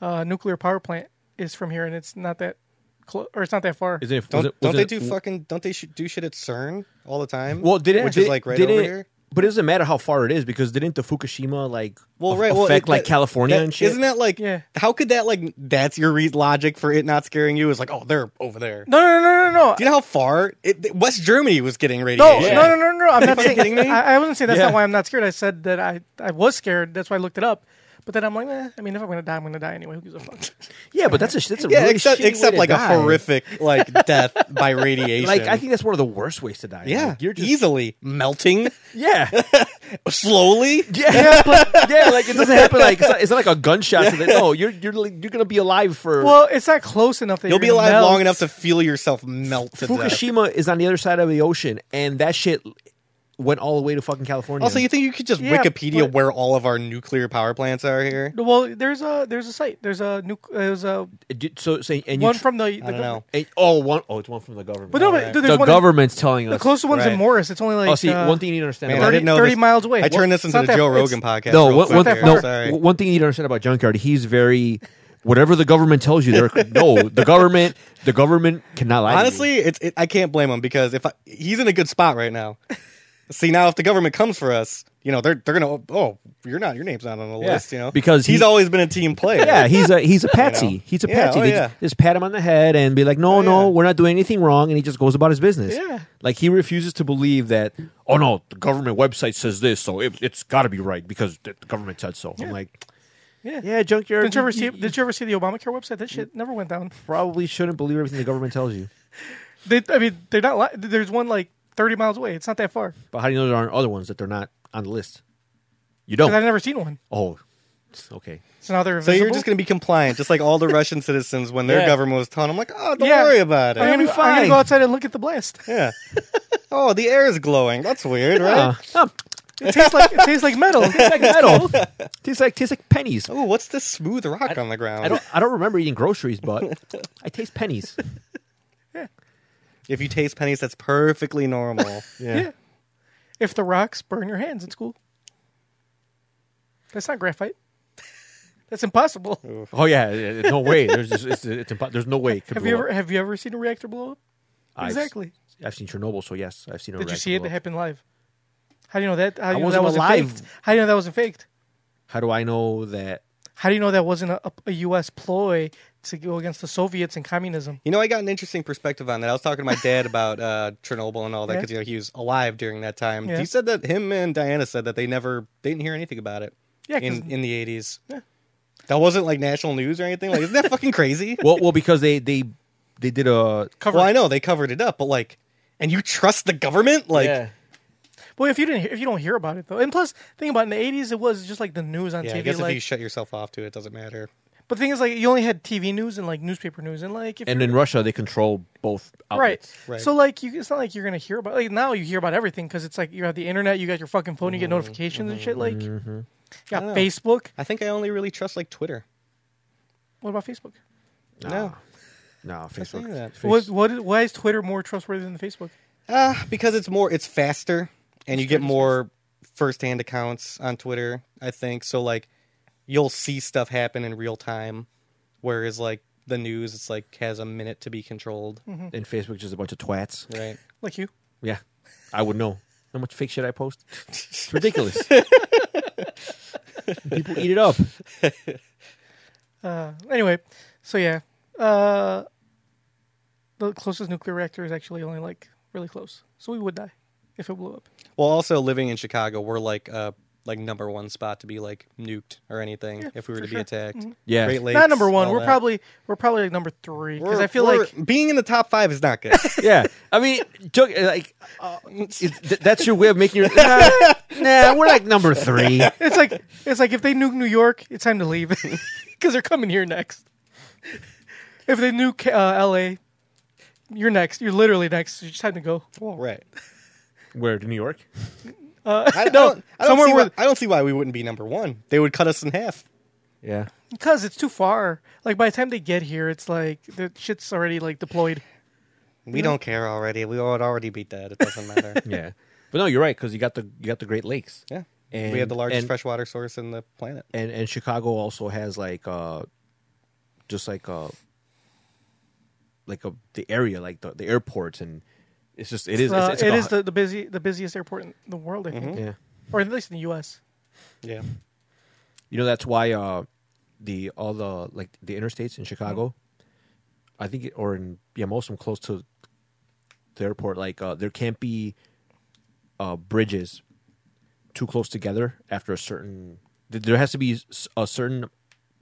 Speaker 2: uh, nuclear power plant is from here, and it's not that close, or it's not that far.
Speaker 3: Isn't it? was
Speaker 4: Don't,
Speaker 3: it- was
Speaker 4: don't they
Speaker 3: it-
Speaker 4: do fucking? Don't they sh- do shit at CERN all the time?
Speaker 3: Well, didn't
Speaker 4: which
Speaker 3: did,
Speaker 4: is like right
Speaker 3: didn't
Speaker 4: over
Speaker 3: it-
Speaker 4: here.
Speaker 3: But it doesn't matter how far it is because didn't the Fukushima like
Speaker 4: Well,
Speaker 3: aff-
Speaker 4: right. Well,
Speaker 3: affect
Speaker 4: it-
Speaker 3: like
Speaker 4: that-
Speaker 3: California
Speaker 4: that-
Speaker 3: and shit?
Speaker 4: Isn't that like?
Speaker 2: Yeah.
Speaker 4: How could that like? That's your re- logic for it not scaring you is like, oh, they're over there.
Speaker 2: no, no, no, no, no.
Speaker 4: Do you know how far it, West Germany was getting
Speaker 2: No, no,
Speaker 4: radiation?
Speaker 2: no, no, no, no. I'm not
Speaker 4: fucking
Speaker 2: saying.
Speaker 4: kidding me?
Speaker 2: I, I wasn't saying that's
Speaker 3: Yeah.
Speaker 2: not why I'm not scared. I said that I, I was scared. That's why I looked it up. But then I'm like, eh, I mean, if I'm gonna die, I'm gonna die anyway. Who gives a fuck?
Speaker 3: yeah, but that's a sh- that's a
Speaker 4: Yeah,
Speaker 3: really
Speaker 4: except
Speaker 3: shitty way
Speaker 4: except
Speaker 3: to
Speaker 4: like
Speaker 3: die.
Speaker 4: a horrific like death by radiation.
Speaker 3: Like I think that's one of the worst ways to die.
Speaker 4: yeah,
Speaker 3: Like, you're just
Speaker 4: easily melting
Speaker 3: yeah.
Speaker 4: slowly.
Speaker 3: Yeah, yeah, but yeah, like it doesn't happen. Like it's not, it's not like a gunshot. to the- no, you're you're like, you're gonna be alive for.
Speaker 2: Well, it's not close enough that
Speaker 4: You'll
Speaker 2: you're
Speaker 4: be
Speaker 2: gonna
Speaker 4: alive
Speaker 2: melt.
Speaker 4: long enough to feel yourself melt to death.
Speaker 3: Fukushima is on the other side of the ocean, and that shit went all the way to fucking California.
Speaker 4: Also, you think you could just
Speaker 2: Yeah,
Speaker 4: Wikipedia
Speaker 2: but-
Speaker 4: where all of our nuclear power plants are here?
Speaker 2: Well, there's a there's a site. There's a nuc. There's a
Speaker 3: Did- so so- and you
Speaker 2: one
Speaker 3: tr-
Speaker 2: from the. the
Speaker 4: I don't know.
Speaker 3: and, oh one oh it's one from the government.
Speaker 2: But no, but dude, there's
Speaker 3: the
Speaker 2: one. in-
Speaker 3: government's telling us
Speaker 2: The closest one's
Speaker 4: Right.
Speaker 2: in Morris. It's only like
Speaker 3: oh, see,
Speaker 2: uh,
Speaker 3: one thing you need to understand.
Speaker 4: Man,
Speaker 3: about
Speaker 4: I didn't know
Speaker 2: 30
Speaker 4: this.
Speaker 2: miles away.
Speaker 4: I turned
Speaker 2: What-
Speaker 4: this into
Speaker 2: it's
Speaker 4: the
Speaker 2: not
Speaker 4: Joe
Speaker 2: that-
Speaker 4: Rogan
Speaker 2: it's-
Speaker 4: podcast.
Speaker 3: no,
Speaker 4: real
Speaker 3: one,
Speaker 4: quick
Speaker 3: one,
Speaker 4: here.
Speaker 3: no,
Speaker 4: Sorry.
Speaker 3: one thing you need to understand about Junkyard, he's very whatever the government tells you. They're no, the government, the government cannot lie. to you.
Speaker 4: Honestly, it's it, I can't blame him because if I, he's in a good spot right now. See now, if the government comes for us, you know they're they're gonna oh you're not your name's not on the
Speaker 3: Yeah,
Speaker 4: list, you know
Speaker 3: because
Speaker 4: he's
Speaker 3: he-
Speaker 4: always been a team player.
Speaker 3: yeah, he's a he's a patsy.
Speaker 4: You know?
Speaker 3: He's a
Speaker 4: Yeah,
Speaker 3: patsy.
Speaker 4: oh,
Speaker 3: they
Speaker 4: yeah. Oh,
Speaker 3: just, just pat him on the head and be like, "No, no,
Speaker 4: yeah.
Speaker 3: we're not doing anything wrong," and he just goes about his business.
Speaker 2: Yeah.
Speaker 3: like he refuses to believe that. Oh no, the government website says this, so it, it's got to be right because the the government said so. I'm like,
Speaker 2: Yeah.
Speaker 3: yeah, junkyard.
Speaker 2: Did you ever
Speaker 3: you-
Speaker 2: see?
Speaker 3: you
Speaker 2: Did you ever see the Obamacare website? That shit never went down.
Speaker 3: probably shouldn't believe everything the government tells you.
Speaker 2: They, I mean, they're not. Li- there's one like 30 miles away. It's not that far.
Speaker 3: But how do you know there aren't other ones that they're not on the list? You
Speaker 2: Because I've
Speaker 3: don't.
Speaker 2: never seen one.
Speaker 3: Oh, okay.
Speaker 2: So now they're
Speaker 4: So
Speaker 2: invisible.
Speaker 4: you're just gonna be compliant, just like all the Russian citizens when their
Speaker 3: Yeah.
Speaker 4: government was telling them like oh don't
Speaker 2: Yeah.
Speaker 4: worry about it.
Speaker 2: I'm gonna,
Speaker 3: be
Speaker 2: I'm gonna
Speaker 3: fine.
Speaker 2: go outside and look at the blast.
Speaker 4: yeah. oh, the air is glowing. That's weird, right?
Speaker 3: Uh, huh.
Speaker 2: It tastes like it tastes like metal. It tastes like metal.
Speaker 3: tastes like tastes like pennies.
Speaker 4: Oh, what's this smooth rock on the ground?
Speaker 3: I don't I don't remember eating groceries, but I taste pennies.
Speaker 4: If you taste pennies, that's perfectly normal.
Speaker 2: Yeah. If the rocks burn your hands, it's cool. That's not graphite. That's impossible.
Speaker 3: Oh yeah, yeah, yeah, no way. There's just, it's, it's impo- there's no way. it could
Speaker 2: Have
Speaker 3: blow
Speaker 2: you
Speaker 3: up.
Speaker 2: ever have you ever seen a reactor blow up?
Speaker 3: I've-
Speaker 2: exactly.
Speaker 3: I've seen Chernobyl, so yes, I've seen. a
Speaker 2: Did you
Speaker 3: reactor
Speaker 2: see it
Speaker 3: blow up.
Speaker 2: happen live? How do you know that? How do you know
Speaker 3: wasn't
Speaker 2: that wasn't
Speaker 3: alive.
Speaker 2: faked? How do you know that wasn't faked?
Speaker 3: How do I know that?
Speaker 2: How do you know that wasn't a, a U.S. ploy to go against the Soviets and communism?
Speaker 4: You know, I got an interesting perspective on that. I was talking to my dad about uh, Chernobyl and all that
Speaker 2: Yeah.
Speaker 4: because you know he was alive during that time.
Speaker 2: Yeah.
Speaker 4: He said that him and Diana said that they never they didn't hear anything about it.
Speaker 2: Yeah, 'cause-
Speaker 4: in in the eighties. That wasn't like national news or anything. Like, isn't that fucking crazy?
Speaker 3: Well, well, because they they they did a
Speaker 4: well, I know they covered it up, but like, and you trust the government? Like,
Speaker 2: Well, if you didn't, if you don't hear about it though, and plus, think about it, in the '80s, it was just like the news on
Speaker 4: yeah, I
Speaker 2: TV.
Speaker 4: guess
Speaker 2: like,
Speaker 4: if you shut yourself off to it, it doesn't matter.
Speaker 2: but the thing is, like, you only had TV news and like newspaper news, and like, if
Speaker 3: and
Speaker 2: you-
Speaker 3: in Russia they control both
Speaker 2: right.
Speaker 3: outlets.
Speaker 4: Right.
Speaker 2: So like, you, it's not like you're gonna hear about like now you hear about everything because it's like you have the internet, you got your fucking phone,
Speaker 4: Mm-hmm.
Speaker 2: you get notifications and shit. Like, you got
Speaker 4: don't know.
Speaker 2: Facebook.
Speaker 4: I think I only really trust like Twitter.
Speaker 2: What about Facebook?
Speaker 4: No,
Speaker 3: No,
Speaker 4: saying
Speaker 3: Facebook.
Speaker 4: that.
Speaker 3: Face-
Speaker 2: What, what is, why is Twitter more trustworthy than Facebook?
Speaker 4: Uh, because it's more, it's faster, and you get more firsthand accounts on Twitter. I think so. Like, you'll see stuff happen in real time, whereas like the news, it's like has a minute to be controlled.
Speaker 3: And Facebook just a bunch of twats.
Speaker 4: Right.
Speaker 2: Like you.
Speaker 3: Yeah, I would know how much fake shit I post. It's ridiculous. People eat it up.
Speaker 2: Uh, anyway, so yeah, uh, the closest nuclear reactor is actually only like really close, so we would die if it blew up.
Speaker 4: Well, also living in Chicago, we're like uh like number one spot to be like nuked or anything if we were to be attacked.
Speaker 3: Yeah.
Speaker 4: Great Lakes,
Speaker 2: Not number one.
Speaker 4: all
Speaker 2: We're
Speaker 4: that.
Speaker 2: probably we're probably like number three because
Speaker 4: We're-
Speaker 2: I feel
Speaker 4: we're-
Speaker 2: like
Speaker 4: being in the top five is not good.
Speaker 3: Yeah, I mean, joke, like uh, it's, th- that's your way of making your. Nah, nah, we're like number three.
Speaker 2: it's like it's like if they nuke New York, it's time to leave because they're coming here next. If they nuke uh, L.A., you're next. You're literally next. It's time to go.
Speaker 4: well, right.
Speaker 3: Where to New York?
Speaker 4: I, I don't, I don't
Speaker 2: somewhere
Speaker 4: see
Speaker 2: where-
Speaker 4: why, I don't see why we wouldn't be number one. They would cut us in half.
Speaker 3: Yeah.
Speaker 2: because it's too far. Like by the time they get here, it's like the shit's already like deployed.
Speaker 4: We don't care already. We would already be dead. It doesn't matter.
Speaker 3: Yeah. But no, you're right because you got the you got the Great Lakes.
Speaker 4: yeah,
Speaker 3: And-
Speaker 4: we have the largest
Speaker 3: and-
Speaker 4: freshwater source in the planet.
Speaker 3: and and Chicago also has like uh just like uh like a the area like the, the airports and it's just it is
Speaker 2: Uh,
Speaker 3: it's, it's
Speaker 2: it
Speaker 3: like a
Speaker 2: is
Speaker 3: hu-
Speaker 2: the, the busy the busiest airport in the world, I think,
Speaker 4: Mm-hmm.
Speaker 3: yeah
Speaker 2: or at least in the U.S.
Speaker 4: Yeah,
Speaker 3: you know that's why uh the all the like the interstates in Chicago I think it- or in yeah most of them close to the airport like uh there can't be uh bridges too close together after a certain th- there has to be s- a certain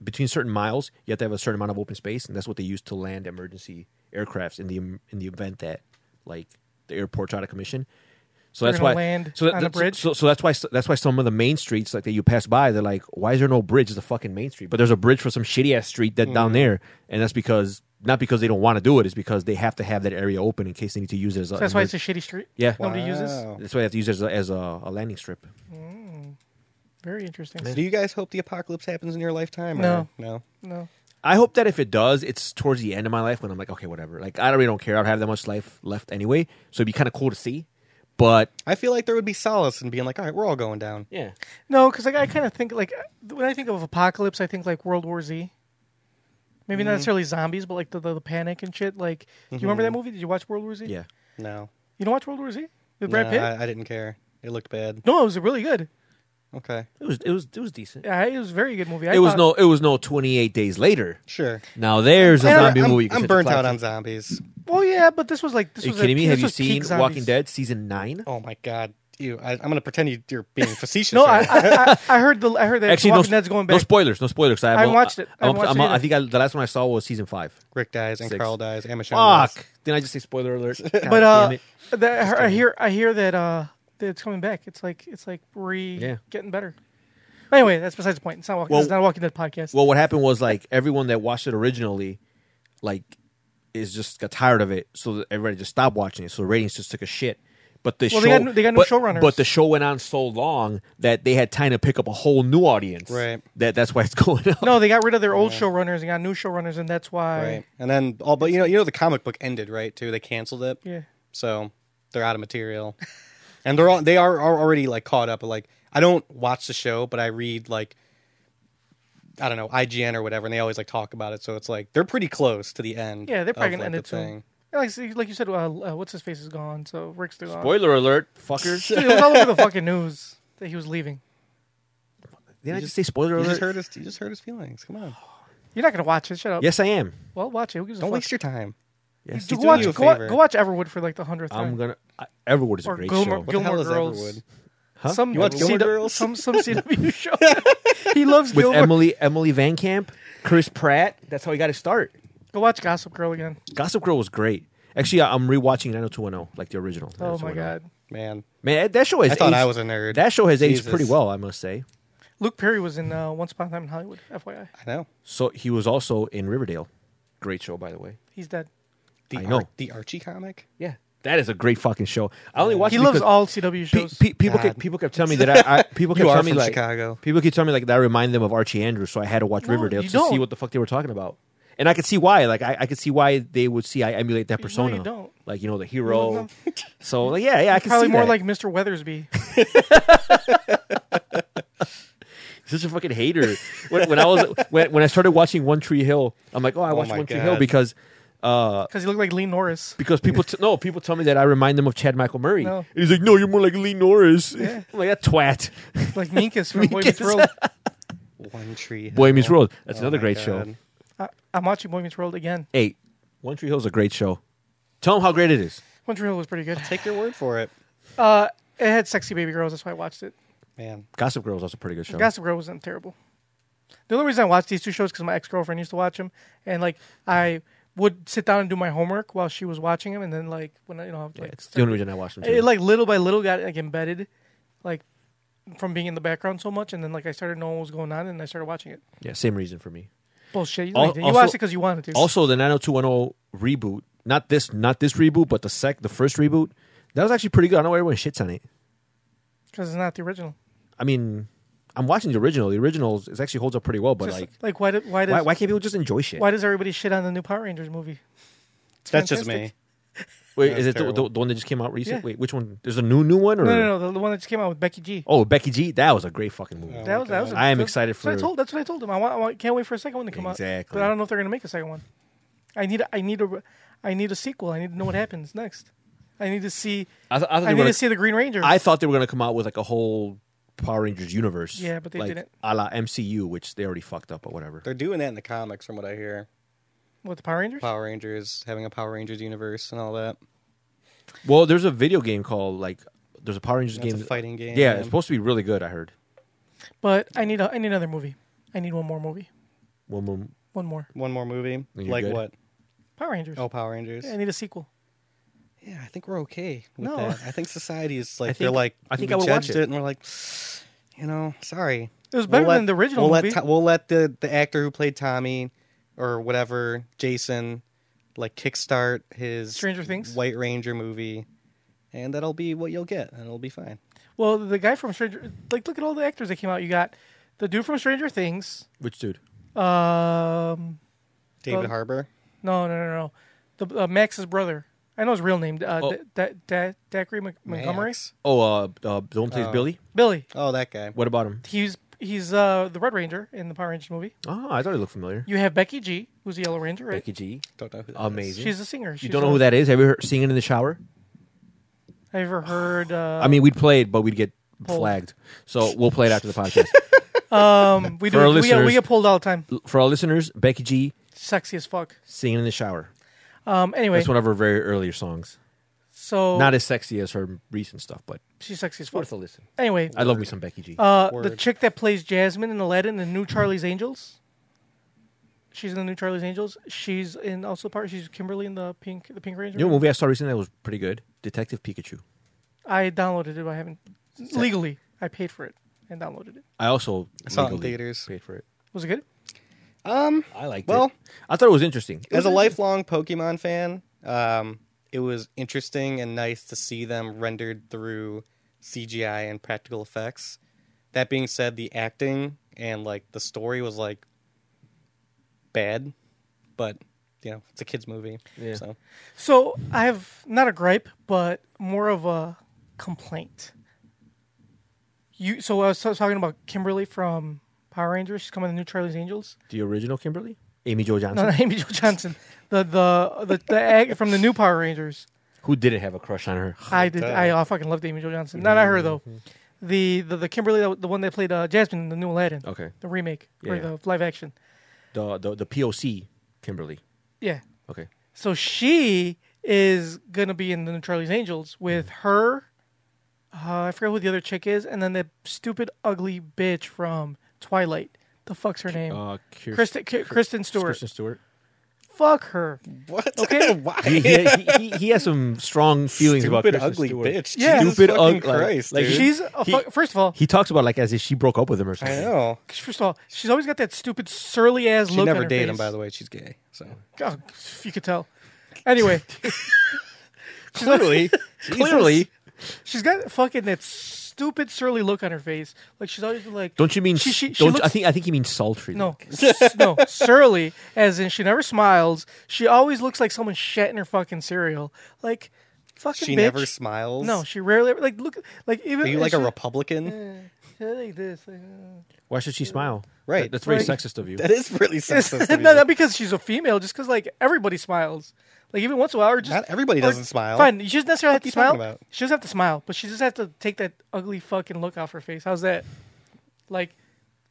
Speaker 3: between certain miles you have to have a certain amount of open space and that's what they use to land emergency aircrafts in the em- in the event that like the airports out of commission so
Speaker 2: They're
Speaker 3: that's
Speaker 2: gonna
Speaker 3: why
Speaker 2: land
Speaker 3: so that-
Speaker 2: on a
Speaker 3: that's-
Speaker 2: bridge?
Speaker 3: so, so that's why s- that's why some of the main streets like that you pass by they're like why is there no bridge it's the fucking main street but there's a bridge for some shitty ass street that
Speaker 2: Mm.
Speaker 3: down there and that's because not because they don't want to do it it's because they have to have that area open in case they need to use it as a
Speaker 2: So that's why it's a shitty street.
Speaker 3: yeah
Speaker 2: nobody uses.
Speaker 4: Wow.
Speaker 3: that's why they have to use it as a, as a, a landing strip
Speaker 2: Very interesting.
Speaker 4: Do you guys hope the apocalypse happens in your lifetime?
Speaker 2: No.
Speaker 4: or- no.
Speaker 2: No,
Speaker 3: I hope that if it does, it's towards the end of my life when I'm like, okay, whatever. Like, I really don't care. I don't have that much life left anyway. So it'd be kind of cool to see. But
Speaker 4: I feel like there would be solace in being like, all right, we're all going down.
Speaker 3: yeah,
Speaker 2: no, because like I kind of think like when I think of apocalypse, I think like World War Z. Maybe
Speaker 4: Mm-hmm.
Speaker 2: not necessarily zombies, but like the, the, the panic and shit. Like, do you remember that movie? Did you watch World War Z?
Speaker 3: yeah,
Speaker 4: No,
Speaker 2: You don't watch World War Z with
Speaker 4: no
Speaker 2: Brad Pitt?
Speaker 4: I, I didn't care. It looked bad.
Speaker 2: no, it was really good.
Speaker 4: Okay,
Speaker 3: it was it was it was decent.
Speaker 2: Yeah, it was a very good movie. I
Speaker 3: It was
Speaker 2: thought-
Speaker 3: no it was no 28 days later.
Speaker 4: sure.
Speaker 3: Now there's a
Speaker 2: And
Speaker 3: zombie
Speaker 4: I'm,
Speaker 3: movie. you can
Speaker 4: I'm
Speaker 3: set the
Speaker 4: burnt
Speaker 3: flag
Speaker 4: out
Speaker 3: to.
Speaker 4: on zombies.
Speaker 2: Well, yeah, but this was like this
Speaker 3: Are you
Speaker 2: was
Speaker 3: kidding
Speaker 2: like,
Speaker 3: me?
Speaker 2: this
Speaker 3: Have you
Speaker 2: was peak
Speaker 3: seen
Speaker 2: zombies.
Speaker 3: Walking Dead season nine?
Speaker 4: Oh my god, you! I, I'm gonna pretend you, you're being facetious.
Speaker 2: No, I,
Speaker 4: right now.
Speaker 2: I, I I heard the I heard that
Speaker 3: Actually, no,
Speaker 2: Walking Dead's going back.
Speaker 3: no spoilers. No spoilers. 'cause I,
Speaker 2: I
Speaker 3: haven't-
Speaker 2: watched it. I
Speaker 3: I'm-
Speaker 2: haven't watched
Speaker 3: I'm-
Speaker 2: it
Speaker 3: I
Speaker 2: either.
Speaker 3: think I, the last one I saw was season five.
Speaker 4: Rick dies and
Speaker 3: Six.
Speaker 4: Carl dies. and Michonne dies.
Speaker 3: Fuck! Then I just say spoiler alert. God
Speaker 2: but uh,
Speaker 3: damn it.
Speaker 2: that, I, hear- I hear I hear that uh that it's coming back. It's like it's like re
Speaker 3: Yeah.
Speaker 2: getting better. Anyway, that's besides the point. It's not walking.
Speaker 3: Well-
Speaker 2: it's not a Walking Dead podcast.
Speaker 3: Well, what happened was like everyone that watched it originally, like, is just got tired of it, so that everybody just stopped watching it. So the ratings just took a shit. But the
Speaker 2: Well,
Speaker 3: show,
Speaker 2: they got new- they got new
Speaker 3: but,
Speaker 2: showrunners.
Speaker 3: But the show went on so long that they had time to pick up a whole new audience.
Speaker 4: Right.
Speaker 3: That that's why it's going up.
Speaker 2: no, they got rid of their old showrunners and got new showrunners, and that's why.
Speaker 4: Right. And then all but you know you know the comic book ended, right? Too. They canceled it.
Speaker 2: Yeah.
Speaker 4: So they're out of material. and they're all they are, are already like caught up. Like I don't watch the show, but I read like I don't know, IGN or whatever, and they always like talk about it. So it's like they're pretty close to the end.
Speaker 2: Yeah, they're probably
Speaker 4: of,
Speaker 2: gonna
Speaker 4: like,
Speaker 2: end
Speaker 4: the
Speaker 2: it soon.
Speaker 4: thing.
Speaker 2: Yeah, Like, like you said, uh, uh, what's his face is gone, so Rick's still on.
Speaker 3: Spoiler alert, fuckers!
Speaker 2: Dude, it was all over the fucking news that he was leaving.
Speaker 3: Did I just say spoiler
Speaker 4: You just
Speaker 3: alert?
Speaker 4: hurt his you just hurt his feelings. Come on.
Speaker 2: You're not gonna watch it. Shut up.
Speaker 3: Yes, I am.
Speaker 2: Well, watch it. Who gives a
Speaker 4: Don't
Speaker 2: fuck?
Speaker 4: waste your time.
Speaker 3: Yes,
Speaker 2: Go
Speaker 4: doing
Speaker 2: watch,
Speaker 4: you a
Speaker 2: go, wa-
Speaker 4: favor.
Speaker 2: go watch Everwood for like the hundredth time.
Speaker 3: I'm gonna. I, Everwood is a
Speaker 2: or
Speaker 3: great
Speaker 2: Gilmore,
Speaker 3: show.
Speaker 4: the hell
Speaker 2: Gilmore
Speaker 4: is
Speaker 2: Girls.
Speaker 4: Everwood?
Speaker 3: Huh?
Speaker 2: Some
Speaker 4: You watch
Speaker 2: CW
Speaker 4: Gilmore Girls?
Speaker 2: Some some CW show. he loves
Speaker 3: With
Speaker 2: Gilmore.
Speaker 3: Emily Emily Van Camp, Chris Pratt. That's how you got to start.
Speaker 2: Go watch Gossip Girl again.
Speaker 3: Gossip Girl was great. Actually, I- I'm rewatching 90210, like the original.
Speaker 2: Oh my
Speaker 3: 90210.
Speaker 2: god.
Speaker 4: Man.
Speaker 3: Man, that- that show has.
Speaker 4: I thought
Speaker 3: aged-
Speaker 4: I was a nerd.
Speaker 3: That show has aged
Speaker 4: Jesus.
Speaker 3: pretty well, I must say.
Speaker 2: Luke Perry was in uh, Once Upon a Time in Hollywood. FYI,
Speaker 4: I know.
Speaker 3: So he was also in Riverdale. Great show, by the way.
Speaker 2: he's dead.
Speaker 4: The
Speaker 3: I know.
Speaker 4: Ar- the Archie comic?
Speaker 3: Yeah, that is a great fucking show. I only watched.
Speaker 2: He
Speaker 3: it
Speaker 2: loves
Speaker 3: because
Speaker 2: all CW
Speaker 3: pe-
Speaker 2: shows.
Speaker 3: pe- people
Speaker 4: God.
Speaker 3: kept people kept telling me that I, I people
Speaker 4: You
Speaker 3: kept
Speaker 4: are
Speaker 3: telling me
Speaker 4: from
Speaker 3: like
Speaker 4: Chicago.
Speaker 3: people kept telling me like that reminded them of Archie Andrews, so I had to watch
Speaker 2: No,
Speaker 3: Riverdale
Speaker 2: you
Speaker 3: to see
Speaker 2: don't.
Speaker 3: what the fuck they were talking about. And I could see why. Like I, I could see why they would see I emulate that
Speaker 2: you
Speaker 3: persona.
Speaker 2: don't.
Speaker 3: Like you know the hero. so like, yeah, yeah, I can
Speaker 2: Probably
Speaker 3: see
Speaker 2: more
Speaker 3: that.
Speaker 2: like Mr. Weathersby.
Speaker 3: such a fucking hater. when, when I was when, when I started watching One Tree Hill, I'm like, oh, I watched
Speaker 4: my
Speaker 3: One Tree
Speaker 4: God.
Speaker 3: Hill because Uh,
Speaker 2: because he looked like Lee Norris.
Speaker 3: because people t- no people tell me that I remind them of Chad Michael Murray.
Speaker 2: No.
Speaker 3: And he's like, no, you're more like Lee Norris. I'm like that twat.
Speaker 2: Like Minkus from Boy Meets
Speaker 3: Minkus.
Speaker 2: World.
Speaker 4: One Tree
Speaker 3: Boy
Speaker 4: Hill.
Speaker 3: Meets World. That's
Speaker 4: Oh
Speaker 3: another
Speaker 4: my
Speaker 3: great
Speaker 4: God.
Speaker 3: show.
Speaker 2: I, I'm watching Boy Meets World again.
Speaker 3: Hey, One Tree Hill is a great show. Tell them how great it is.
Speaker 2: Once Real was pretty good.
Speaker 4: Take your word for it.
Speaker 2: Uh, it had sexy baby girls. That's why I watched it.
Speaker 4: Man.
Speaker 3: Gossip Girl is also a pretty good show.
Speaker 2: Gossip Girl wasn't terrible. The only reason I watched these two shows because my ex girlfriend used to watch them, and like I would sit down and do my homework while she was watching them, and then like when I, you know, I would, like,
Speaker 3: it's the only reason I watched them.
Speaker 2: it
Speaker 3: Too.
Speaker 2: like little by little got like embedded, like from being in the background so much, and then like I started knowing what was going on, and I started watching it.
Speaker 3: yeah, same reason for me.
Speaker 2: Bullshit! You,
Speaker 3: Al-
Speaker 2: liked it. You
Speaker 3: also-
Speaker 2: watched it because you wanted to.
Speaker 3: Also, the 90210 reboot. Not this, not this reboot, but the sec, the first reboot. That was actually pretty good. I know everyone shits on it.
Speaker 2: because it's not the original.
Speaker 3: I mean, I'm watching the original. The original is- it actually holds up pretty well, but
Speaker 2: Just,
Speaker 3: like,
Speaker 2: like why, do, why does
Speaker 3: why,
Speaker 2: why,
Speaker 3: why can't people just enjoy shit?
Speaker 2: does everybody shit on the new Power Rangers movie? It's
Speaker 4: That's just me.
Speaker 2: fantastic.
Speaker 3: Wait, is it
Speaker 4: That's
Speaker 3: the, the,
Speaker 4: terrible.
Speaker 3: the one that just came out recently?
Speaker 2: Yeah.
Speaker 3: Wait, which one? There's a new new one or
Speaker 2: No, no, no, the, the one that just came out with Becky G.
Speaker 3: Oh, Becky G. That was a great fucking movie.
Speaker 2: that was that was. a-
Speaker 3: I am
Speaker 2: that-
Speaker 3: excited
Speaker 2: that's what
Speaker 3: for-
Speaker 2: I told, that's what I told him. I want, I want- can't wait for a second one to come out.
Speaker 3: Exactly.
Speaker 2: But I don't know if they're gonna make a second one. I need I need a I need a sequel. I need to know what happens next. I need to see.
Speaker 3: I, th- I, thought
Speaker 2: I
Speaker 3: they
Speaker 2: need
Speaker 3: were
Speaker 2: to
Speaker 3: gonna,
Speaker 2: see the Green Ranger.
Speaker 3: I thought they were gonna come out with like a whole Power Rangers universe.
Speaker 2: Yeah, but they
Speaker 3: like,
Speaker 2: didn't.
Speaker 3: A la MCU, which they already fucked up, but whatever.
Speaker 4: They're doing that in the comics, from what I hear.
Speaker 2: What the Power Rangers?
Speaker 4: Power Rangers having a Power Rangers universe and all that.
Speaker 3: Well, there's a video game called like there's a Power Rangers
Speaker 4: That's
Speaker 3: game.
Speaker 4: a fighting game.
Speaker 3: yeah, it's supposed to be really good. I heard.
Speaker 2: But I need a, I need another movie. I need one more movie.
Speaker 3: One more-
Speaker 2: One more
Speaker 4: one more movie.
Speaker 3: You're
Speaker 4: Like
Speaker 3: good?
Speaker 4: what?
Speaker 2: Power Rangers.
Speaker 4: Oh, Power Rangers.
Speaker 2: Yeah, I need a sequel.
Speaker 4: Yeah, I think we're okay with
Speaker 2: No.
Speaker 4: that. I think society is like
Speaker 3: I
Speaker 4: they're
Speaker 3: think-
Speaker 4: like
Speaker 3: I think
Speaker 4: we
Speaker 3: I would watch
Speaker 4: judged
Speaker 3: it.
Speaker 4: and we're like, you know, sorry.
Speaker 2: It was better than the original
Speaker 4: We'll
Speaker 2: movie.
Speaker 4: let To- we'll let the the actor who played Tommy or whatever Jason like kickstart his
Speaker 2: Stranger Things?
Speaker 4: White Ranger movie, and that'll be what you'll get, and it'll be fine.
Speaker 2: Well, the guy from Stranger like look at all the actors that came out. You got the dude from Stranger Things.
Speaker 3: Which dude?
Speaker 2: Um,
Speaker 4: David
Speaker 2: Oh.
Speaker 4: Harbour.
Speaker 2: no, no, no, no. The uh, Max's brother. I know his real name. Uh,
Speaker 3: Oh.
Speaker 2: Da- Da- Da- Dacre Mc- Montgomery.
Speaker 4: Max.
Speaker 3: Oh, uh, uh the one who plays Billy.
Speaker 2: Billy.
Speaker 4: Oh, that guy.
Speaker 3: What about him?
Speaker 2: He's he's uh, the Red Ranger in the Power Rangers movie.
Speaker 3: Oh, I thought he looked familiar.
Speaker 2: You have Becky G, who's the Yellow Ranger, right?
Speaker 3: Becky G.
Speaker 4: Don't know who. That is.
Speaker 3: Amazing.
Speaker 2: She's a singer.
Speaker 3: you don't know who that is? Have you heard singing in the shower?
Speaker 2: I ever heard. Uh,
Speaker 3: I mean, we'd play it, but we'd get
Speaker 2: Pulled.
Speaker 3: flagged. So we'll play it after the podcast.
Speaker 2: um, we do.
Speaker 3: for our
Speaker 2: we, get, we
Speaker 3: listeners-
Speaker 2: get pulled all the time.
Speaker 3: For our listeners, Becky G
Speaker 2: Sexy as fuck.
Speaker 3: singing in the shower.
Speaker 2: Um, anyway,
Speaker 3: That's one of her very earlier songs.
Speaker 2: so
Speaker 3: Not as sexy as her recent stuff, but
Speaker 2: she's sexy as fuck.
Speaker 3: worth a listen.
Speaker 2: Anyway,
Speaker 3: I love me some Becky G.
Speaker 2: Uh, the
Speaker 4: Word.
Speaker 2: chick that plays Jasmine in Aladdin, the new Charlie's Angels. She's in the new Charlie's Angels. She's in also part. She's Kimberly in the Pink, the Pink Ranger.
Speaker 3: you know, a movie I saw recently that was pretty good, Detective Pikachu.
Speaker 2: I downloaded it. But I haven't legally. I paid for it and downloaded it.
Speaker 3: I also
Speaker 4: I saw it in
Speaker 3: legally
Speaker 4: theaters.
Speaker 3: paid for it.
Speaker 2: Was it good?
Speaker 3: I liked
Speaker 4: Well-
Speaker 3: it. I thought it was interesting.
Speaker 4: as
Speaker 2: Mm-hmm.
Speaker 4: a lifelong Pokemon fan, um, it was interesting and nice to see them rendered through CGI and practical effects. That being said, the acting and like the story was like bad, but you know it's a kids movie,
Speaker 3: Yeah.
Speaker 4: so
Speaker 2: So I have not a gripe, but more of a complaint. You. So I was t- talking about Kimberly from Power Rangers. She's coming in the new Charlie's Angels.
Speaker 3: The original Kimberly, Amy Jo Johnson,
Speaker 2: No, not Amy Jo Johnson. The the the, the egg from the new Power Rangers.
Speaker 3: who didn't have a crush on her.
Speaker 2: I did. I, I fucking loved Amy Jo Johnson. Not, not her though.
Speaker 3: Mm-hmm.
Speaker 2: The, the the Kimberly, the, the one that played uh, Jasmine in the new Aladdin.
Speaker 3: Okay.
Speaker 2: The remake or
Speaker 3: Yeah.
Speaker 2: the live action.
Speaker 3: The the, the POC Kimberly.
Speaker 2: Yeah.
Speaker 3: Okay.
Speaker 2: So she is gonna be in the new Charlie's Angels
Speaker 3: Mm.
Speaker 2: with her. Uh, I forget who the other chick is, and then the stupid ugly bitch from Twilight. The fuck's her name?
Speaker 3: Uh, Kirsten,
Speaker 2: Kristen Ki- Kristen Stewart.
Speaker 3: Kristen Stewart.
Speaker 2: Fuck her.
Speaker 4: what?
Speaker 2: Okay.
Speaker 3: He,
Speaker 4: Why?
Speaker 3: he, he, he has some strong feelings about
Speaker 4: Stupid
Speaker 3: Kristen
Speaker 4: ugly
Speaker 3: Stewart.
Speaker 4: bitch.
Speaker 2: Yeah.
Speaker 4: Jesus
Speaker 3: Stupid
Speaker 4: fucking
Speaker 3: ugly- like-
Speaker 4: Christ,
Speaker 3: like
Speaker 4: dude.
Speaker 2: She's a
Speaker 3: He-
Speaker 2: fuck, first of all.
Speaker 3: He talks about like as if she broke up with him or
Speaker 4: I
Speaker 3: something.
Speaker 4: know.
Speaker 2: First of all, she's always got that stupid surly ass
Speaker 4: She
Speaker 2: look.
Speaker 4: never
Speaker 2: on her
Speaker 4: dated
Speaker 2: face.
Speaker 4: him, by the way. She's gay, so
Speaker 2: Oh, you could tell. Anyway,
Speaker 3: Clearly, clearly.
Speaker 2: she's got fucking that stupid surly look on her face. Like she's always like,
Speaker 3: Don't you mean?
Speaker 2: She- she- she
Speaker 3: don't you-
Speaker 2: looks-
Speaker 3: I think I think you mean sultry.
Speaker 2: no, s- no, surly as in she never smiles. She always looks like someone shat in her fucking cereal. Like fucking
Speaker 4: she
Speaker 2: bitch.
Speaker 4: never smiles.
Speaker 2: No, she rarely like look like even
Speaker 4: Are you like
Speaker 2: she,
Speaker 4: a Republican?
Speaker 2: like this. like,
Speaker 3: Why should she smile?
Speaker 4: Right.
Speaker 3: That- that's very
Speaker 2: Right.
Speaker 3: sexist of you.
Speaker 4: That is really sexist.
Speaker 2: uh.
Speaker 4: of
Speaker 2: no,
Speaker 4: you.
Speaker 2: not because she's a female, just because like everybody smiles. Like even once in a while, or just
Speaker 4: Not everybody
Speaker 2: or-
Speaker 4: doesn't smile.
Speaker 2: Fine, she doesn't necessarily have to
Speaker 4: you talking
Speaker 2: smile.
Speaker 4: about?
Speaker 2: She doesn't have to smile, but she just has to take that ugly fucking look off her face. How's that? Like,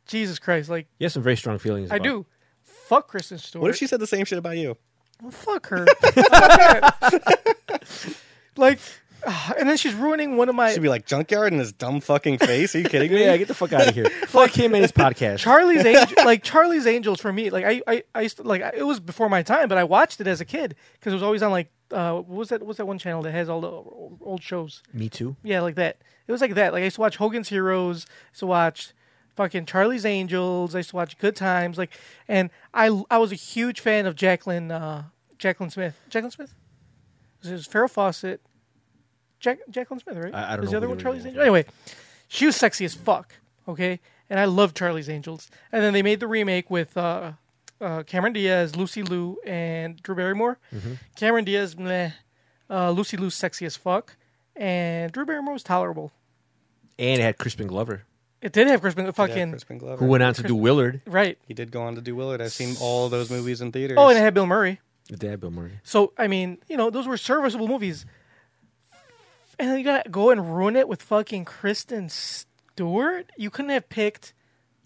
Speaker 2: Jesus Christ! Like
Speaker 3: You have some very strong feelings.
Speaker 2: I
Speaker 3: about-
Speaker 2: do. Fuck Kristen Stewart.
Speaker 4: What if she said the same shit about you?
Speaker 2: Well, fuck her? I'm upset. like, ah, and then she's ruining one of my
Speaker 4: She'd be like, Junkyard in his dumb fucking face? Are you kidding me?
Speaker 3: Yeah, get the fuck out of here. fuck him and his podcast.
Speaker 2: Charlie's Angel, like Charlie's Angels for me. Like I, I, I used to, like I- it was before my time, but I watched it as a kid because it was always on like uh, what was that? What was that one channel that has all the o- old shows?
Speaker 3: Me too.
Speaker 2: Yeah, like that. It was like that. Like I used to watch Hogan's Heroes. I used to watch fucking Charlie's Angels. I used to watch Good Times. Like, and I I was a huge fan of Jacqueline uh, Jacqueline Smith. Jacqueline Smith. It was Farrah Fawcett. Jack, Jacqueline Smith, right?
Speaker 3: I- I don't
Speaker 2: was
Speaker 3: know
Speaker 2: the other
Speaker 3: who
Speaker 2: one
Speaker 3: the
Speaker 2: Charlie's
Speaker 3: original
Speaker 2: Angels. Anyway, She was sexy as fuck. Okay, and I love Charlie's Angels. And then they made the remake with uh, uh, Cameron Diaz, Lucy Liu, and Drew Barrymore.
Speaker 3: Mm-hmm.
Speaker 2: Cameron Diaz, meh. Uh, Lucy Liu's sexy as fuck, and Drew Barrymore was tolerable.
Speaker 3: and it had Crispin Glover,
Speaker 2: It did have Crispin fucking
Speaker 4: Yeah, Crispin Glover.
Speaker 3: who went on to do Willard.
Speaker 2: right.
Speaker 4: He did go on to do Willard. I've seen all of those movies in theaters.
Speaker 2: Oh, and it had Bill Murray.
Speaker 3: Dad, Bill Murray.
Speaker 2: So I mean, you know, those were serviceable movies. And then you gotta go and ruin it with fucking Kristen Stewart. You couldn't have picked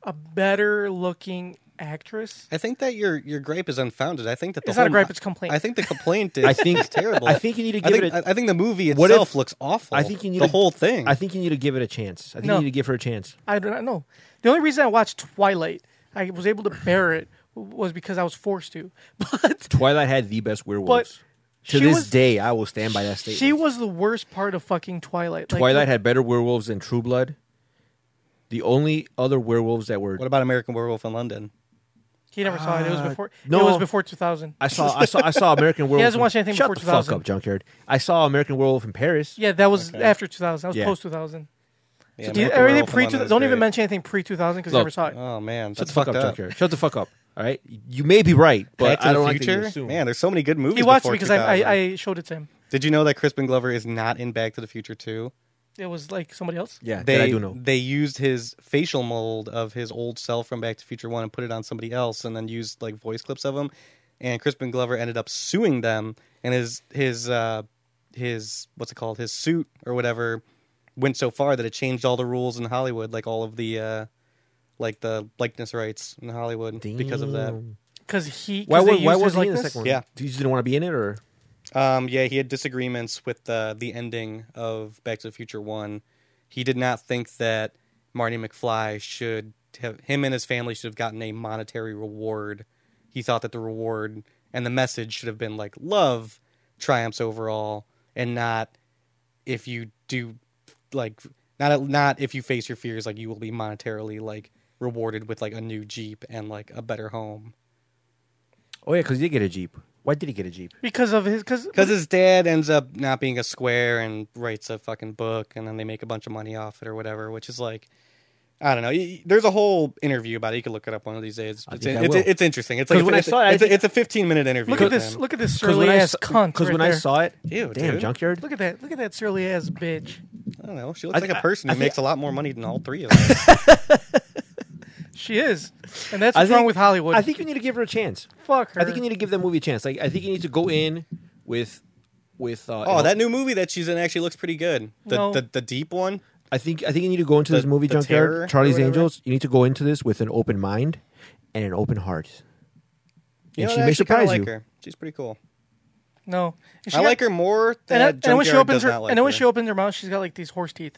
Speaker 2: a better looking actress.
Speaker 4: I think that your your gripe is unfounded. I think that the
Speaker 2: It's
Speaker 4: whole
Speaker 2: not a gripe; it's a complaint.
Speaker 4: I think the complaint is,
Speaker 3: I think-
Speaker 4: is terrible.
Speaker 3: I think you need to
Speaker 4: I
Speaker 3: give
Speaker 4: think,
Speaker 3: it a-
Speaker 4: I think the movie
Speaker 3: What if-
Speaker 4: itself looks awful.
Speaker 3: I think you need
Speaker 4: the
Speaker 3: to-
Speaker 4: whole thing.
Speaker 3: I think you need to give it a chance. I think
Speaker 2: No.
Speaker 3: you need to give her a chance.
Speaker 2: I do not know. The only reason I watched Twilight, I was able to bear it, was because I was forced to. But
Speaker 3: Twilight had the best werewolves. to
Speaker 2: she
Speaker 3: this
Speaker 2: was-
Speaker 3: day, I will stand by that statement.
Speaker 2: she was the worst part of fucking Twilight. Like,
Speaker 3: Twilight had better werewolves than True Blood. The only other werewolves that were
Speaker 4: What about American Werewolf in London?
Speaker 2: he never saw it. It was before.
Speaker 3: no.
Speaker 2: it was before two thousand.
Speaker 3: I saw I saw I saw American Werewolf.
Speaker 2: hasn't watched anything
Speaker 3: Shut
Speaker 2: before
Speaker 3: the fuck
Speaker 2: 2000.
Speaker 3: up, junkyard. I saw American Werewolf in Paris.
Speaker 2: Yeah, that was after two thousand. That was
Speaker 3: Yeah.
Speaker 2: post two thousand.
Speaker 4: Yeah,
Speaker 2: Do you-
Speaker 4: American
Speaker 2: everything
Speaker 4: Werewolf in
Speaker 2: pre
Speaker 4: London is
Speaker 2: don't even
Speaker 4: great.
Speaker 2: mention anything pre two thousand because I
Speaker 3: Look,
Speaker 2: never saw it.
Speaker 4: Oh man,
Speaker 3: Shut the
Speaker 4: that's
Speaker 3: fuck up,
Speaker 4: fucked up.
Speaker 3: junkyard. Shut the fuck up. All right, you may be right, but
Speaker 4: Back to
Speaker 3: I
Speaker 4: the
Speaker 3: don't like
Speaker 4: Future.
Speaker 3: to assume.
Speaker 4: Man, there's so many good movies.
Speaker 2: He watched it
Speaker 4: before
Speaker 2: because I,
Speaker 4: 2000.
Speaker 2: I, I showed it to him.
Speaker 4: Did you know that Crispin Glover is not in Back to the Future 2?
Speaker 2: It was like somebody else.
Speaker 3: Yeah,
Speaker 4: They
Speaker 3: that I do know.
Speaker 4: they used his facial mold of his old self from Back to the Future 1 and put it on somebody else and then used like voice clips of him and Crispin Glover ended up suing them and his his uh his what's it called his suit or whatever went so far that it changed all the rules in Hollywood like all of the uh like the likeness rights in Hollywood because of that.
Speaker 3: Damn.
Speaker 2: because he. 'cause
Speaker 3: Why,
Speaker 2: they
Speaker 3: wa- why
Speaker 2: used his
Speaker 3: was he in the
Speaker 2: likeness?
Speaker 3: second one?
Speaker 4: Yeah.
Speaker 3: you just didn't want to be in it, or
Speaker 4: Um, yeah, he had disagreements with the the ending of Back to the Future One. He did not think that Marty McFly should have him and his family should have gotten a monetary reward. He thought that the reward and the message should have been like love triumphs over all, and not if you do like not not if you face your fears like you will be monetarily like rewarded with like a new Jeep and like a better home.
Speaker 3: oh yeah, because he did get a jeep. Why did he get a jeep?
Speaker 2: Because of his, because
Speaker 4: Because his dad ends up not being a square and writes a fucking book, and then they make a bunch of money off it or whatever, which is like, I don't know. Y- y- There's a whole interview about it. You can look it up one of these days. It's,
Speaker 3: think I
Speaker 4: it's,
Speaker 3: will.
Speaker 4: it's interesting. It's like
Speaker 3: 'Cause when I
Speaker 4: it's,
Speaker 3: saw it, I
Speaker 4: it's, a,
Speaker 3: think-
Speaker 4: it's a 15 minute interview.
Speaker 2: look at
Speaker 4: with
Speaker 2: this,
Speaker 4: him.
Speaker 2: look at this
Speaker 3: Because
Speaker 2: surly
Speaker 3: when, I,
Speaker 2: ass
Speaker 3: saw,
Speaker 2: cunt.
Speaker 3: 'cause
Speaker 2: right
Speaker 3: when I
Speaker 2: there.
Speaker 3: saw it,
Speaker 4: Ew,
Speaker 3: damn
Speaker 4: dude.
Speaker 3: junkyard.
Speaker 2: look at that, look at that surly ass bitch.
Speaker 4: I don't know. She looks
Speaker 3: I-
Speaker 4: like a
Speaker 3: I-
Speaker 4: person
Speaker 3: I
Speaker 4: who
Speaker 3: think-
Speaker 4: makes a lot more money than all three of us.
Speaker 2: She is, and that's
Speaker 3: I
Speaker 2: what's
Speaker 3: think-
Speaker 2: wrong with Hollywood.
Speaker 3: I think you need to give her a chance.
Speaker 2: fuck her.
Speaker 3: I think you need to give that movie a chance. Like I think you need to go in with with uh,
Speaker 4: oh, that new movie that she's in actually looks pretty good. The
Speaker 2: No.
Speaker 4: the, the deep one.
Speaker 3: I think I think you need to go into
Speaker 4: The-
Speaker 3: this movie
Speaker 4: the terror or
Speaker 3: junkyard, Charlie's
Speaker 4: whatever?
Speaker 3: Angels. You need to go into this with an open mind and an open heart.
Speaker 4: You
Speaker 3: And
Speaker 4: know,
Speaker 3: she
Speaker 4: I
Speaker 3: may
Speaker 4: actually kinda
Speaker 3: surprise
Speaker 4: like
Speaker 3: you.
Speaker 4: Her. She's pretty cool.
Speaker 2: no. And she
Speaker 4: I
Speaker 2: got-
Speaker 4: like her more than
Speaker 2: And, I-
Speaker 4: that
Speaker 2: and when she
Speaker 4: junkyard
Speaker 2: opens
Speaker 4: does
Speaker 2: her,
Speaker 4: not like
Speaker 2: and then when
Speaker 4: her.
Speaker 2: she opens her mouth, she's got like these horse teeth.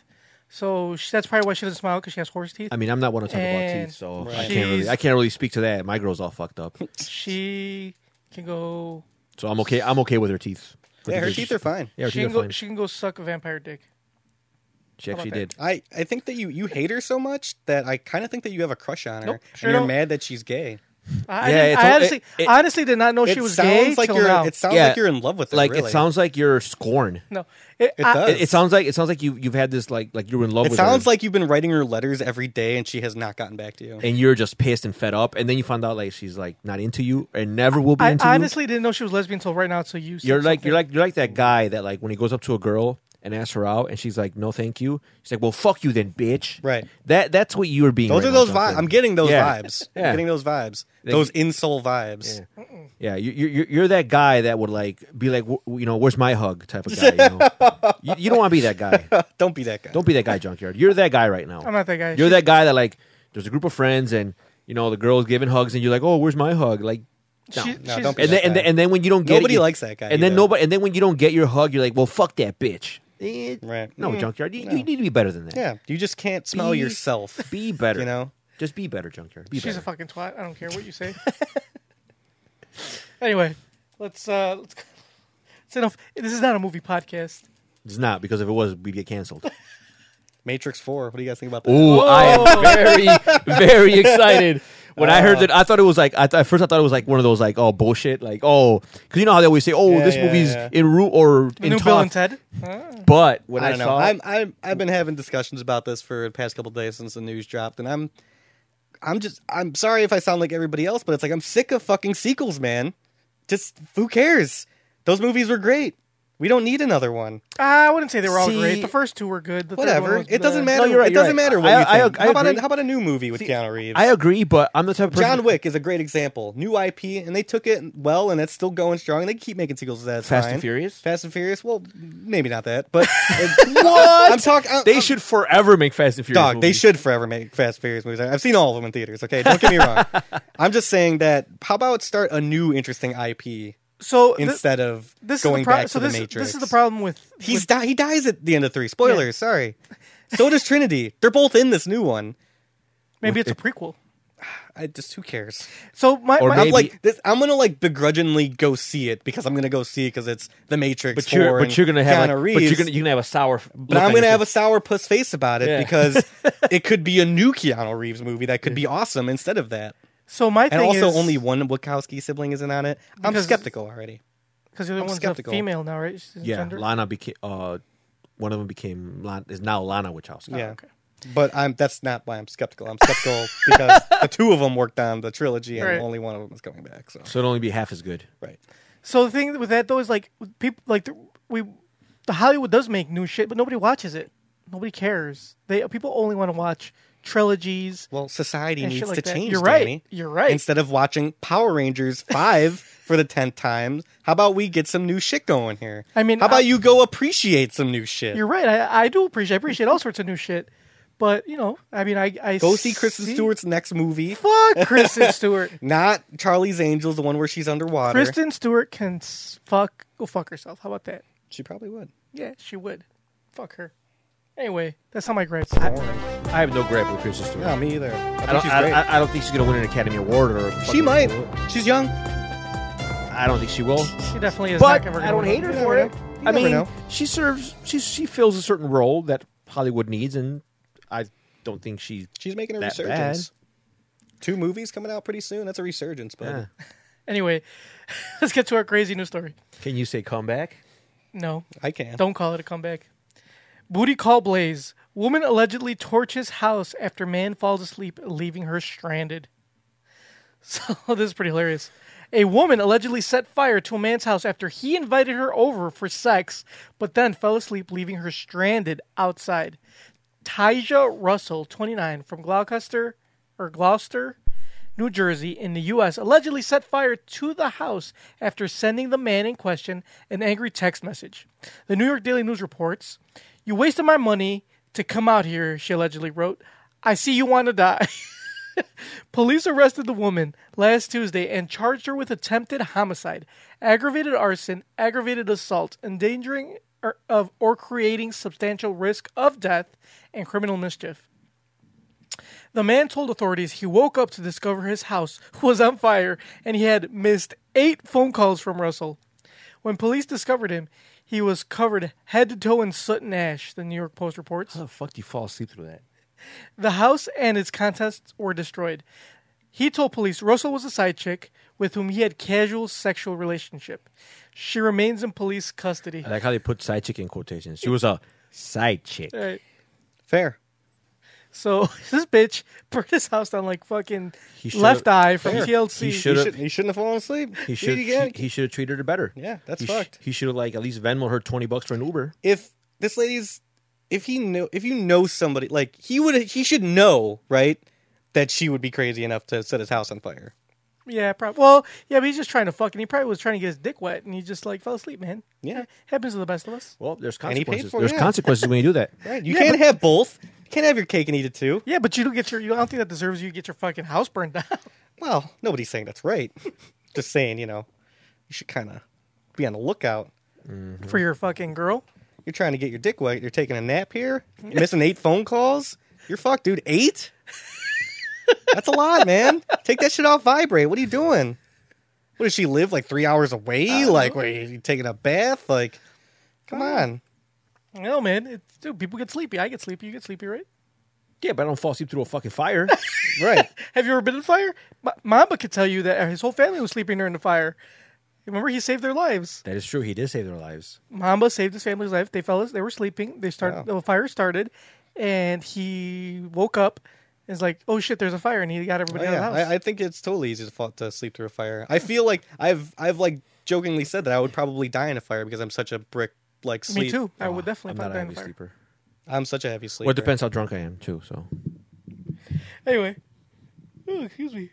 Speaker 2: So she, that's probably why she doesn't smile because she has horse teeth.
Speaker 3: I mean, I'm not one to talk about
Speaker 2: And
Speaker 3: teeth, so I
Speaker 4: Right.
Speaker 3: can't
Speaker 2: she's-
Speaker 3: really I can't really speak to that. My girl's all fucked up,
Speaker 2: she can go.
Speaker 3: so I'm okay. I'm okay with her teeth.
Speaker 4: yeah, her teeth are fine.
Speaker 3: Yeah, her
Speaker 2: She
Speaker 3: teeth
Speaker 2: can
Speaker 3: are
Speaker 2: go.
Speaker 3: fine.
Speaker 2: She can go suck a vampire dick.
Speaker 3: She actually
Speaker 2: about that?
Speaker 3: did.
Speaker 4: I, I think that you, you hate her so much that I kind of think that you have a crush on her,
Speaker 2: Nope, sure
Speaker 4: and you're
Speaker 2: don't.
Speaker 4: mad that she's gay.
Speaker 2: I,
Speaker 3: Yeah,
Speaker 2: I, didn't-
Speaker 3: it's
Speaker 2: I
Speaker 3: all-
Speaker 2: honestly,
Speaker 3: it- it-
Speaker 2: honestly did not know she
Speaker 4: it
Speaker 2: was
Speaker 4: sounds
Speaker 2: gay
Speaker 4: like
Speaker 2: till
Speaker 4: you're
Speaker 2: now.
Speaker 4: it sounds
Speaker 3: Yeah.
Speaker 4: like you're in love with her.
Speaker 3: Like
Speaker 4: really.
Speaker 3: it sounds like you're scorn.
Speaker 2: no, it,
Speaker 4: It
Speaker 2: I-
Speaker 4: does.
Speaker 3: It, it sounds like it sounds like you you've had this like like you were in love.
Speaker 4: It
Speaker 3: with
Speaker 4: sounds
Speaker 3: her,
Speaker 4: like you've been writing her letters every day, and she has not gotten back to you.
Speaker 3: and you're just pissed and fed up, and then you find out like she's like not into you and never will be
Speaker 2: I
Speaker 3: into you.
Speaker 2: honestly didn't know she was lesbian until right now. So you, said
Speaker 3: You're like
Speaker 2: something.
Speaker 3: you're like you're like that guy that like when he goes up to a girl and asks her out and she's like no thank you she's like well fuck you then bitch
Speaker 4: Right.
Speaker 3: that that's what you were being
Speaker 4: Those
Speaker 3: right
Speaker 4: are those
Speaker 3: now,
Speaker 4: vibes.
Speaker 3: Jonathan.
Speaker 4: I'm getting those
Speaker 3: Yeah.
Speaker 4: vibes.
Speaker 3: Yeah.
Speaker 4: I'm getting those vibes.
Speaker 3: They-
Speaker 4: those in soul vibes.
Speaker 3: yeah you, you you're- you're that guy that would like be like "Wh- you know where's my hug type of guy you know you, you don't want to be that guy
Speaker 4: Don't be that guy.
Speaker 3: don't be that guy junkyard you're that guy right now
Speaker 2: I'm not that guy.
Speaker 3: you're that guy that like there's a group of friends and you know the girl's giving hugs and you're like oh where's my hug like no.
Speaker 2: She- she's-
Speaker 4: don't be
Speaker 3: and then,
Speaker 4: that
Speaker 3: and
Speaker 4: guy.
Speaker 3: then and then when you don't get it,
Speaker 4: Nobody
Speaker 3: you-
Speaker 4: likes that guy
Speaker 3: And then
Speaker 4: either.
Speaker 3: nobody and then when you don't get your hug, you're like, well, fuck that bitch. Eh,
Speaker 4: Right.
Speaker 3: No,
Speaker 2: Mm-hmm.
Speaker 4: Mm,
Speaker 3: junkyard. You,
Speaker 4: no.
Speaker 3: you need to be better than that.
Speaker 4: Yeah, you just can't smell
Speaker 3: Be-
Speaker 4: yourself.
Speaker 3: Be better.
Speaker 4: You know?
Speaker 3: Just be better, junkyard. Be
Speaker 2: she's
Speaker 3: better.
Speaker 2: a fucking twat. I don't care what you say. anyway, let's uh, let's. It's enough. This is not a movie podcast.
Speaker 3: it's not because if it was, we'd get canceled.
Speaker 4: Matrix Four. What do you guys think about that?
Speaker 3: Ooh, I am very, very excited. When I
Speaker 4: Uh.
Speaker 3: heard that, I thought it was like I th- at first I thought it was like one of those like oh bullshit like oh because you know how they always say oh
Speaker 4: Yeah,
Speaker 3: this
Speaker 4: yeah,
Speaker 3: movie's
Speaker 4: yeah.
Speaker 3: in root or in
Speaker 2: New
Speaker 3: talk,
Speaker 2: Bill and Ted. Huh?
Speaker 3: but when
Speaker 4: I
Speaker 3: I,
Speaker 4: don't know.
Speaker 3: saw
Speaker 4: I'm, I'm I've been having discussions about this for the past couple days since the news dropped, and I'm I'm just I'm sorry if I sound like everybody else, but it's like I'm sick of fucking sequels, man. Just who cares? Those movies were great. We don't need another one.
Speaker 2: Ah, I wouldn't say they were all
Speaker 3: See-
Speaker 2: great. The first two were good. The third one
Speaker 4: Whatever.
Speaker 2: was
Speaker 4: It doesn't
Speaker 2: bleh.
Speaker 4: matter.
Speaker 3: you're right,
Speaker 4: it
Speaker 3: you're
Speaker 4: doesn't
Speaker 3: right.
Speaker 4: matter what
Speaker 3: I- I-
Speaker 4: you think.
Speaker 3: I
Speaker 4: how about
Speaker 3: agree.
Speaker 4: a, how about a new movie with Keanu Reeves?
Speaker 3: I agree, but I'm the type of person
Speaker 4: John Wick is a great example. New IP, and they took it well, and it's still going strong. And they keep making sequels to that.
Speaker 3: Fast and Furious?
Speaker 4: Fast and Furious. Well, maybe not that, but
Speaker 3: What?
Speaker 4: I'm talking.
Speaker 3: They should forever make Fast and Furious.
Speaker 4: Dog, they
Speaker 3: movies.
Speaker 4: should forever make Fast and Furious movies. I've seen all of them in theaters. Okay, don't get me wrong. I'm just saying that. How about start a new interesting IP
Speaker 2: So thi-
Speaker 4: instead of
Speaker 2: this is
Speaker 4: going
Speaker 2: the pro-
Speaker 4: back
Speaker 2: so
Speaker 4: to
Speaker 2: this,
Speaker 4: the Matrix?
Speaker 2: This is the problem with
Speaker 4: He's di- he dies at the end of three. Spoilers. Sorry. So does Trinity. They're both in this new one.
Speaker 2: maybe it's a prequel.
Speaker 4: I just who cares?
Speaker 2: So my,
Speaker 3: Or
Speaker 2: my
Speaker 3: maybe-
Speaker 4: I'm like this. I'm gonna like begrudgingly go see it because I'm gonna go see it because it's The Matrix.
Speaker 3: But you're,
Speaker 4: 4
Speaker 3: but
Speaker 4: and
Speaker 3: you're gonna have
Speaker 4: Keanu
Speaker 3: like, but you're
Speaker 4: Reeves.
Speaker 3: gonna you're gonna have a sour.
Speaker 4: But I'm gonna have a sour puss face about it
Speaker 3: Yeah.
Speaker 4: because it could be a new Keanu Reeves movie that could be awesome instead of that.
Speaker 2: so my
Speaker 4: And
Speaker 2: thing
Speaker 4: also,
Speaker 2: is
Speaker 4: only one Wachowski sibling isn't on it. I'm
Speaker 2: Because-
Speaker 4: skeptical already.
Speaker 2: because the other
Speaker 4: I'm
Speaker 2: one's a
Speaker 4: skeptical.
Speaker 2: female now, right? She's
Speaker 3: yeah.
Speaker 2: gender.
Speaker 3: Lana became uh, one of them became Lana, is now Lana Wachowski.
Speaker 4: yeah,
Speaker 2: Oh, okay.
Speaker 4: but I'm that's not why I'm skeptical. I'm skeptical because the two of them worked on the trilogy, and
Speaker 2: Right.
Speaker 4: only one of them is coming back. So
Speaker 3: So it'll only be half as good.
Speaker 4: right,
Speaker 2: So the thing with that though is like people like the, we the Hollywood does make new shit, but nobody watches it. Nobody cares. They people only want to watch trilogies.
Speaker 4: well, society
Speaker 2: And shit
Speaker 4: needs
Speaker 2: like
Speaker 4: to
Speaker 2: that.
Speaker 4: change.
Speaker 2: You're right.
Speaker 4: Danny.
Speaker 2: You're right.
Speaker 4: Instead of watching Power Rangers five for the tenth time, how about we get some new shit going here?
Speaker 2: I mean,
Speaker 4: how
Speaker 2: I-
Speaker 4: about you go appreciate some new shit?
Speaker 2: You're right. I, I do appreciate I appreciate all sorts of new shit, but you know, I mean, I, I
Speaker 4: Go see Kristen Stewart's next movie.
Speaker 2: Fuck Kristen Stewart.
Speaker 4: Not Charlie's Angels, the one where she's underwater.
Speaker 2: Kristen Stewart can s- fuck go fuck herself. How about that?
Speaker 4: She probably would.
Speaker 2: Yeah, she would. Fuck her. Anyway, that's not my gripes.
Speaker 3: I have no gripe with Kristen Stewart.
Speaker 4: No, me either. I, think
Speaker 3: I don't.
Speaker 4: she's
Speaker 3: I,
Speaker 4: great.
Speaker 3: I, I don't think she's gonna win an Academy Award or. a
Speaker 4: she
Speaker 3: fucking-
Speaker 4: might. She's young.
Speaker 3: I don't think she will.
Speaker 2: she definitely is.
Speaker 3: But
Speaker 2: not ever
Speaker 3: I don't hate her
Speaker 4: You
Speaker 3: for
Speaker 4: never
Speaker 3: it.
Speaker 4: know. You
Speaker 3: I
Speaker 4: never
Speaker 3: mean,
Speaker 4: know.
Speaker 3: she serves. She she fills a certain role that Hollywood needs, and I don't think she.
Speaker 4: She's making a
Speaker 3: That bad.
Speaker 4: resurgence. Two movies coming out pretty soon. That's a resurgence, but
Speaker 3: Yeah.
Speaker 2: Anyway, let's get to our crazy news story.
Speaker 3: Can you say comeback?
Speaker 2: No,
Speaker 4: I can.
Speaker 2: don't call it a comeback. Booty call blaze. Woman allegedly torches house after man falls asleep, leaving her stranded. So this is pretty hilarious. A woman allegedly set fire to a man's house after he invited her over for sex, but then fell asleep, leaving her stranded outside. Tyja Russell, 29, from Gloucester or Gloucester, New Jersey, in the U.S., allegedly set fire to the house after sending the man in question an angry text message. The New York Daily News reports, "You wasted my money to come out here," she allegedly wrote. "I see you want to die." Police arrested the woman last Tuesday and charged her with attempted homicide, aggravated arson, aggravated assault, endangering or, of or creating substantial risk of death, and criminal mischief. The man told authorities he woke up to discover his house was on fire and he had missed eight phone calls from Russell. When police discovered him, he was covered head to toe in soot and ash, the New York Post reports.
Speaker 3: How the fuck do you fall asleep through that?
Speaker 2: The house and its contents were destroyed. He told police Russell was a side chick with whom he had casual sexual relationship. She remains in police custody.
Speaker 3: I like how they put side chick in quotations. She was a side chick.
Speaker 2: All right.
Speaker 4: Fair.
Speaker 2: So this bitch burned his house down like fucking
Speaker 3: He should've-
Speaker 2: left eye from
Speaker 3: Fair.
Speaker 2: TLC.
Speaker 3: He
Speaker 4: He,
Speaker 3: Should've-
Speaker 4: should, he shouldn't have fallen asleep.
Speaker 3: He
Speaker 4: Did
Speaker 3: should
Speaker 4: it again.
Speaker 3: he, he should have treated her better.
Speaker 4: Yeah, that's
Speaker 3: he
Speaker 4: fucked.
Speaker 3: he should have like at least Venmo her twenty bucks for an Uber.
Speaker 4: if this lady's if he know if you know somebody like he would he should know right that she would be crazy enough to set his house on fire.
Speaker 2: Yeah, probably. Well, yeah, but he's just trying to fuck, and he probably was trying to get his dick wet, and he just like fell asleep, man.
Speaker 4: Yeah.
Speaker 2: happens to the best of us.
Speaker 3: Well, there's
Speaker 4: And he paid
Speaker 3: consequences.
Speaker 4: for it,
Speaker 3: There's
Speaker 4: yeah.
Speaker 3: consequences when you do that.
Speaker 4: Right? You can't have both. You can't have your cake and eat it too.
Speaker 2: Yeah, but you don't get your. You don't, I don't think that deserves you to get your fucking house burned down.
Speaker 4: Well, nobody's saying that's right. Just saying, you know, you should kind of be on the lookout.
Speaker 2: for your fucking girl.
Speaker 4: You're trying to get your dick wet. You're taking a nap here. You're missing eight phone calls. You're fucked, dude. Eight? That's a lot, man. Take that shit off vibrate. What are you doing? What does she live like three hours away? Like, what, are you taking a bath? Like, come on. Oh,
Speaker 2: No, man, it's, dude, people get sleepy. I get sleepy. You get sleepy, right?
Speaker 3: Yeah, but I don't fall asleep through a fucking fire. right.
Speaker 2: Have you ever been in fire? Ma- Mamba could tell you that his whole family was sleeping during the fire. Remember, he saved their lives.
Speaker 3: That is true. He did save their lives.
Speaker 2: Mamba saved his family's life. They fell. They were sleeping. They started. The fire started, and he woke up. and Is like, oh shit, there's a fire, and he got everybody out
Speaker 4: Oh, yeah,
Speaker 2: of the house.
Speaker 4: I, I think it's totally easy to, fall, to sleep through a fire. I feel like I've I've like jokingly said that I would probably die in a fire because I'm such a brick like sleep. Oh,
Speaker 2: Me too. I would definitely
Speaker 3: Ah, I'm
Speaker 2: put
Speaker 3: not a
Speaker 2: that in
Speaker 3: heavy
Speaker 2: the fire.
Speaker 3: sleeper.
Speaker 4: I'm such a heavy sleeper.
Speaker 3: Well, it depends how drunk I am too. So
Speaker 2: Anyway, Ooh, excuse me.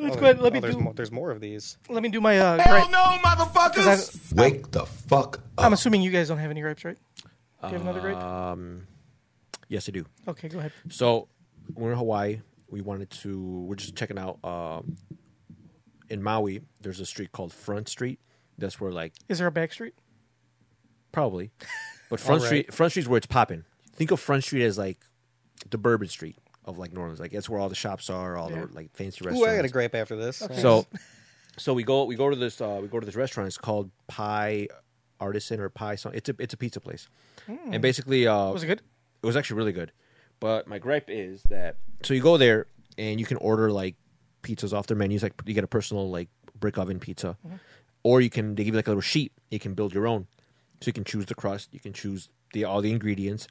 Speaker 2: Let's
Speaker 4: Oh,
Speaker 2: go ahead. Let
Speaker 4: oh,
Speaker 2: me
Speaker 4: there's
Speaker 2: do.
Speaker 4: more, there's more of these.
Speaker 2: Let me do my uh,
Speaker 5: Hell
Speaker 2: gripe.
Speaker 5: no,
Speaker 2: 'cause
Speaker 5: motherfuckers!
Speaker 2: I,
Speaker 7: Wake the fuck up. Uh,
Speaker 2: I'm assuming you guys don't have any gripes, right? Do you have another gripe?
Speaker 3: yes, I do.
Speaker 2: Okay, go ahead.
Speaker 3: So we're in Hawaii. We wanted to. We're just checking out. Um, in Maui, there's a street called Front Street. That's where like
Speaker 2: Is there a back street?
Speaker 3: probably, but Front
Speaker 4: All right.
Speaker 3: Street. Front Street's where it's popping. Think of Front Street as like the Bourbon Street of like New Orleans. Like that's where all the shops are, all
Speaker 2: Yeah.
Speaker 3: the like fancy
Speaker 4: Ooh,
Speaker 3: restaurants.
Speaker 4: I got a grape after this.
Speaker 3: So, so we go we go to this uh, we go to this restaurant. It's called Pie Artisan or Pie something. It's a it's a pizza place, and basically uh,
Speaker 2: Was Hmm. it good?
Speaker 3: it was actually really good. But my gripe is that so you go there and you can order like pizzas off their menus. Like you get a personal like brick oven pizza,
Speaker 2: Mm-hmm.
Speaker 3: or you can they give you like a little sheet. You can build your own, so you can choose the crust. You can choose the all the ingredients,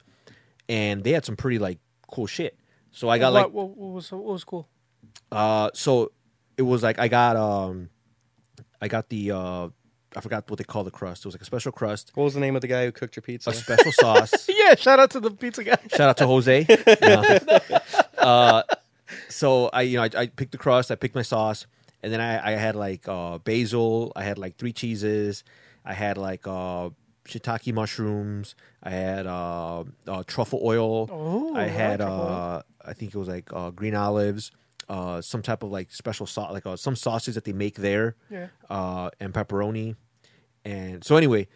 Speaker 3: and they had some pretty like cool shit. So I got like
Speaker 2: what, what, what was what was cool?
Speaker 3: uh, so it was like I got um, I got the uh, I forgot what they call the crust. It was like a special crust,
Speaker 4: what was the name of the guy who cooked your pizza?
Speaker 3: a special sauce.
Speaker 2: Yeah, shout out to the pizza guy.
Speaker 3: Shout out to Jose. No. Uh, so I, you know, I, I picked the crust, I picked my sauce, and then I, I had like uh, basil, I had like three cheeses, I had like uh, shiitake mushrooms, I had uh, uh, truffle oil,
Speaker 2: Ooh, I
Speaker 3: I
Speaker 2: like
Speaker 3: had
Speaker 2: truffle oil.
Speaker 3: uh, I think it was like uh, green olives, uh, some type of like special sauce, like uh, some sausage that they make there,
Speaker 2: Yeah.
Speaker 3: uh, and pepperoni, and so anyway,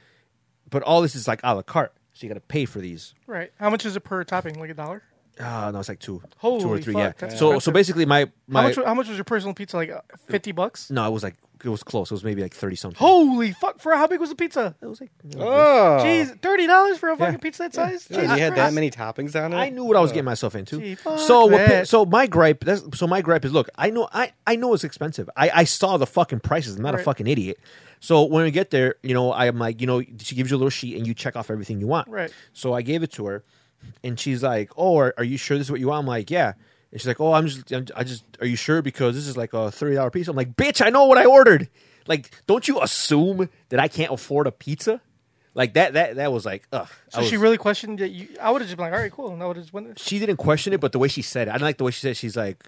Speaker 3: but all this is like a la carte, so you got to pay for these.
Speaker 2: Right. How much is it per topping? Like a dollar?
Speaker 3: Uh, no, it's like two, two or
Speaker 2: Holy
Speaker 3: three.
Speaker 2: fuck,
Speaker 3: yeah.
Speaker 2: that's
Speaker 3: so so
Speaker 2: impressive.
Speaker 3: basically, my
Speaker 2: How
Speaker 3: my
Speaker 2: much, how much was your personal pizza? Like uh, 50 bucks?
Speaker 3: no, it Mm. was like it was close. It was maybe like thirty something.
Speaker 2: Holy fuck. For how big was the pizza?
Speaker 3: It was like
Speaker 4: oh,
Speaker 2: Jeez, $30 for a fucking
Speaker 3: Yeah.
Speaker 2: pizza that size?
Speaker 4: God,
Speaker 2: Jesus
Speaker 4: you had that
Speaker 2: Christ.
Speaker 4: many toppings on it.
Speaker 3: I knew what I was getting myself into.
Speaker 2: Uh, Gee, fuck
Speaker 3: so what,
Speaker 2: that.
Speaker 3: pi- so my gripe that's so my gripe is look, I know I, I know it's expensive. I, I saw the fucking prices. I'm not a
Speaker 2: Right.
Speaker 3: fucking idiot. So when we get there, you know, I'm like, you know, she gives you a little sheet and you check off everything you want.
Speaker 2: Right.
Speaker 3: So I gave it to her, and she's like, "Oh, are, are you sure this is what you want?" I'm like, "Yeah." And she's like, "Oh, I'm just, I'm, I just, are you sure? Because this is like a thirty dollar pizza." I'm like, "Bitch, I know what I ordered." Like, don't you assume that I can't afford a pizza? Like that, that, that was like, ugh. I
Speaker 2: So
Speaker 3: was,
Speaker 2: she really questioned that you. I would have just been like, all right, cool. And I would have just went there.
Speaker 3: she didn't question it, but the way she said it, I didn't like the way she said. It. She's like,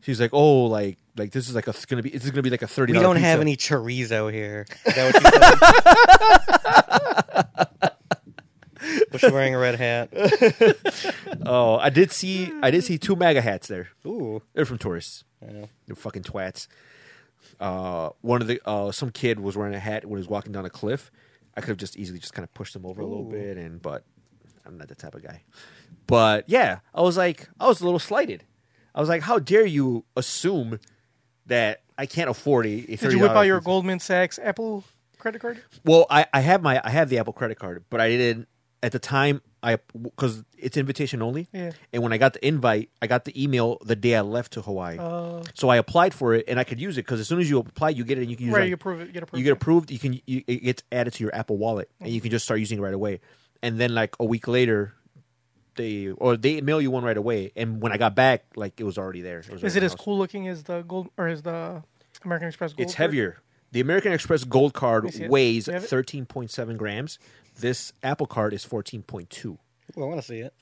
Speaker 3: she's like, oh, like like this is like a it's gonna be this is gonna be like a thirty.
Speaker 4: we don't have any chorizo here. Is that what you said? Was she wearing a red hat?
Speaker 3: Oh, I did see I did see two MAGA hats there.
Speaker 4: Ooh.
Speaker 3: They're from tourists. They're fucking twats. Uh, one of the uh, some kid was wearing a hat when he was walking down a cliff. I could have just easily just kind of pushed him over a little bit, and but I'm not that type of guy. But yeah, I was like, I was a little slighted. I was like, how dare you assume that I can't afford a, a
Speaker 2: Did you whip out your
Speaker 3: pizza?
Speaker 2: Goldman Sachs Apple credit card?
Speaker 3: Well, I, I have my I have the Apple credit card, but I didn't at the time. I because it's invitation only.
Speaker 2: Yeah.
Speaker 3: And when I got the invite, I got the email the day I left to Hawaii.
Speaker 2: Oh.
Speaker 3: So I applied for it, and I could use it because as soon as you apply, you get it, and you can use
Speaker 2: Right,
Speaker 3: it.
Speaker 2: you approve it, you get approved.
Speaker 3: You get approved. You can you, it gets added to your Apple Wallet, and you can just start using it right away. And then like a week later. They or they mail you one right away, and when I got back, like it was already there. was
Speaker 2: Is
Speaker 3: already in
Speaker 2: it
Speaker 3: my
Speaker 2: as
Speaker 3: house.
Speaker 2: cool looking as the gold or as the American Express gold?
Speaker 3: It's
Speaker 2: card?
Speaker 3: heavier. The American Express Gold Card
Speaker 2: see it.
Speaker 3: weighs
Speaker 2: You have it?
Speaker 3: 13.7 grams. This Apple Card is 14.2.
Speaker 4: Ooh, I want to see it.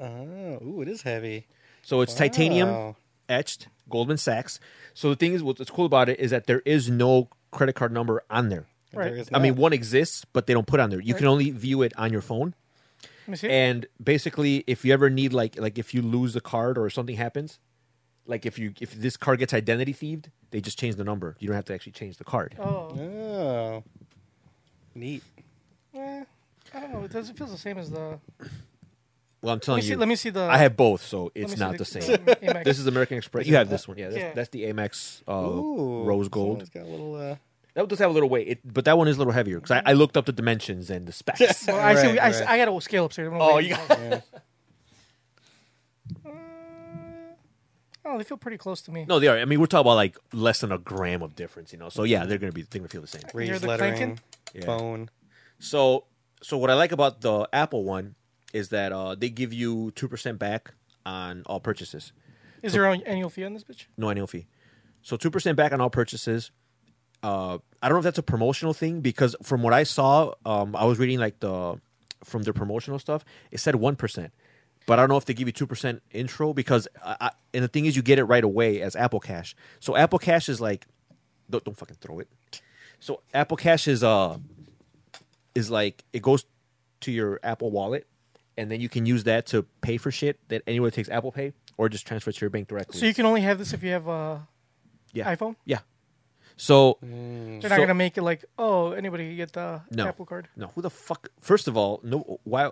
Speaker 4: Oh, ooh, it is heavy.
Speaker 3: So it's titanium
Speaker 4: Wow.
Speaker 3: etched Goldman Sachs. So the thing is, what's cool about it is that there is no credit card number on there.
Speaker 2: Right.
Speaker 4: There is
Speaker 3: I mean,
Speaker 4: not.
Speaker 3: one exists, but they don't put it on there. You can only view it on your phone.
Speaker 2: Let me see.
Speaker 3: And basically, if you ever need like like if you lose the card or something happens, like if you if this card gets identity thieved, they just change the number. You don't have to actually change the card.
Speaker 2: oh,
Speaker 4: Oh, neat.
Speaker 2: eh, I don't know. It does. It feels the same as the.
Speaker 3: Well,
Speaker 2: Let
Speaker 3: I'm
Speaker 2: me
Speaker 3: telling
Speaker 2: see.
Speaker 3: you.
Speaker 2: Let me see the.
Speaker 3: I have both, so
Speaker 2: let me
Speaker 3: it's
Speaker 2: see
Speaker 3: not the same.
Speaker 2: Amex.
Speaker 3: This is American Express. You have this one, yeah. That's,
Speaker 2: Yeah.
Speaker 3: that's the Amex uh,
Speaker 4: Ooh,
Speaker 3: Rose
Speaker 4: It's
Speaker 3: Gold.
Speaker 4: got a little. Uh,
Speaker 3: That one does have a little weight, it, but that one is a little heavier because I, I looked up the dimensions and the specs.
Speaker 2: Well, I see.
Speaker 4: Right,
Speaker 2: I, see-
Speaker 4: right.
Speaker 2: I got to scale up. So
Speaker 3: Oh,
Speaker 2: you
Speaker 3: you
Speaker 2: got. Uh, Oh, they feel pretty close to me.
Speaker 3: No, they are. I mean, we're talking about like less than a gram of difference, you know. So yeah, they're gonna be they're gonna feel the same.
Speaker 2: hear
Speaker 4: Raised
Speaker 2: the
Speaker 4: lettering,
Speaker 2: clanking?
Speaker 3: Yeah.
Speaker 4: bone.
Speaker 3: So so what I like about the Apple one is that uh, they give you two percent back on all purchases,
Speaker 2: Is there an annual fee on this bitch?
Speaker 3: no annual fee. So two percent back on all purchases. Uh, I don't know if that's a promotional thing because from what I saw, um, I was reading like the from their promotional stuff. It said one percent, but I don't know if they give you two percent intro because I, I, and the thing is you get it right away as Apple Cash. So Apple Cash is like, don't, don't fucking throw it. So Apple Cash is uh is like it goes to your Apple Wallet, and then you can use that to pay for shit that anyone takes Apple Pay or just transfer to your bank directly.
Speaker 2: So you can only have this if you have a.
Speaker 3: yeah.
Speaker 2: iPhone?
Speaker 3: Yeah. So
Speaker 2: Mm. They're not
Speaker 3: Mm. So-
Speaker 2: gonna make it like oh anybody can get the
Speaker 3: no
Speaker 2: Apple Card.
Speaker 3: No, who the fuck? First of all, no. Why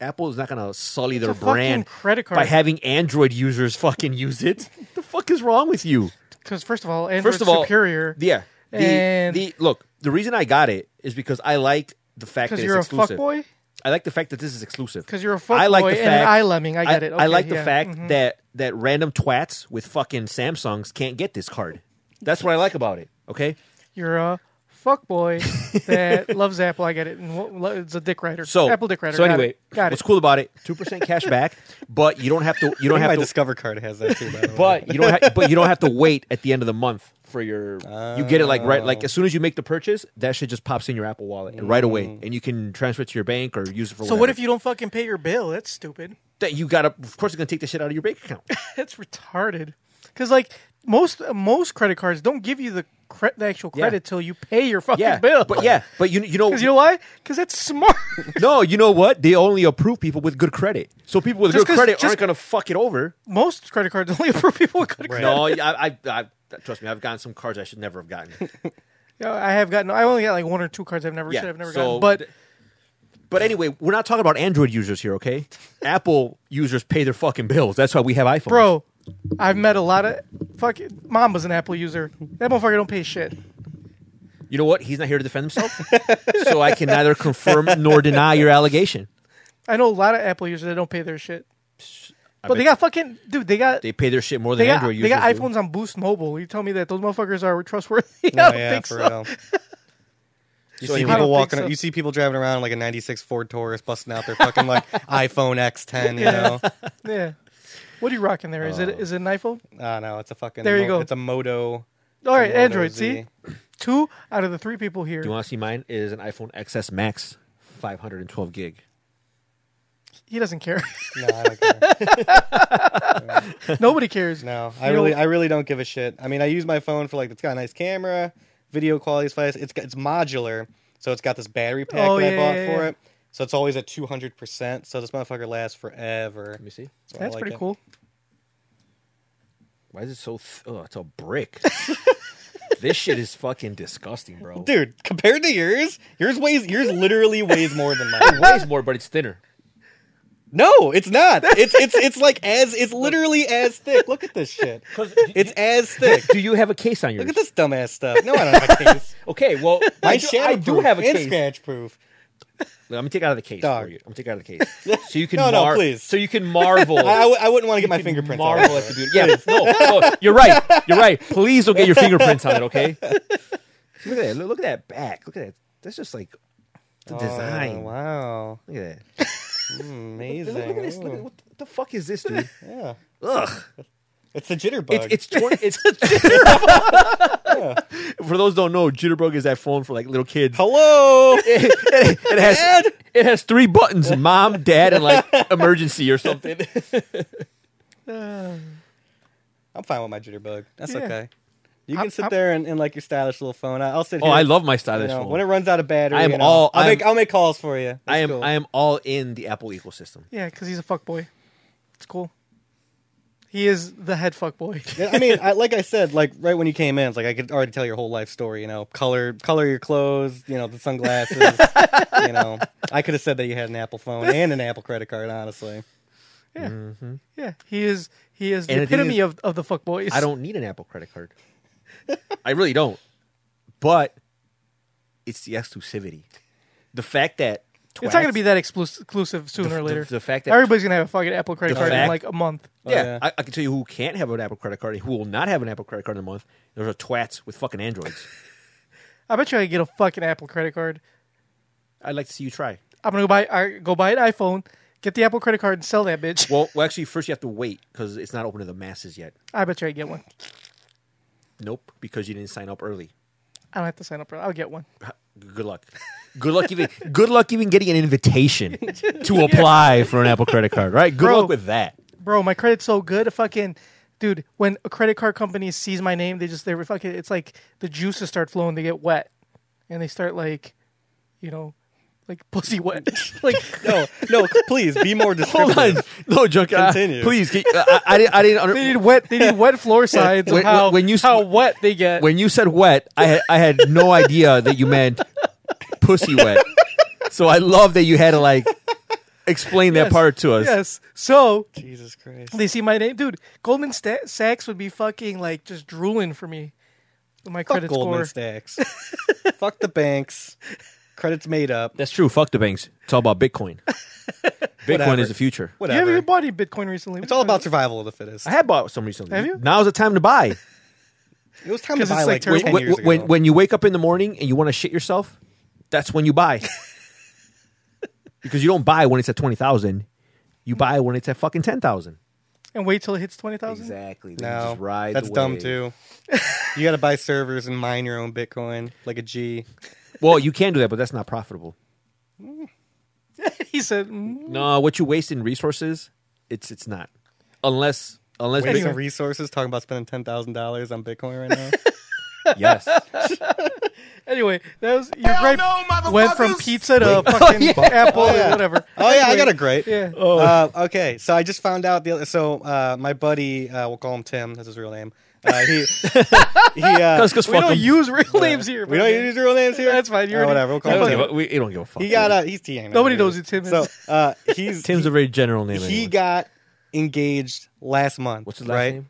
Speaker 3: Apple is not gonna sully their
Speaker 2: a fucking
Speaker 3: brand
Speaker 2: credit card.
Speaker 3: by having Android users fucking use it. the fuck is wrong with you?
Speaker 2: Because first of all, Android's
Speaker 3: First of all,
Speaker 2: superior.
Speaker 3: Yeah. The,
Speaker 2: And-
Speaker 3: the look. The reason I got it is because I like the fact that
Speaker 2: Because
Speaker 3: it's
Speaker 2: you're a
Speaker 3: exclusive.
Speaker 2: fuckboy.
Speaker 3: I like the fact that this is exclusive.
Speaker 2: 'Cause you're a
Speaker 3: I like
Speaker 2: fuckboy
Speaker 3: the
Speaker 2: and an
Speaker 3: fact,
Speaker 2: eye lemming. I get it.
Speaker 3: I
Speaker 2: Okay,
Speaker 3: like
Speaker 2: yeah. Mm-hmm.
Speaker 3: the fact that that random twats with fucking Samsungs can't get this card. That's what I like about it. Okay.
Speaker 2: You're a fuckboy that loves Apple. I get it. And what, lo- it's a dick rider.
Speaker 3: So
Speaker 2: Apple dick rider.
Speaker 3: So
Speaker 2: got
Speaker 3: anyway,
Speaker 2: it. got
Speaker 3: what's
Speaker 2: it.
Speaker 3: cool about it? Two percent cash back, but you don't have to. You
Speaker 4: I
Speaker 3: don't
Speaker 4: think
Speaker 3: have
Speaker 4: my
Speaker 3: to.
Speaker 4: Discover card has that too. By the way.
Speaker 3: but you don't. Ha- but you don't have to wait at the end of the month for your. you get it like right, like as soon as you make the purchase, that shit just pops in your Apple Wallet and right away, and you can transfer it to your bank or use it for.
Speaker 2: So what if you don't fucking pay your bill? That's stupid.
Speaker 3: That you gotta. Of course, you're gonna take the shit out of your bank account.
Speaker 2: That's retarded. Because like most most credit cards don't give you the cre- the actual
Speaker 3: Yeah.
Speaker 2: credit till you pay your fucking
Speaker 3: Yeah,
Speaker 2: bill.
Speaker 3: but yeah, but you you know
Speaker 2: Because you know why? Because that's smart.
Speaker 3: no, you know what? They only approve people with good credit. So people with
Speaker 2: Just
Speaker 3: good
Speaker 2: 'cause-
Speaker 3: credit
Speaker 2: just-
Speaker 3: aren't gonna fuck it over.
Speaker 2: most credit cards only approve people with credit cards.
Speaker 3: No, I, I, I trust me. I've gotten some cards I should never have gotten.
Speaker 2: Yeah, I have gotten. I only got like one or two cards I've never should have never
Speaker 3: so-
Speaker 2: gotten. But
Speaker 3: But anyway, we're not talking about Android users here, okay? Apple users pay their fucking bills. That's why we have iPhones.
Speaker 2: bro, I've met a lot of fucking. Mom was an Apple user. That motherfucker don't pay shit.
Speaker 3: You know what? He's not here to defend himself. so I can neither confirm nor deny your allegation.
Speaker 2: I know a lot of Apple users that don't pay their shit.
Speaker 3: I
Speaker 2: But they
Speaker 3: bet
Speaker 2: got fucking dude. They got
Speaker 3: they pay their shit more than
Speaker 2: they got
Speaker 3: Android
Speaker 2: they
Speaker 3: users.
Speaker 2: got
Speaker 3: do.
Speaker 2: iPhones on Boost Mobile. You tell me that those motherfuckers are trustworthy? I
Speaker 3: Oh,
Speaker 4: No,
Speaker 2: don't
Speaker 4: Oh, yeah,
Speaker 2: think
Speaker 4: for
Speaker 2: so.
Speaker 4: real. You
Speaker 3: So
Speaker 4: see
Speaker 3: anyway-
Speaker 2: I don't
Speaker 4: people walking.
Speaker 2: think so.
Speaker 4: You see people driving around like a '96 Ford Taurus, busting out their fucking like iPhone X10. You know?
Speaker 2: Yeah. What are you rocking there? Is
Speaker 3: Uh,
Speaker 2: it is it an iPhone?
Speaker 4: Ah, no, it's a fucking.
Speaker 2: There you
Speaker 4: mo-
Speaker 2: go.
Speaker 4: It's a Moto.
Speaker 2: All right,
Speaker 4: Moto
Speaker 2: Android.
Speaker 4: Z.
Speaker 2: See, two out of the three people here.
Speaker 3: You want to see mine? It is an iPhone XS Max, 512 gig.
Speaker 2: he doesn't care.
Speaker 4: No, I don't care.
Speaker 2: Nobody cares.
Speaker 4: No, I
Speaker 2: You know-
Speaker 4: really, I really don't give a shit. I mean, I use my phone for like it's got a nice camera, video quality is fast. It's got- it's modular, so it's got this battery pack
Speaker 2: Oh,
Speaker 4: that
Speaker 2: yeah,
Speaker 4: I bought
Speaker 2: yeah,
Speaker 4: for
Speaker 2: yeah.
Speaker 4: it. So it's always at two hundred percent. So this motherfucker lasts forever.
Speaker 3: Let me see.
Speaker 4: why I
Speaker 2: That's
Speaker 4: like
Speaker 2: pretty
Speaker 4: it.
Speaker 2: cool.
Speaker 3: Why is it so? Th- oh, it's a brick. this shit is fucking disgusting, bro. Dude.
Speaker 4: dude. Compared to yours, yours weighs yours literally weighs more than
Speaker 3: It
Speaker 4: mine.
Speaker 3: weighs more, but it's thinner.
Speaker 4: No, it's not. It's it's it's like as it's literally as thick. Look at this shit. It's as thick.
Speaker 3: Do you have a case on yours?
Speaker 4: Look at this dumbass stuff. No, I don't have a case.
Speaker 3: Okay, well, I
Speaker 4: Mine's
Speaker 3: do, I do
Speaker 4: shatterproof
Speaker 3: have a
Speaker 4: and
Speaker 3: case.
Speaker 4: scratch proof.
Speaker 3: Let me take it out of the case
Speaker 4: Dog.
Speaker 3: for you. I'm gonna take it out of the case. So you can
Speaker 4: No, no,
Speaker 3: mar-
Speaker 4: please.
Speaker 3: So you can marvel.
Speaker 4: I, I, w- I wouldn't want to get my fingerprints. all
Speaker 3: marvel at
Speaker 4: over it.
Speaker 3: the beauty. Yeah, no, no, you're right. You're right. Please don't get your fingerprints on it. Okay. Look at that. Look, look at that back. Look at that. That's just like the design.
Speaker 4: Oh, wow.
Speaker 3: Look at that.
Speaker 4: Amazing.
Speaker 3: Look, at this. Look at, what the fuck is this, dude?
Speaker 4: Yeah.
Speaker 3: Ugh.
Speaker 4: It's the jitterbug.
Speaker 3: It's it's twen- it's For those who don't know, jitterbug is that phone for like little kids.
Speaker 4: Hello.
Speaker 3: it, it- it has it has three buttons: mom, dad, and like emergency or something.
Speaker 2: Uh,
Speaker 4: I'm fine with my jitterbug. That's
Speaker 2: Yeah.
Speaker 4: okay. You
Speaker 2: I'm-
Speaker 4: can sit
Speaker 2: I'm-
Speaker 4: there and, and like your stylish little phone. I- I'll sit
Speaker 3: Oh,
Speaker 4: here.
Speaker 3: I love my
Speaker 4: you
Speaker 3: stylish
Speaker 4: know,
Speaker 3: phone.
Speaker 4: when it runs out of battery.
Speaker 3: I am
Speaker 4: you know,
Speaker 3: all-
Speaker 4: I'll
Speaker 3: I am-
Speaker 4: make I'll make calls for you.
Speaker 3: I
Speaker 4: It's
Speaker 3: am
Speaker 4: cool.
Speaker 3: I am all in the Apple ecosystem.
Speaker 2: yeah, because he's a fuckboy. It's cool. He is the head fuckboy.
Speaker 4: Yeah, I mean, I, like I said, like right when you came in, it's like I could already tell your whole life story. You know, color, color your clothes. You know, the sunglasses. you know, I could have said that you had an Apple phone and an Apple credit card. Honestly,
Speaker 2: Yeah, yeah. He is. He is the
Speaker 3: And the thing
Speaker 2: epitome
Speaker 3: is-
Speaker 2: of, of the fuckboys.
Speaker 3: I don't need an Apple credit card. I really don't. But it's the exclusivity. The fact that
Speaker 2: It's not going
Speaker 3: Twats.
Speaker 2: to be that exclus- exclusive sooner or
Speaker 3: the-
Speaker 2: later.
Speaker 3: the fact that-
Speaker 2: everybody's going to have a fucking Apple credit
Speaker 3: The
Speaker 2: card in
Speaker 3: fact-
Speaker 2: like a month.
Speaker 3: yeah,
Speaker 4: yeah.
Speaker 3: I, I can tell you who can't have an Apple credit card, and who will not have an Apple credit card in a month. Those are twats with fucking androids.
Speaker 2: I bet you I could get a fucking Apple credit card.
Speaker 3: I'd like to see you try.
Speaker 2: I'm going to go buy I, go buy an iPhone, get the Apple credit card, and sell that bitch.
Speaker 3: Well, well actually, first you have to wait because it's not open to the masses yet.
Speaker 2: I bet you I get one.
Speaker 3: Nope, because you didn't sign up early.
Speaker 2: I don't have to sign up for it. I'll get one.
Speaker 3: Good luck. Good luck even. good luck even getting an invitation to apply for an Apple credit card. Right. Good
Speaker 2: Bro.
Speaker 3: luck with that.
Speaker 2: Bro, my credit's so good. A fucking dude, when a credit card company sees my name, they just they're fucking it's like the juices start flowing, they get wet. And they start like, you know, like pussy wet. like
Speaker 4: No, no, please be more descriptive.
Speaker 3: Hold on. No, junk. uh,
Speaker 4: Continue.
Speaker 3: please. Get, I, I didn't. I didn't under-
Speaker 2: they need wet they need wet floor sides of
Speaker 3: When-
Speaker 2: how,
Speaker 3: when you-
Speaker 2: how wet they get.
Speaker 3: when you said wet, I had, I had no idea that you meant pussy wet. So I love that you had to like explain that part to us.
Speaker 2: yes. So
Speaker 4: Jesus Christ.
Speaker 2: they see my name, dude. Goldman Sta- Sachs would be fucking like just drooling for me. with My
Speaker 4: Fuck
Speaker 2: credit
Speaker 4: Goldman
Speaker 2: score.
Speaker 4: Sachs. Fuck the banks. Credit's made up.
Speaker 3: That's true. Fuck the banks. It's all about Bitcoin. Bitcoin is the future.
Speaker 2: You
Speaker 4: Whatever.
Speaker 2: haven't even bought any Bitcoin recently.
Speaker 4: it's all about survival of the fittest.
Speaker 3: I had bought some recently.
Speaker 2: Have you?
Speaker 3: Now's the time to buy.
Speaker 4: It was time to
Speaker 2: 'Cause
Speaker 4: buy
Speaker 2: it's
Speaker 4: like
Speaker 2: like terrible.
Speaker 4: ten
Speaker 3: when,
Speaker 4: years ago.
Speaker 3: when, when you wake up in the morning and you want to shit yourself, that's when you buy. because you don't buy when it's at 20,000. You buy when it's at fucking 10,000.
Speaker 2: and wait till it hits twenty thousand.
Speaker 3: Exactly. Then you
Speaker 4: no,
Speaker 3: just ride
Speaker 4: that's
Speaker 3: the
Speaker 4: dumb
Speaker 3: wave.
Speaker 4: too. you got to buy servers and mine your own Bitcoin like a G.
Speaker 3: Well, you can do that, but that's not profitable.
Speaker 2: he said, mm,
Speaker 3: No, what you waste in resources, it's it's not. Unless unless
Speaker 4: Wasting
Speaker 2: Anyway.
Speaker 4: resources talking about spending ten thousand dollars on Bitcoin right now.
Speaker 3: yes.
Speaker 2: "Anyway, that was your
Speaker 5: Hell
Speaker 2: great
Speaker 5: no, motherfuckers!
Speaker 2: went from pizza to fucking Apple or whatever."
Speaker 4: oh yeah, I got a
Speaker 2: Anyway,
Speaker 4: great.
Speaker 2: Yeah,
Speaker 4: Uh, okay, so I just found out the other, so uh, my buddy, uh, we'll call him Tim. That's his real name. Uh, he he. Uh,
Speaker 3: Because
Speaker 2: we don't use real names here.
Speaker 4: we don't use his real names here.
Speaker 2: That's fine. You're
Speaker 4: Uh, whatever. We'll call him Tim.
Speaker 3: we, you don't give a fuck.
Speaker 4: He got uh, he's TM.
Speaker 2: Nobody knows who Tim is.
Speaker 4: So uh, he's
Speaker 3: Tim's a very general name.
Speaker 4: he
Speaker 3: anyway.
Speaker 4: got engaged last month.
Speaker 3: What's his last
Speaker 4: right?
Speaker 3: name?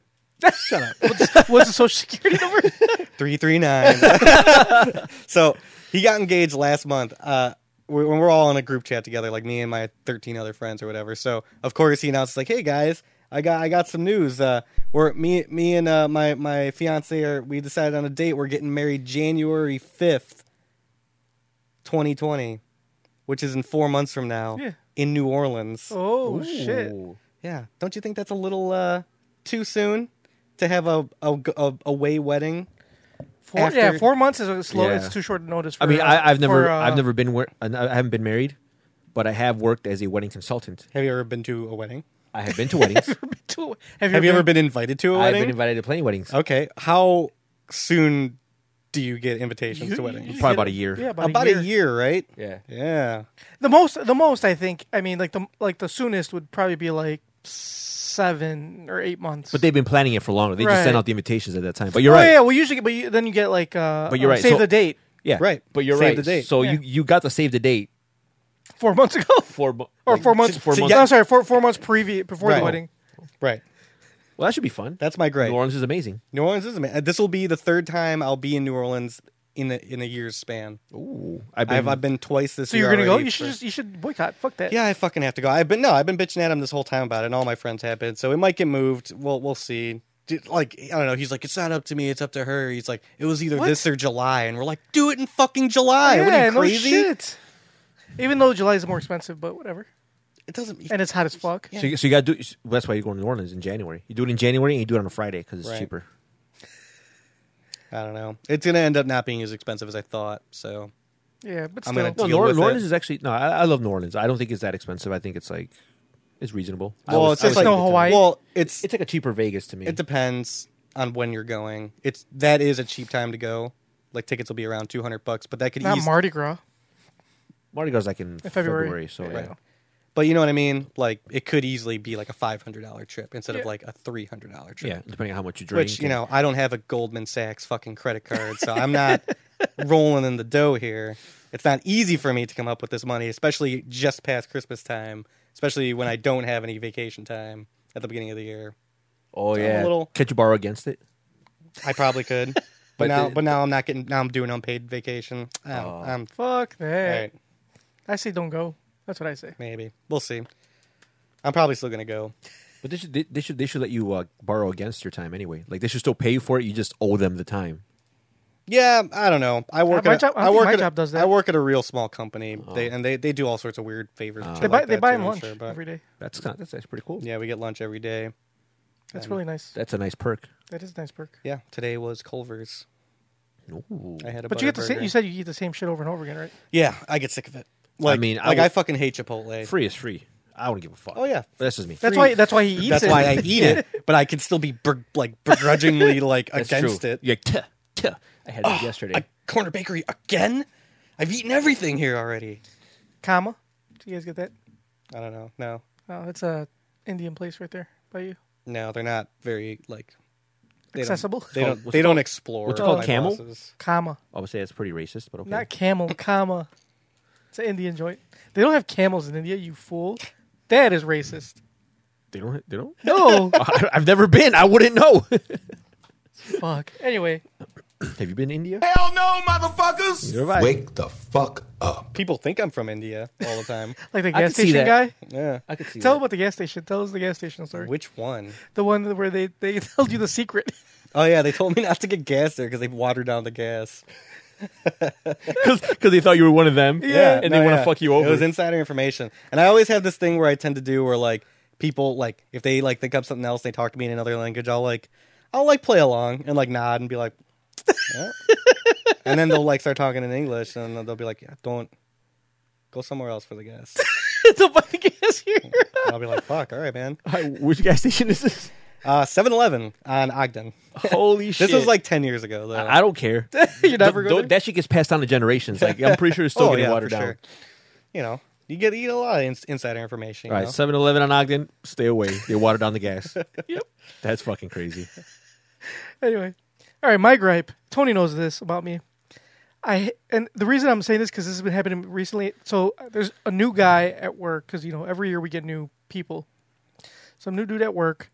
Speaker 4: Shut up.
Speaker 2: What's the social security number?
Speaker 4: 339. so he got engaged last month. Uh, we when we're all in a group chat together, like me and my 13 other friends or whatever. So of course he announced like, "Hey guys, I got I got some news. Uh, we're me me and uh, my my fiance are we decided on a date. We're getting married January 5th, 2020, which is in four months from now
Speaker 2: Yeah.
Speaker 4: in New Orleans.
Speaker 2: Oh shit!
Speaker 3: Ooh.
Speaker 4: Yeah, don't you think that's a little uh, too soon to have a a, a, a way wedding?
Speaker 2: Four, yeah,
Speaker 4: After-
Speaker 2: four months is a slow.
Speaker 3: Yeah.
Speaker 2: It's too short notice. For,
Speaker 3: I mean,
Speaker 2: uh,
Speaker 3: I, I've never,
Speaker 2: for, uh,
Speaker 3: I've never been where I haven't been married, but I have worked as a wedding consultant.
Speaker 4: Have you ever been to a wedding?
Speaker 3: I have been to weddings.
Speaker 2: to- have you,
Speaker 4: Have you ever been invited to a
Speaker 3: I've
Speaker 4: wedding?
Speaker 3: been invited to plenty of weddings.
Speaker 4: okay. How soon do you get invitations to weddings?
Speaker 3: Probably about a year.
Speaker 2: Yeah, about,
Speaker 4: About, a, year. right?
Speaker 3: Yeah.
Speaker 4: Yeah.
Speaker 2: The most, the most, I think. I mean, like the like the soonest would probably be like seven or eight months.
Speaker 3: But they've been planning it for longer. They just sent
Speaker 2: Right.
Speaker 3: out the invitations at that time. But you're
Speaker 2: oh,
Speaker 3: right.
Speaker 2: yeah, well, usually, but you, then you get like, uh,
Speaker 3: But you're
Speaker 2: uh,
Speaker 3: right,
Speaker 2: Save
Speaker 3: so-
Speaker 2: the date
Speaker 3: Yeah.
Speaker 4: Right.
Speaker 3: But you're
Speaker 4: Save
Speaker 3: right.
Speaker 4: the date.
Speaker 3: So
Speaker 2: Yeah.
Speaker 3: you you got to save the date
Speaker 2: four months ago,
Speaker 3: for bu-
Speaker 2: or
Speaker 3: like,
Speaker 2: four months.
Speaker 3: t- Four
Speaker 4: to
Speaker 3: months.
Speaker 4: get-
Speaker 2: I'm sorry, four four months previ- before
Speaker 4: Right.
Speaker 2: the wedding.
Speaker 4: Right.
Speaker 3: Well, that should be fun.
Speaker 4: That's my great.
Speaker 3: New Orleans is amazing.
Speaker 4: New Orleans is amazing. This will be the third time I'll be in New Orleans in a, in a year's span.
Speaker 3: Ooh, I've been.
Speaker 4: I've, I've been twice this
Speaker 2: So
Speaker 4: year.
Speaker 2: you're gonna go?
Speaker 4: already
Speaker 2: You
Speaker 4: for-
Speaker 2: should just you should boycott. Fuck that.
Speaker 4: Yeah, I fucking have to go. I've been no, I've been bitching at him this whole time about it, and all my friends have been. So it might get moved. We'll we'll see. Dude, like I don't know. He's like, it's not up to me. It's up to her. He's like, it was either
Speaker 2: What?
Speaker 4: this or July, and we're like, do it in fucking July. what are
Speaker 2: Yeah,
Speaker 4: you
Speaker 2: no
Speaker 4: crazy?
Speaker 2: shit. Even though July is more expensive, but whatever,
Speaker 4: It doesn't.
Speaker 2: and it's hot as fuck.
Speaker 3: so, you, so you got to do. That's why you go to New Orleans in January. You do it in January and you do it on a Friday because it's
Speaker 4: Right.
Speaker 3: cheaper.
Speaker 4: I don't know. It's gonna end up not being as expensive as I thought. So
Speaker 2: Yeah, but
Speaker 4: I'm
Speaker 2: still,
Speaker 4: gonna
Speaker 3: No,
Speaker 4: Deal
Speaker 3: New, Or-
Speaker 4: with
Speaker 3: New Orleans
Speaker 4: it.
Speaker 3: is actually no. I, I love New Orleans. I don't think it's that expensive. I think it's like it's reasonable. I
Speaker 4: well,
Speaker 3: was-
Speaker 4: it's
Speaker 3: I
Speaker 4: just
Speaker 3: was
Speaker 4: like
Speaker 2: no
Speaker 3: thinking-
Speaker 2: Hawaii.
Speaker 4: Well, it's
Speaker 3: It's like a cheaper Vegas to me.
Speaker 4: it depends on when you're going. It's that is a cheap time to go. Like tickets will be around two hundred bucks, but that could
Speaker 2: not
Speaker 4: eas-
Speaker 2: Mardi Gras.
Speaker 3: Mardi Gras like in
Speaker 2: February.
Speaker 3: February, so
Speaker 4: Right.
Speaker 3: yeah.
Speaker 4: But you know what I mean? Like it could easily be like a five hundred dollar trip instead of
Speaker 2: Yeah.
Speaker 4: like a three hundred dollar trip.
Speaker 3: yeah, depending on how much you drink.
Speaker 4: Which you
Speaker 3: and-
Speaker 4: know, I don't have a Goldman Sachs fucking credit card, so I'm not rolling in the dough here. It's not easy for me to come up with this money, especially just past Christmas time, especially when I don't have any vacation time at the beginning of the year.
Speaker 3: oh
Speaker 4: I'm a
Speaker 3: yeah,
Speaker 4: little-
Speaker 3: can't you borrow against it?
Speaker 4: I probably could, but,
Speaker 3: But
Speaker 4: now,
Speaker 3: the-
Speaker 4: but now I'm not getting. Now I'm doing unpaid vacation. Oh, I'm
Speaker 2: Fuck that.
Speaker 4: all right.
Speaker 2: I say don't go. That's what I say.
Speaker 4: Maybe we'll see. I'm probably still gonna go.
Speaker 3: But they should they, they should they should let you uh, borrow against your time anyway. Like they should still pay you for it. You just owe them the time.
Speaker 4: Yeah, I don't know. I work.
Speaker 2: my
Speaker 4: at a-
Speaker 2: job- I
Speaker 4: I
Speaker 2: think
Speaker 4: work
Speaker 2: my
Speaker 4: at a-
Speaker 2: job does that.
Speaker 4: I work at a real small company. They and they, they do all sorts of weird favors. and
Speaker 2: They
Speaker 4: shit
Speaker 2: buy
Speaker 4: like
Speaker 2: they
Speaker 4: that
Speaker 2: buy
Speaker 4: too,
Speaker 2: him
Speaker 4: I'm
Speaker 2: lunch
Speaker 4: sure, but-
Speaker 2: every day.
Speaker 3: That's kind that's that's pretty cool.
Speaker 4: Yeah, we get lunch every day.
Speaker 2: That's really nice.
Speaker 3: That's a nice perk.
Speaker 2: That is a nice perk.
Speaker 4: Yeah, today was Culver's.
Speaker 3: Ooh.
Speaker 4: I had a
Speaker 2: But you get the
Speaker 4: Butterburger.
Speaker 2: same. You said you eat the same shit over and over again, right?
Speaker 4: Yeah, I get sick of it. Like, I mean,
Speaker 3: mean, I
Speaker 4: like
Speaker 3: would-
Speaker 4: I fucking hate Chipotle.
Speaker 3: Free is free. I don't give a fuck.
Speaker 4: Oh, yeah.
Speaker 3: But that's just me.
Speaker 2: That's
Speaker 4: Free.
Speaker 2: why. That's why he eats
Speaker 4: That's
Speaker 2: it.
Speaker 4: why I eat it, but I can still be beg- like begrudgingly like
Speaker 3: That's
Speaker 4: against
Speaker 3: true.
Speaker 4: it.
Speaker 3: You're like, tuh, tuh. I had that yesterday.
Speaker 4: A corner bakery again? I've eaten everything here already.
Speaker 2: Comma. Do you guys get that?
Speaker 4: I don't know. No,
Speaker 2: Oh, that's a Indian place right there by you.
Speaker 4: no, they're not very like they don't-
Speaker 2: Accessible?
Speaker 4: They don't.
Speaker 3: What's
Speaker 4: They
Speaker 3: it
Speaker 4: don't
Speaker 3: called?
Speaker 4: explore.
Speaker 3: What's it called,
Speaker 4: my
Speaker 3: Camel?
Speaker 4: bosses.
Speaker 2: Comma.
Speaker 3: I would say that's pretty racist, but okay.
Speaker 2: Not camel. comma. It's an Indian joint. They don't have camels in India. You fool. That is racist.
Speaker 3: they don't. They don't.
Speaker 2: No.
Speaker 3: I, I've never been. I wouldn't know.
Speaker 2: Fuck. Anyway,
Speaker 3: Have you been to India?
Speaker 5: Hell no, motherfuckers!
Speaker 3: You're right.
Speaker 7: Wake the fuck up.
Speaker 4: People think I'm from India all the time.
Speaker 2: like the
Speaker 3: I
Speaker 2: gas
Speaker 3: could see
Speaker 2: station
Speaker 3: that.
Speaker 2: guy.
Speaker 4: yeah.
Speaker 3: I could see.
Speaker 2: Tell
Speaker 3: that.
Speaker 2: him about the gas station. Tell us the gas station story.
Speaker 4: Which one?
Speaker 2: The one where they they told you the secret.
Speaker 4: Oh yeah, they told me not to get gas there because they watered down the gas.
Speaker 3: because they thought you were one of them.
Speaker 4: Yeah,
Speaker 3: and
Speaker 4: no,
Speaker 3: they want to
Speaker 4: yeah.
Speaker 3: fuck you over.
Speaker 4: It was insider information, and I always have this thing where I tend to do where like people like if they like think up something else, they talk to me in another language. I'll like I'll like play along and like nod and be like, yeah. and then they'll like start talking in English, and they'll be like, yeah, don't go somewhere else for the gas.
Speaker 2: it's a bunch of gas here.
Speaker 4: And I'll be like, fuck, all right, man.
Speaker 3: Hi, which gas station is this?
Speaker 4: Uh, 7-Eleven on Ogden.
Speaker 3: Holy shit!
Speaker 4: This was like ten years ago though.
Speaker 3: I I don't care.
Speaker 2: you never
Speaker 3: Th-
Speaker 2: go. there?
Speaker 3: th- that shit gets passed down to generations. Like I'm pretty sure it's still
Speaker 4: Oh,
Speaker 3: getting
Speaker 4: yeah,
Speaker 3: watered
Speaker 4: for
Speaker 3: down.
Speaker 4: sure. You know, you get you get a lot of ins- insider information. You
Speaker 3: All right,
Speaker 4: know?
Speaker 3: 7 Eleven on Ogden, stay away. They watered down the gas. yep. That's fucking crazy.
Speaker 2: Anyway, all right. My gripe. Tony knows this about me. I and the reason I'm saying this because this has been happening recently. So uh, there's a new guy at work because you know every year we get new people. Some new dude at work.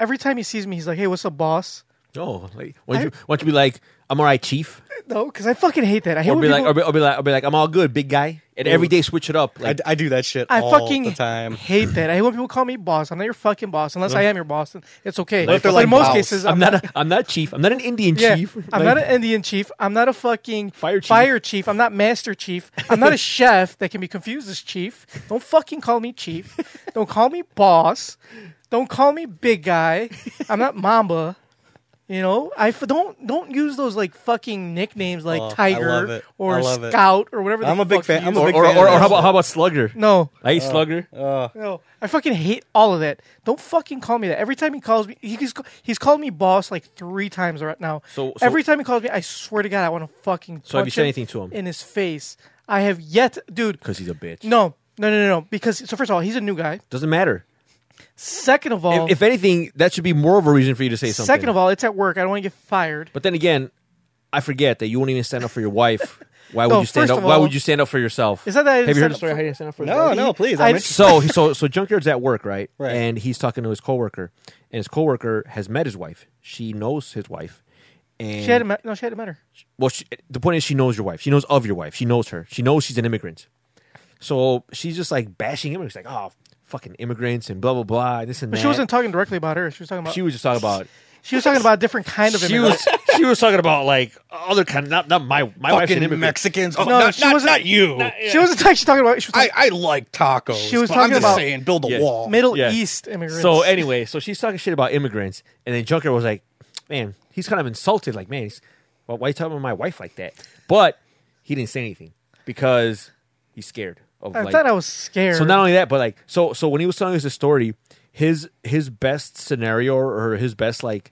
Speaker 2: Every time he sees me, he's like, "Hey, what's up, boss?"
Speaker 3: Oh, like, why don't you, why don't you be like, I'm all right, chief?
Speaker 2: No, because I fucking hate that. I hate
Speaker 3: Or
Speaker 2: when
Speaker 3: be, like,
Speaker 2: people-
Speaker 3: or, be, or be like, or be like, I'm all good, big guy. And every day switch it up.
Speaker 4: I,
Speaker 3: Like,
Speaker 4: I do that shit
Speaker 2: I
Speaker 4: all
Speaker 2: fucking
Speaker 4: the time.
Speaker 2: hate that. I hate when people call me boss. I'm not your fucking boss unless
Speaker 3: Mm.
Speaker 2: I am your boss. and It's okay.
Speaker 4: What if they're
Speaker 2: But
Speaker 4: like
Speaker 2: in most
Speaker 4: boss?
Speaker 2: cases,
Speaker 3: I'm not, a, I'm not chief. I'm not an Indian
Speaker 2: Yeah,
Speaker 3: chief.
Speaker 2: I'm
Speaker 3: Like,
Speaker 2: not an Indian chief. I'm not a fucking
Speaker 3: Fire chief.
Speaker 2: I'm not master chief. I'm not a chef that can be confused as chief. Don't fucking call me chief. Don't call me boss. Don't call me big guy. I'm not Mamba. You know, I f- don't don't use those like fucking nicknames like
Speaker 4: Oh, I love
Speaker 2: tiger
Speaker 4: it. I
Speaker 2: or
Speaker 4: love it.
Speaker 2: scout or whatever. the
Speaker 4: I'm a big
Speaker 2: fuck
Speaker 4: fan-
Speaker 2: you
Speaker 4: I'm a
Speaker 2: use.
Speaker 3: or,
Speaker 4: big
Speaker 3: or,
Speaker 4: fan Uh,
Speaker 3: or,
Speaker 4: of
Speaker 3: or
Speaker 4: that
Speaker 3: how, about, how about Slugger?
Speaker 2: no.
Speaker 3: I hate Slugger.
Speaker 2: No, I fucking hate all of that. Don't fucking call me that. Every time he calls me, he- he's he's called me boss like three times right now.
Speaker 3: So- so-
Speaker 2: every time he calls me, I swear to God, I want to fucking.
Speaker 3: So have you
Speaker 2: punch
Speaker 3: said anything to him?
Speaker 2: in his face? I have yet, dude.
Speaker 3: Because he's a bitch.
Speaker 2: No, no, no, no, no. Because so first of all, he's a new guy.
Speaker 3: Doesn't matter.
Speaker 2: Second of all,
Speaker 3: If, if anything, that should be more of a reason for you to say something.
Speaker 2: Oh. second of all, it's at work. I don't want to get fired.
Speaker 3: But then again, I forget that you won't even stand up for your wife. Why would
Speaker 2: No,
Speaker 3: you stand
Speaker 2: first
Speaker 3: up?
Speaker 2: of
Speaker 3: Why
Speaker 2: all-
Speaker 3: would you stand up for yourself?
Speaker 2: Is that that? I
Speaker 3: Have
Speaker 2: didn't
Speaker 3: you heard the
Speaker 2: stand
Speaker 3: story?
Speaker 2: up
Speaker 3: How you stand up for
Speaker 4: No, no, please.
Speaker 2: I-
Speaker 4: I'm interested.
Speaker 3: So so so junkyard's at work, right?
Speaker 4: Right.
Speaker 3: And he's talking to his coworker, and his coworker has met his wife. She knows his wife, and
Speaker 2: She had a ma- no. She had a matter.
Speaker 3: well, she, the point is, she knows your wife. She knows of your wife. She knows her. She knows she's an immigrant. So she's just like bashing immigrants, like oh fucking immigrants and blah blah blah this and
Speaker 2: But
Speaker 3: that.
Speaker 2: she wasn't talking directly about her. She was talking about
Speaker 3: She
Speaker 2: she,
Speaker 3: was just talking about.
Speaker 2: was talking about a different kind of.
Speaker 3: She
Speaker 2: immigrant.
Speaker 3: was she was talking about like other kind. Not not my my wife's an
Speaker 4: fucking
Speaker 3: immigrant.
Speaker 4: Mexicans. Oh,
Speaker 2: No,
Speaker 4: not,
Speaker 2: she
Speaker 4: not,
Speaker 2: wasn't-
Speaker 4: not you.
Speaker 2: She wasn't actually talking about. She was
Speaker 4: I,
Speaker 2: talking
Speaker 4: I like tacos.
Speaker 2: She was
Speaker 4: but
Speaker 2: talking
Speaker 4: I'm just
Speaker 2: about-
Speaker 4: saying, build a
Speaker 3: Yeah.
Speaker 4: wall.
Speaker 2: Middle
Speaker 3: Yeah.
Speaker 2: East immigrants.
Speaker 3: So anyway, so she's talking shit about immigrants, and then Junker was like, "Man, he's kind of insulted. Like, man, he's, why, why you talking about my wife like that?" But he didn't say anything because he's scared of.
Speaker 2: I
Speaker 3: like,
Speaker 2: thought I was scared.
Speaker 3: So not only that, but like, so so when he was telling us the story, his his best scenario or his best like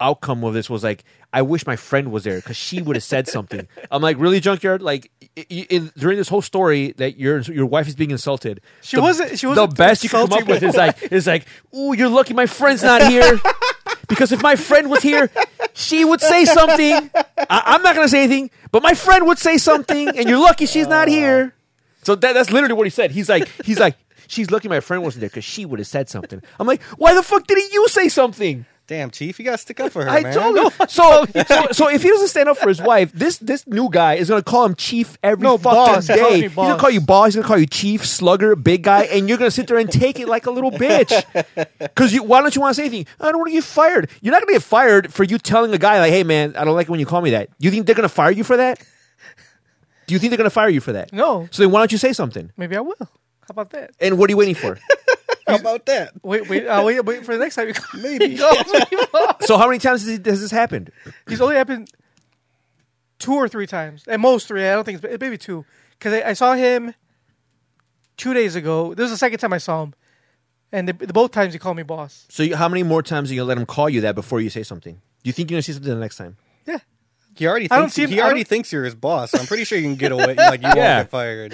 Speaker 3: outcome of this was like, I wish my friend was there because she would have said something. I'm like, really, Junkyard? Like, i- i- in, during this whole story that your your wife is being insulted,
Speaker 2: She wasn't- she wasn't
Speaker 3: the best you can come up
Speaker 2: insulting
Speaker 3: with is like is like, ooh, you're lucky my friend's not here. Because if my friend was here, she would say something. I, I'm not going to say anything, but my friend would say something, and you're lucky she's not here. So that, that's literally what he said. He's like, he's like, she's lucky my friend wasn't there because she would have said something. I'm like, why the fuck didn't you say something?
Speaker 4: Damn, Chief, you gotta stick up for her,
Speaker 3: I
Speaker 4: man.
Speaker 3: told you. So, so, so if he doesn't stand up for his wife, this this new guy is gonna call him chief every
Speaker 2: No,
Speaker 3: fucking
Speaker 2: boss. He
Speaker 3: day.
Speaker 2: calls me
Speaker 3: He's gonna
Speaker 2: boss.
Speaker 3: call you boss. He's gonna call you chief, slugger, big guy, and you're gonna sit there and take it like a little bitch. Because you, why don't you want to say anything? I don't want to get fired. You're not gonna get fired for you telling a guy like, "Hey, man, I don't like it when you call me that." You think they're gonna fire you for that? Do you think they're gonna fire you for that?
Speaker 2: No.
Speaker 3: So then why don't you say something?
Speaker 2: Maybe I will. How about that?
Speaker 3: And what are you waiting for?
Speaker 4: How about that?
Speaker 2: Wait, wait, I'll wait, wait for the next time. you call.
Speaker 4: Maybe.
Speaker 3: so how many times has this- has this happened?
Speaker 2: He's only happened two or three times, at most three. I don't think it's maybe two because I, I saw him two days ago. This was the second time I saw him, and the, the both times he called me boss.
Speaker 3: So you, how many more times are you gonna let him call you that before you say something? Do you think you're gonna say something the next time?
Speaker 2: Yeah,
Speaker 4: He already
Speaker 2: I don't
Speaker 4: thinks
Speaker 2: see him-
Speaker 4: he
Speaker 2: I
Speaker 4: already
Speaker 2: don't-
Speaker 4: thinks you're his boss. So I'm pretty sure you can get away like you
Speaker 3: Yeah.
Speaker 4: won't get fired.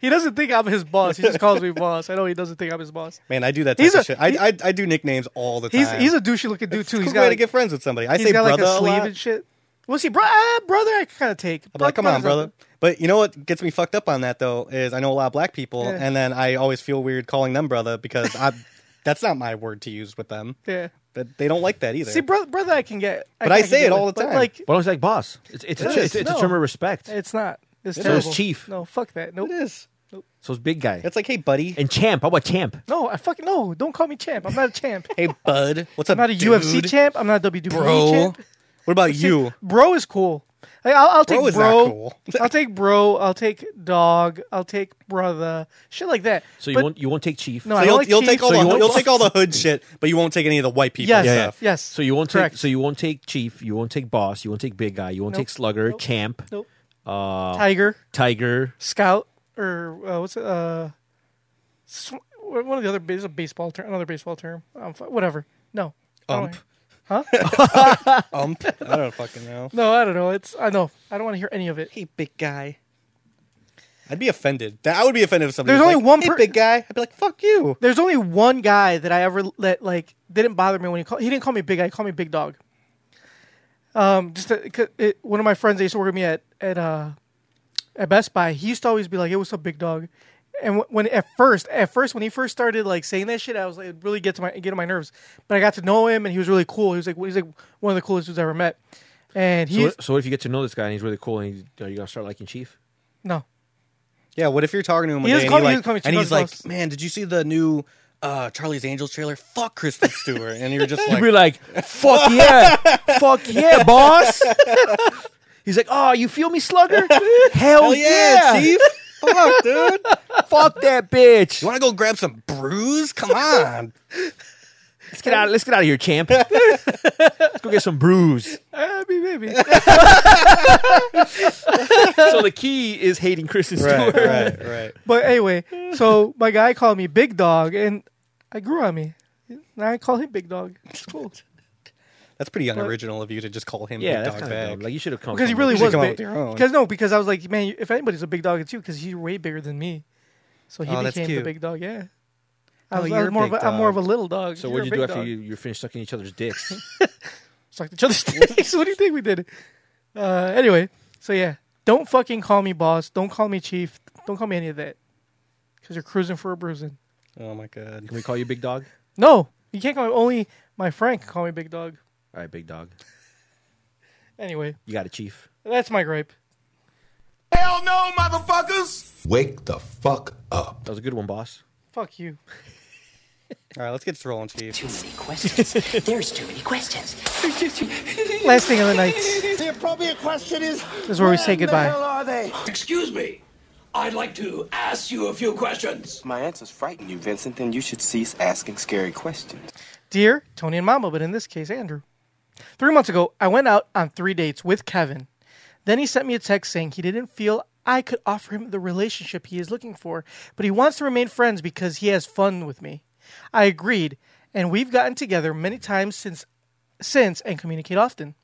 Speaker 2: he doesn't think I'm his boss. He just calls me boss. I know he doesn't think I'm his boss.
Speaker 4: Man, I do that type
Speaker 2: He's
Speaker 4: of
Speaker 2: a-
Speaker 4: shit. I,
Speaker 2: he-
Speaker 4: I I do nicknames all the time.
Speaker 2: He's he's a douchey looking dude too.
Speaker 4: It's a
Speaker 2: He's
Speaker 4: quick
Speaker 2: got
Speaker 4: way to
Speaker 2: like,
Speaker 4: get friends with somebody. I
Speaker 2: he's
Speaker 4: say
Speaker 2: got like
Speaker 4: brother
Speaker 2: a
Speaker 4: a
Speaker 2: sleeve
Speaker 4: lot.
Speaker 2: and shit. Well, see, bro, ah, brother, I kind of take.
Speaker 4: I'm like, come on,
Speaker 2: Brother's
Speaker 4: brother. But you know what gets me fucked up on that though is I know a lot of black people,
Speaker 2: Yeah.
Speaker 4: and then I always feel weird calling them brother because I that's not my word to use with them.
Speaker 2: Yeah.
Speaker 4: But they don't like that either.
Speaker 2: See, brother, brother, I can get.
Speaker 4: But I
Speaker 2: can
Speaker 4: say
Speaker 2: get
Speaker 4: it all
Speaker 2: with,
Speaker 4: the
Speaker 2: but,
Speaker 4: time.
Speaker 2: Like,
Speaker 3: Well, it's like boss. It's it's, a,
Speaker 4: It
Speaker 3: it's,
Speaker 4: is,
Speaker 3: it's
Speaker 2: no.
Speaker 3: a term of respect.
Speaker 2: it's not. It's
Speaker 3: So it's
Speaker 2: terrible.
Speaker 3: chief.
Speaker 2: No, fuck that. Nope.
Speaker 4: it is.
Speaker 3: so it's big guy
Speaker 4: It's like, hey, buddy.
Speaker 3: and champ. How about champ?
Speaker 2: No, I fucking no. Don't call me champ. I'm not a champ.
Speaker 4: hey, bud. What's up?
Speaker 2: I'm not a
Speaker 4: dude?
Speaker 2: UFC champ. I'm not a WWE
Speaker 4: bro.
Speaker 2: champ.
Speaker 4: What about you?
Speaker 2: Bro is cool. Like, I'll, I'll take
Speaker 4: Bro
Speaker 2: bro.
Speaker 4: is not cool.
Speaker 2: I'll take bro. I'll take dog. I'll take brother. Shit like that.
Speaker 3: So you
Speaker 2: But-
Speaker 3: won't you won't take chief.
Speaker 2: No,
Speaker 3: So,
Speaker 2: I
Speaker 4: So
Speaker 2: don't
Speaker 4: you'll,
Speaker 2: like
Speaker 4: you'll
Speaker 2: cheese.
Speaker 4: take all
Speaker 2: So
Speaker 4: the
Speaker 2: you
Speaker 4: you'll
Speaker 2: won't-
Speaker 4: take all the hood shit, but you won't take any of the white people
Speaker 2: Yes.
Speaker 3: yeah.
Speaker 4: stuff.
Speaker 2: Yes.
Speaker 3: so you won't
Speaker 2: Correct.
Speaker 3: take so you won't take chief. You won't take boss. You won't take big guy. You won't
Speaker 2: Nope.
Speaker 3: take slugger,
Speaker 2: Nope.
Speaker 3: champ,
Speaker 2: Nope.
Speaker 3: uh,
Speaker 2: Tiger,
Speaker 3: tiger.
Speaker 2: scout, or uh, what's it? Uh, sw- one of the other is a baseball term. Another baseball term. Um, fu- whatever. No. I don't
Speaker 4: Ump.
Speaker 2: wanna-
Speaker 4: Ump. Um, I don't fucking know.
Speaker 2: No, I don't know. It's I know. I don't want to hear any of it.
Speaker 4: Hey, big guy. I'd be offended. That I would be offended if somebody.
Speaker 2: There's
Speaker 4: was
Speaker 2: only
Speaker 4: like,
Speaker 2: one
Speaker 4: hey,
Speaker 2: per-
Speaker 4: big guy. I'd be like, fuck you.
Speaker 2: There's only one guy that I ever let like didn't bother me when he called. He didn't call me big guy. He called me big dog. Um, just to, 'cause it, one of my friends that used to work with me at at uh at Best Buy. He used to always be like, "Hey, what's up, big dog?" And wh- when at first, at first when he first started like saying that shit, I was like, it really get to my get on my nerves. But I got to know him, and he was really cool. He was like, he's like one of the coolest dudes I ever met. And
Speaker 3: So
Speaker 2: he
Speaker 3: what, so what if you get to know this guy and he's really cool and he, are you gonna start liking chief?
Speaker 2: no,
Speaker 4: Yeah. What if you're talking to him one
Speaker 2: He
Speaker 4: day
Speaker 2: doesn't
Speaker 4: and,
Speaker 2: call
Speaker 4: he
Speaker 2: me- he doesn't
Speaker 4: like,
Speaker 2: call me
Speaker 4: and
Speaker 2: Chief
Speaker 4: he's like,
Speaker 2: Douglas.
Speaker 4: man, did you see the new uh, Charlie's Angels trailer? Fuck Kristen Stewart. And you're just like,
Speaker 3: You'd be like, fuck yeah, fuck yeah, boss. He's like, oh, you feel me, slugger? Hell,
Speaker 2: "Oh,
Speaker 4: hell yeah, Chief. Fuck, dude.
Speaker 3: Fuck that bitch.
Speaker 4: You want to go grab some brews? Come on.
Speaker 3: Let's get out. Let's get out of here, champ. let's go get some brews.
Speaker 2: I mean maybe.
Speaker 3: So the key is hating Kristen
Speaker 4: right,
Speaker 3: Stewart.
Speaker 4: right, right.
Speaker 2: But anyway, so my guy called me Big Dog, and I grew on me. Now I call him Big Dog. It's cool
Speaker 4: That's pretty unoriginal of you to just call him
Speaker 3: Yeah,
Speaker 4: big
Speaker 3: that's
Speaker 4: dog
Speaker 3: kind
Speaker 4: bag.
Speaker 3: of like you should have come
Speaker 2: because he
Speaker 3: from-
Speaker 2: really
Speaker 4: You should
Speaker 2: was
Speaker 4: come up
Speaker 2: big.
Speaker 4: with your own.
Speaker 2: Because no, because I was like, man, if anybody's a big dog, it's you. Because he's way bigger than me, so he
Speaker 4: Oh, that's
Speaker 2: became the
Speaker 4: cute.
Speaker 2: big dog. Yeah, I
Speaker 4: Oh,
Speaker 2: was, I
Speaker 4: you're
Speaker 2: was more
Speaker 4: a
Speaker 2: of a,
Speaker 4: big
Speaker 2: I'm more of a
Speaker 4: dog.
Speaker 2: little dog.
Speaker 3: So
Speaker 2: You're
Speaker 3: what'd
Speaker 2: a
Speaker 3: you do
Speaker 2: big
Speaker 3: after
Speaker 2: dog.
Speaker 3: you you finished sucking each other's dicks?
Speaker 2: sucked each other's dicks? what do you think we did? Uh, anyway, so yeah, don't fucking call me boss. Don't call me chief. Don't call me any of that. Because you're cruising for a bruising.
Speaker 4: oh my god.
Speaker 3: Can we call you Big Dog?
Speaker 2: No, you can't call me. Only my friend can call me big dog.
Speaker 3: All right, Big Dog.
Speaker 2: Anyway,
Speaker 3: You got a chief.
Speaker 2: that's my gripe.
Speaker 5: Hell no, motherfuckers!
Speaker 7: Wake the fuck up.
Speaker 3: That was a good one, boss.
Speaker 2: Fuck you.
Speaker 4: All right, let's get this rolling, Chief.
Speaker 8: Too many questions. There's too many questions.
Speaker 2: Last thing of the night.
Speaker 5: The appropriate question is This
Speaker 2: is where we say goodbye.
Speaker 5: The hell are they?
Speaker 9: Excuse me. I'd like to ask you a few questions.
Speaker 10: my answers frighten you, Vincent, then you should cease asking scary questions.
Speaker 2: Dear Tony and Mama, but in this case, Andrew. Three months ago, I went out on three dates with Kevin. Then he sent me a text saying he didn't feel I could offer him the relationship he is looking for, but he wants to remain friends because he has fun with me. I agreed, and we've gotten together many times since since and communicate often.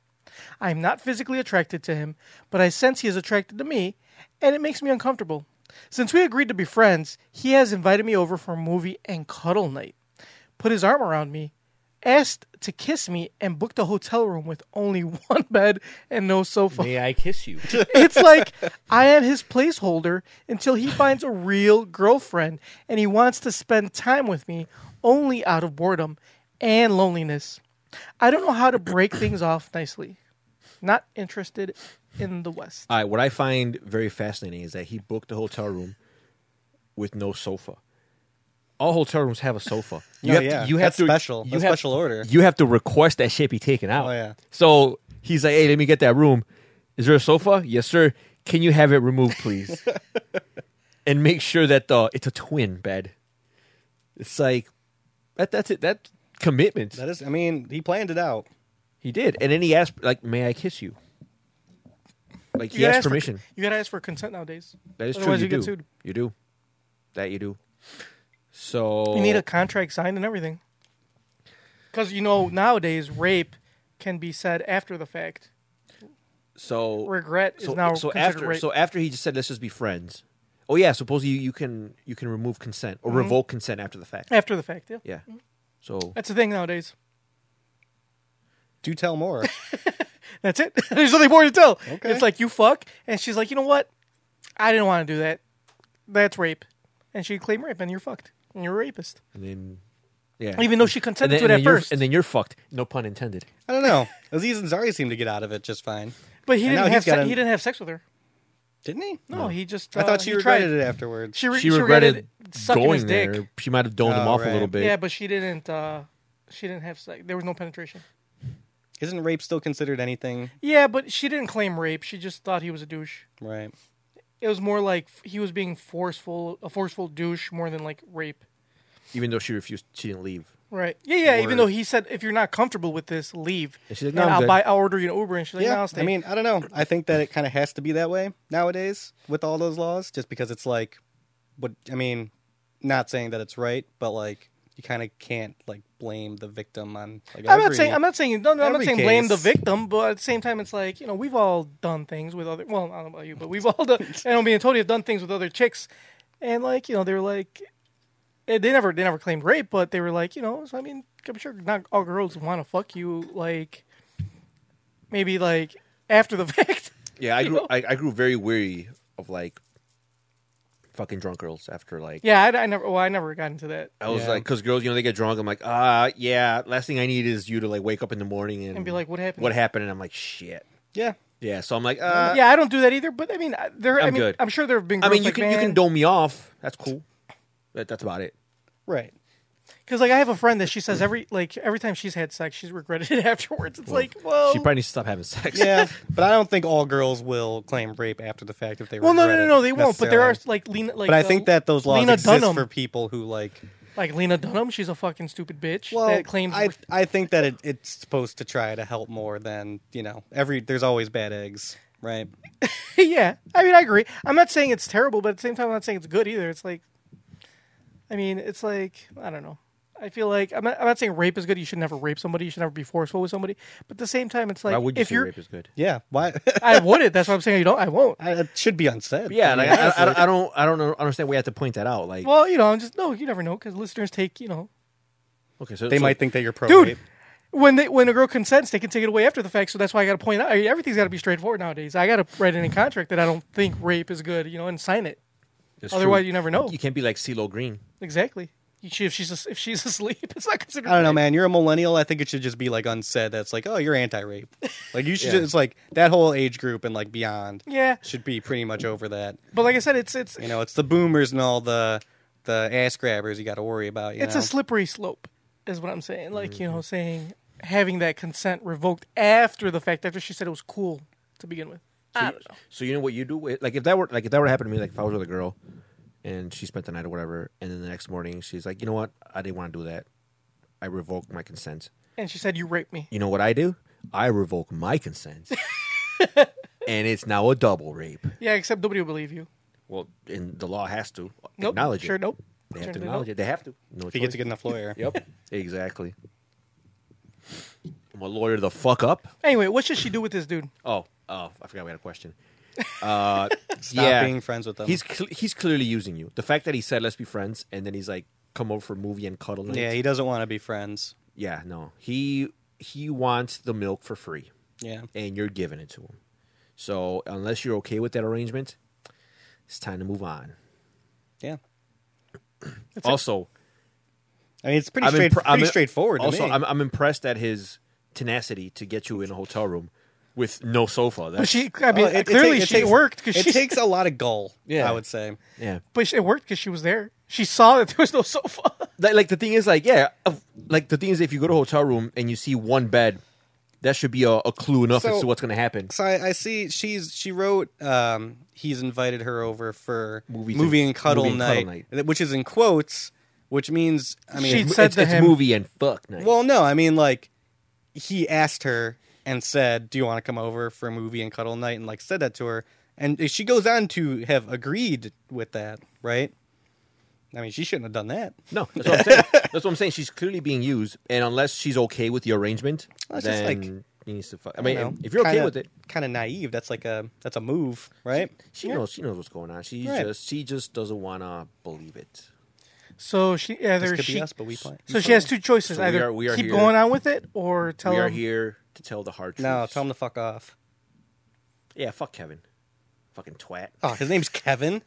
Speaker 2: I am not physically attracted to him, but I sense he is attracted to me, and it makes me uncomfortable. Since we agreed to be friends, he has invited me over for a movie and cuddle night, put his arm around me, asked to kiss me, and booked a hotel room with only one bed and no sofa.
Speaker 3: I kiss you?
Speaker 2: It's like I am his placeholder until he finds a real girlfriend and he wants to spend time with me only out of boredom and loneliness. I don't know how to break things off nicely. Not interested in the West.
Speaker 3: All right, what I find very fascinating is that he booked a hotel room with no sofa. All hotel rooms have a sofa. You
Speaker 4: No,
Speaker 3: have
Speaker 4: Oh, yeah.
Speaker 3: to, you have
Speaker 4: That's
Speaker 3: to
Speaker 4: special.
Speaker 3: You
Speaker 4: That's
Speaker 3: have,
Speaker 4: special order.
Speaker 3: You have to request that shit be taken out.
Speaker 4: Oh, yeah.
Speaker 3: So he's like, "Hey, let me get that room. Is there a sofa? Yes, sir. Can you have it removed, please? and make sure that the it's a twin bed. It's like that. That's it. That commitment.
Speaker 4: That is, I mean, he planned it out.
Speaker 3: He did, and then he asked, like, "May I kiss you?" Like he
Speaker 2: gotta
Speaker 3: asked
Speaker 2: ask for-
Speaker 3: permission.
Speaker 2: you gotta ask for consent nowadays.
Speaker 3: that is true.
Speaker 2: Otherwise
Speaker 3: You,
Speaker 2: you
Speaker 3: do.
Speaker 2: get sued.
Speaker 3: You do. That you do. So
Speaker 2: You need a contract signed and everything. Because you know nowadays rape can be said after the fact.
Speaker 3: so
Speaker 2: Regret is
Speaker 3: so,
Speaker 2: now
Speaker 3: so
Speaker 2: considered
Speaker 3: after
Speaker 2: rape.
Speaker 3: so after he just said, "Let's just be friends." Oh yeah, supposedly you, you can you can remove consent or revoke consent after the fact.
Speaker 2: after the fact, Mm-hmm. yeah.
Speaker 3: Yeah. So
Speaker 2: That's the thing nowadays.
Speaker 4: Do tell more.
Speaker 2: That's it. There's nothing more to tell.
Speaker 4: Okay.
Speaker 2: It's like you fuck, and she's like, you know what? I didn't want to do that. That's rape, and she claimed rape, and you're fucked, and you're a rapist,
Speaker 3: and then yeah,
Speaker 2: even though she
Speaker 3: and
Speaker 2: consented
Speaker 3: then,
Speaker 2: to it
Speaker 3: and
Speaker 2: at
Speaker 3: then you're-
Speaker 2: first.
Speaker 3: and then you're fucked. No pun intended.
Speaker 4: I don't know. Aziz Ansari seemed to get out of it just fine,
Speaker 2: but he
Speaker 4: and now
Speaker 2: didn't
Speaker 4: he's
Speaker 2: have se-
Speaker 4: got a-
Speaker 2: he didn't have sex with her.
Speaker 4: didn't he?
Speaker 2: No, he just.
Speaker 4: I
Speaker 2: uh,
Speaker 4: thought she
Speaker 2: he tried.
Speaker 4: regretted it afterwards.
Speaker 2: She, re-
Speaker 3: She regretted
Speaker 2: sucking his
Speaker 3: going
Speaker 2: dick.
Speaker 3: there. She might have doned him
Speaker 4: Oh,
Speaker 3: off
Speaker 4: right.
Speaker 3: a little bit.
Speaker 2: Yeah, but she didn't. uh She didn't have sex. There was no penetration.
Speaker 4: Isn't rape still considered anything?
Speaker 2: Yeah, but she didn't claim rape. She just thought he was a douche.
Speaker 4: Right.
Speaker 2: It was more like f- he was being forceful, a forceful douche, more than like rape.
Speaker 3: Even though she refused, she didn't leave.
Speaker 2: Right. Yeah, yeah. Even
Speaker 4: Word.
Speaker 2: though he said, if you're not comfortable with this, leave.
Speaker 3: And she's
Speaker 2: And
Speaker 3: like, "No, I'm
Speaker 2: I'll
Speaker 3: good."
Speaker 2: buy, I'll order you an Uber. And she's like, no,
Speaker 4: Yeah.
Speaker 2: I'll stay.
Speaker 4: I mean, I don't know. I think that it kind of has to be that way nowadays with all those laws, just because it's like, what I mean, not saying that it's right, but like you kind of can't like blame the victim on. Like,
Speaker 2: I'm not
Speaker 4: every-
Speaker 2: saying, I'm not saying, no, no, I'm not
Speaker 4: every
Speaker 2: saying blame the
Speaker 4: case.
Speaker 2: victim, but at the same time, it's like, you know, we've all done things with other, well, I don't know about you, but we've all done, and me and Tony have done things with other chicks. And like, you know, they were like, eh, they never, they never claimed rape, but they were like, you know, so, I mean, I'm sure not all girls want to fuck you. Like, maybe like after the fact.
Speaker 3: Yeah, I
Speaker 2: You
Speaker 3: grew.
Speaker 2: know?
Speaker 3: I, I grew very weary of like fucking drunk girls after like.
Speaker 2: yeah. I, I never, well, I never got into that.
Speaker 3: I was
Speaker 4: Yeah.
Speaker 3: like, because girls, you know, they get drunk. I'm like, ah, yeah. Last thing I need is you to like wake up in the morning and,
Speaker 2: And be like, what happened?
Speaker 3: What happened? And I'm like, shit.
Speaker 4: Yeah.
Speaker 3: Yeah. So I'm like, uh,
Speaker 2: yeah, I don't do that either. But I mean, I- there. i
Speaker 3: I'm
Speaker 2: mean,
Speaker 3: good.
Speaker 2: I'm sure there have been.
Speaker 3: I
Speaker 2: Girls
Speaker 3: mean, you
Speaker 2: like,
Speaker 3: can you can dole me off. That's cool. That, that's about it.
Speaker 4: Right.
Speaker 2: because like I have a friend that she says every like every time she's had sex, she's regretted it afterwards. It's like, well,
Speaker 3: She probably needs to stop having sex.
Speaker 4: Yeah, but I don't think all girls will claim rape after the fact if they.
Speaker 2: well, no, no,
Speaker 4: regret
Speaker 2: no,
Speaker 4: it,
Speaker 2: no, they won't. But there are
Speaker 4: necessarily.
Speaker 2: like Lena, like
Speaker 4: But I
Speaker 2: uh,
Speaker 4: think that those laws
Speaker 2: Lena
Speaker 4: exist
Speaker 2: Dunham,
Speaker 4: for people who like.
Speaker 2: like Lena Dunham, she's a fucking stupid bitch
Speaker 4: Well,
Speaker 2: that claims.
Speaker 4: I I think that it, it's supposed to try to help more than you know. Every there's always bad eggs, right?
Speaker 2: yeah, I mean, I agree. I'm not saying it's terrible, but at the same time, I'm not saying it's good either. It's like, I mean, it's like I don't know. I feel like I'm not, I'm not saying rape is good. You should never rape somebody. You should never be forceful with somebody. But at the same time, it's like
Speaker 3: Why would you
Speaker 2: if
Speaker 3: say
Speaker 2: you're,
Speaker 3: rape is good?
Speaker 4: Yeah. Why?
Speaker 2: I wouldn't. That's what I'm saying. You don't. I won't.
Speaker 4: I, it should be unsaid.
Speaker 3: Yeah,
Speaker 4: I mean,
Speaker 3: like, I, I,
Speaker 4: honestly.
Speaker 3: I, I don't, I don't understand. why We have to point that out. Like,
Speaker 2: Well, you know, I'm just no. You never know because listeners take you know
Speaker 3: okay, so
Speaker 4: they
Speaker 3: so-
Speaker 4: might think that you're pro
Speaker 2: Dude.
Speaker 4: rape.
Speaker 2: when they when a girl consents, they can take it away after the fact. So that's why I got to point out I- everything's got to be straightforward nowadays. I got to write in a contract that I don't think rape is good, you know, and sign it.
Speaker 3: it's
Speaker 2: otherwise
Speaker 3: true.
Speaker 2: you never know.
Speaker 3: You can't be like CeeLo Green.
Speaker 2: Exactly. You- She, if she's as- if she's asleep, it's not considered.
Speaker 4: I don't know, man. You're a millennial. I think it should just be like unsaid. That's like, oh, you're anti-rape. Like you should.
Speaker 3: Yeah.
Speaker 4: Just, it's like that whole age group and like beyond.
Speaker 2: Yeah.
Speaker 4: should be pretty much over that.
Speaker 2: But like I said, it's it's
Speaker 4: You know, it's the boomers and all the the ass grabbers you got to worry about. You
Speaker 2: it's
Speaker 4: know?
Speaker 2: a slippery slope, is what I'm saying. Like you
Speaker 3: Mm-hmm.
Speaker 2: know, saying having that consent revoked after the fact, after she said it was cool to begin with. I don't know.
Speaker 3: So you know what you do? Like if that were like if that were to happen to me, like if I was with a girl and she spent the night or whatever, and then the next morning she's like, you know what? I didn't want to do that. I revoked my consent.
Speaker 2: And she said you raped me.
Speaker 3: You know what I do? I revoke my consent, and it's now a double rape.
Speaker 2: Yeah, except nobody will believe you.
Speaker 3: Well, and the law has to
Speaker 2: Nope.
Speaker 3: acknowledge
Speaker 2: sure,
Speaker 3: it.
Speaker 2: nope.
Speaker 3: They have to
Speaker 2: Certainly
Speaker 3: acknowledge
Speaker 2: nope.
Speaker 3: it. They have to. No
Speaker 4: if you
Speaker 3: choice.
Speaker 4: get to get enough lawyer.
Speaker 3: Yep. exactly. I'm a lawyer the fuck up.
Speaker 2: Anyway, what should she do with this dude?
Speaker 3: Oh, oh, I forgot we had a question. Uh,
Speaker 4: Stop
Speaker 3: yeah.
Speaker 4: being friends with them.
Speaker 3: He's cl- he's clearly using you. The fact that he said let's be friends and then he's like come over for a movie and cuddle. Night.
Speaker 4: yeah, he doesn't want to be friends.
Speaker 3: yeah, no. He he wants the milk for free
Speaker 4: Yeah.
Speaker 3: and you're giving it to him. So unless you're okay with that arrangement, it's time to move on.
Speaker 4: Yeah.
Speaker 3: also,
Speaker 4: I mean, it's pretty,
Speaker 3: I'm
Speaker 4: straight,
Speaker 3: impre- I'm-
Speaker 4: pretty straightforward. to
Speaker 3: Also,
Speaker 4: me.
Speaker 3: I'm, I'm impressed at his tenacity to get you in a hotel room with no sofa. That's,
Speaker 2: But she, I mean,
Speaker 4: Well, Oh, it- it
Speaker 2: clearly
Speaker 4: take- it
Speaker 2: she
Speaker 4: takes-
Speaker 2: worked because
Speaker 4: it
Speaker 2: she
Speaker 4: takes a lot of goal.
Speaker 3: Yeah.
Speaker 4: I would say.
Speaker 3: yeah.
Speaker 2: But it worked because she was there. She saw that there was no sofa.
Speaker 3: Like, like the thing is, like yeah, of- like the thing is, if you go to a hotel room and you see one bed, that should be a, a clue enough as
Speaker 4: So-
Speaker 3: to what's going to happen.
Speaker 4: So I, I see she's she wrote um, he's invited her over for
Speaker 3: Movie
Speaker 4: movie,
Speaker 3: thing.
Speaker 4: and cuddle
Speaker 3: Movie and
Speaker 4: night,
Speaker 3: cuddle
Speaker 4: which is in quotes, which means I mean
Speaker 2: She's-
Speaker 3: It's,
Speaker 2: said
Speaker 3: it's,
Speaker 2: to
Speaker 3: it's
Speaker 2: him-
Speaker 3: movie and fuck night.
Speaker 4: well no I mean like he asked her and said do you want to come over for a movie and cuddle night and like said that to her and she goes on to have agreed with that right I mean she shouldn't have done that
Speaker 3: no, that's what I'm saying. that's what I'm saying. She's clearly being used, and unless she's okay with the arrangement,
Speaker 4: Well, it's just
Speaker 3: then
Speaker 4: like-
Speaker 3: you need to fuck. I mean, if you're okay with it,
Speaker 4: kind of naive that's like a that's a move right
Speaker 3: she knows. She knows what's going on. She
Speaker 4: Right.
Speaker 3: just she just doesn't want to believe it.
Speaker 2: So she
Speaker 4: this
Speaker 2: either
Speaker 4: could
Speaker 2: she,
Speaker 4: be us but we play
Speaker 2: so she has two choices:
Speaker 3: So we
Speaker 2: either
Speaker 3: are- we are
Speaker 2: keep
Speaker 3: here.
Speaker 2: going on with it or tell
Speaker 3: we
Speaker 2: her
Speaker 3: are here to tell the hard truth.
Speaker 4: no tell him to fuck off
Speaker 3: Yeah, fuck Kevin. Fucking twat.
Speaker 4: oh his name's Kevin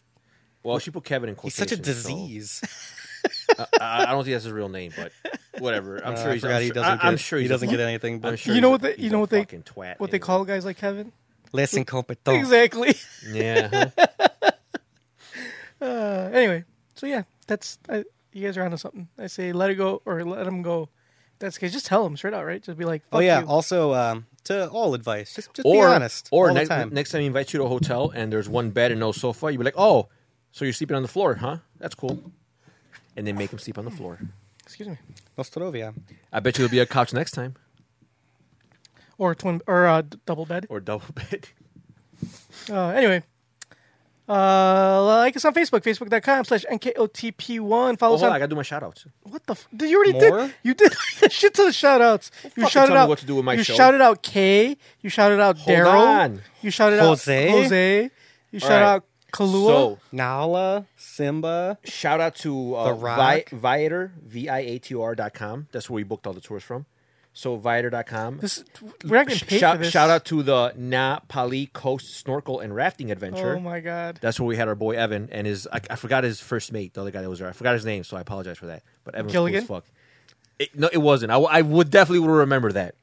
Speaker 3: Well, she put Kevin in
Speaker 4: He's
Speaker 3: quotation.
Speaker 4: such a disease.
Speaker 3: I, I don't think that's his real name, but whatever. I'm
Speaker 4: Uh,
Speaker 3: sure
Speaker 4: I
Speaker 3: he's.
Speaker 4: forgot
Speaker 3: I'm
Speaker 4: he
Speaker 3: sure,
Speaker 4: doesn't
Speaker 3: I, am
Speaker 4: get-
Speaker 3: sure
Speaker 4: he
Speaker 3: he's a-
Speaker 4: doesn't get anything,
Speaker 3: I'm
Speaker 4: but-
Speaker 3: sure
Speaker 2: You know what
Speaker 3: he's a-
Speaker 2: they- you
Speaker 3: he's
Speaker 2: know
Speaker 3: a
Speaker 2: what they-
Speaker 3: fucking twat.
Speaker 2: what they
Speaker 3: anyway.
Speaker 2: call guys like Kevin.
Speaker 4: Less
Speaker 3: Oh.
Speaker 4: incompetent.
Speaker 2: Exactly.
Speaker 3: Yeah. huh?
Speaker 2: Uh, anyway, so yeah, that's I, you guys are onto something. I say let it go or let him go. That's okay. Just tell him straight out, right? Just be like,
Speaker 4: Oh
Speaker 2: fuck
Speaker 4: yeah.
Speaker 2: you.
Speaker 4: Also, um, to all advice, just, just
Speaker 3: or
Speaker 4: be honest
Speaker 3: or
Speaker 4: all
Speaker 3: next
Speaker 4: the time.
Speaker 3: next time he invites you to a hotel and there's one bed and no sofa, you'd be like, oh, so you're sleeping on the floor, huh? That's cool. And then make him sleep on the floor.
Speaker 2: Excuse me.
Speaker 4: Nostrovia.
Speaker 3: I bet you it'll be a couch next time
Speaker 2: Or twin or uh, d- double bed.
Speaker 3: or double bed.
Speaker 2: Uh, anyway. Uh, like us on Facebook, facebook.com slash NKOTP1. Follow
Speaker 3: Oh,
Speaker 2: us
Speaker 3: hold on,
Speaker 2: on
Speaker 3: I gotta do my shout outs.
Speaker 2: What the? F- did you already
Speaker 4: More?
Speaker 2: did? You did a shit ton of shout outs. You
Speaker 3: fucking
Speaker 2: shouted
Speaker 3: tell me
Speaker 2: out
Speaker 3: what to do with my
Speaker 2: You
Speaker 3: show.
Speaker 2: shouted out Kay. You shouted out
Speaker 3: Hold
Speaker 2: Daryl.
Speaker 3: on.
Speaker 2: You shouted
Speaker 4: Jose?
Speaker 2: out Jose. You shouted
Speaker 3: right.
Speaker 2: out Kalua.
Speaker 3: So
Speaker 4: Nala, Simba.
Speaker 3: shout out to uh,
Speaker 4: The Rock.
Speaker 3: Vi- Viator, V I A T R dot com. That's where we booked all the tours from. So Viator dot com.
Speaker 2: this we're not getting paid
Speaker 3: shout,
Speaker 2: for this.
Speaker 3: shout out to the Na Pali Coast Snorkel and Rafting Adventure.
Speaker 2: Oh my god.
Speaker 3: That's where we had our boy Evan and his. I, I forgot his first mate, the other guy that was there. I forgot his name, so I apologize for that. But Evan was cool
Speaker 2: Gilligan?
Speaker 3: as fuck. It, no, it wasn't. I, w- I would definitely would remember that.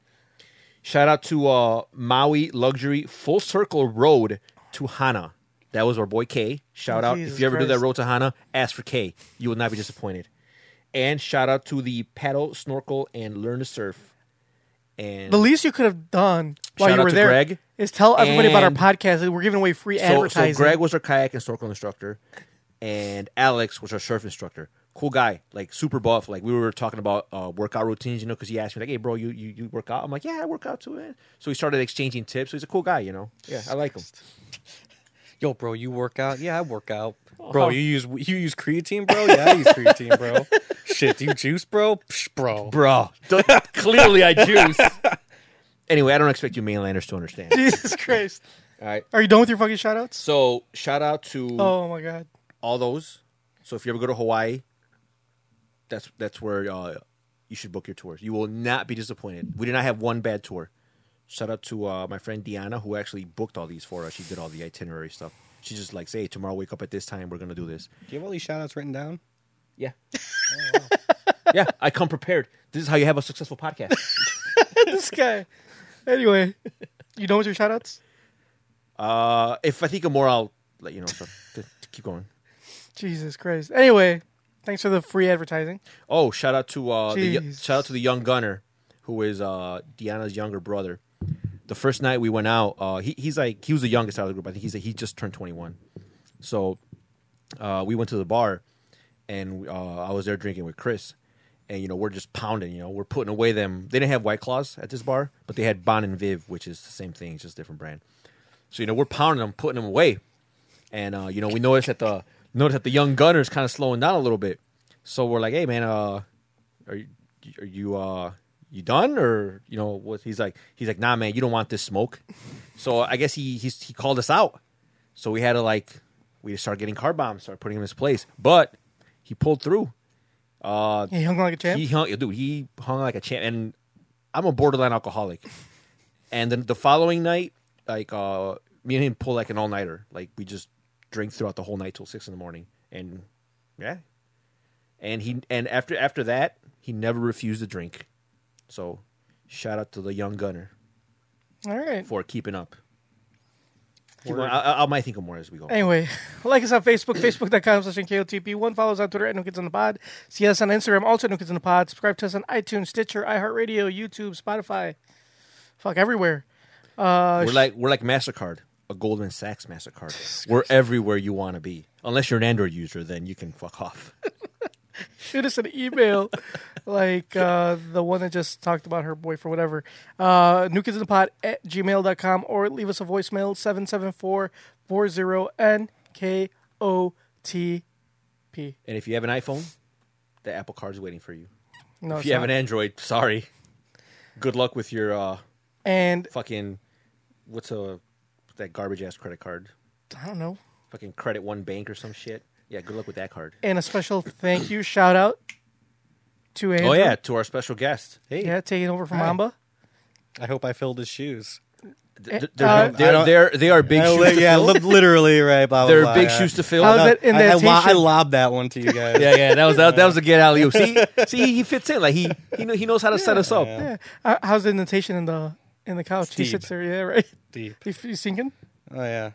Speaker 3: Shout out to uh, Maui Luxury Full Circle Road to Hana. That was our boy K. Shout out
Speaker 2: Jesus
Speaker 3: if you ever do that
Speaker 2: Christ.
Speaker 3: road to Hana, ask for K. You will not be disappointed. And shout out to the paddle, snorkel, and learn to surf. And
Speaker 2: The least you could have done while
Speaker 3: Shout
Speaker 2: you
Speaker 3: out
Speaker 2: were
Speaker 3: to
Speaker 2: there
Speaker 3: Greg.
Speaker 2: is tell everybody about our
Speaker 3: And-
Speaker 2: podcast. that We're giving away free
Speaker 3: so, so
Speaker 2: advertising.
Speaker 3: Greg was our kayak and snorkel instructor, and Alex was our surf instructor. Cool guy, like super buff. Like we were talking about uh, workout routines, you know, because he asked me like, "Hey, bro, you, you you work out?" I'm like, "Yeah, I work out too." Man. So we started exchanging tips. So he's a cool guy, you know. Yeah, I like him.
Speaker 4: Yo, bro, you work out? Yeah, I work out.
Speaker 2: Oh.
Speaker 4: Bro, you use you use creatine, bro? Yeah, I use creatine, bro. Shit, do you juice, bro? Psh, bro.
Speaker 3: Bro, clearly I juice. anyway, I don't expect you mainlanders to understand.
Speaker 2: Jesus Christ.
Speaker 3: All right.
Speaker 2: Are you done with your fucking shout outs?
Speaker 3: So shout out to
Speaker 2: Oh my god.
Speaker 3: all those. So if you ever go to Hawaii, that's that's where uh, you should book your tours. You will not be disappointed. We did not have one bad tour. Shout out to uh, my friend Deanna who actually booked all these for us. She did all the itinerary stuff. She just like say, hey, tomorrow wake up at this time. We're gonna do this.
Speaker 4: Do you have all these shout outs written down?
Speaker 3: Yeah, yeah. I come prepared. This is how you have a successful podcast.
Speaker 2: This guy. Anyway, you done with your shout outs?
Speaker 3: uh, if I think of more, I'll let you know. So t- t- keep going.
Speaker 2: Jesus Christ. Anyway, thanks for the free advertising.
Speaker 3: Oh, shout out to uh, the,
Speaker 2: Jeez.
Speaker 3: shout out to the young gunner, who is uh, Deanna's younger brother. The first night we went out, uh, he, he's like he was the youngest out of the group. I think he's he just turned twenty one, so uh, we went to the bar, and uh, I was there drinking with Chris, and you know we're just pounding. You know we're putting away them. They didn't have White Claws at this bar, but they had Bon and Viv, which is the same thing, it's just a different brand. So you know we're pounding them, putting them away, and uh, you know we noticed that the noticed that the young gunner's kind of slowing down a little bit. So we're like, hey man, uh, are you are you uh you done or you know what? He's like he's like nah man, you don't want this smoke. So I guess he he's, he called us out. So we had to like we just started getting car bombs, started putting him in his place. But he pulled through.
Speaker 2: You hung like a champ.
Speaker 3: Uh, He hung, dude. He hung like a champ, and I'm a borderline alcoholic. and then the following night, like uh, me and him pull like an all nighter. Like we just drink throughout the whole night till six in the morning, and yeah, and he and after after that he never refused a drink. So, shout out to the young gunner
Speaker 2: All right.
Speaker 3: for keeping up. Keep on- I, I- I might think of more as we go.
Speaker 2: Anyway, like us on Facebook, facebook.com slash KOTP. One follow us on Twitter at No Kids on the Pod. See us on Instagram, also No Kids on the Pod. Subscribe to us on iTunes, Stitcher, iHeartRadio, YouTube, Spotify. Fuck, everywhere. Uh,
Speaker 3: we're like we're like Mastercard, a Goldman Sachs Mastercard. we're everywhere you want to be, unless you're an Android user, then you can fuck off.
Speaker 2: shoot us an email like uh, the one that just talked about her boyfriend, whatever. Uh, nukidsinthepod at gmail.com or leave us a voicemail 774 40 NKOTP.
Speaker 3: And if you have an iPhone, the Apple Card's waiting for you.
Speaker 2: No,
Speaker 3: if
Speaker 2: it's
Speaker 3: you have
Speaker 2: not.
Speaker 3: an Android, sorry. Good luck with your uh,
Speaker 2: And
Speaker 3: fucking what's a that garbage ass credit card?
Speaker 2: I don't know.
Speaker 3: Fucking credit one bank or some shit. Yeah, good luck with that card.
Speaker 2: And a special thank you shout out to Andrew.
Speaker 3: Oh yeah, to our special guest. Hey,
Speaker 2: Yeah, taking over from Mamba.
Speaker 4: I hope I filled his shoes.
Speaker 3: th- th-
Speaker 2: Uh,
Speaker 3: they're,
Speaker 4: I
Speaker 3: they're,
Speaker 4: don't-
Speaker 3: they're, they are big
Speaker 4: I
Speaker 3: shoes.
Speaker 4: li-
Speaker 3: to
Speaker 4: yeah,
Speaker 3: fill.
Speaker 4: li- literally right. Blah, blah,
Speaker 3: they're
Speaker 4: blah,
Speaker 3: big
Speaker 4: yeah.
Speaker 3: shoes to fill.
Speaker 2: How's
Speaker 4: No,
Speaker 2: that in
Speaker 4: I, I,
Speaker 2: that
Speaker 4: lo- I
Speaker 2: t-shirt?
Speaker 4: lobbed that one to you guys.
Speaker 3: Yeah, yeah, that was that, that was a get alley oop. See, see, he fits in. Like he he, know, he knows how to set us up.
Speaker 2: How- Uh, How's the indentation in the in the couch? He
Speaker 4: Steep.
Speaker 2: sits there, yeah, right.
Speaker 4: Deep.
Speaker 2: You, you sinking?
Speaker 4: Oh yeah.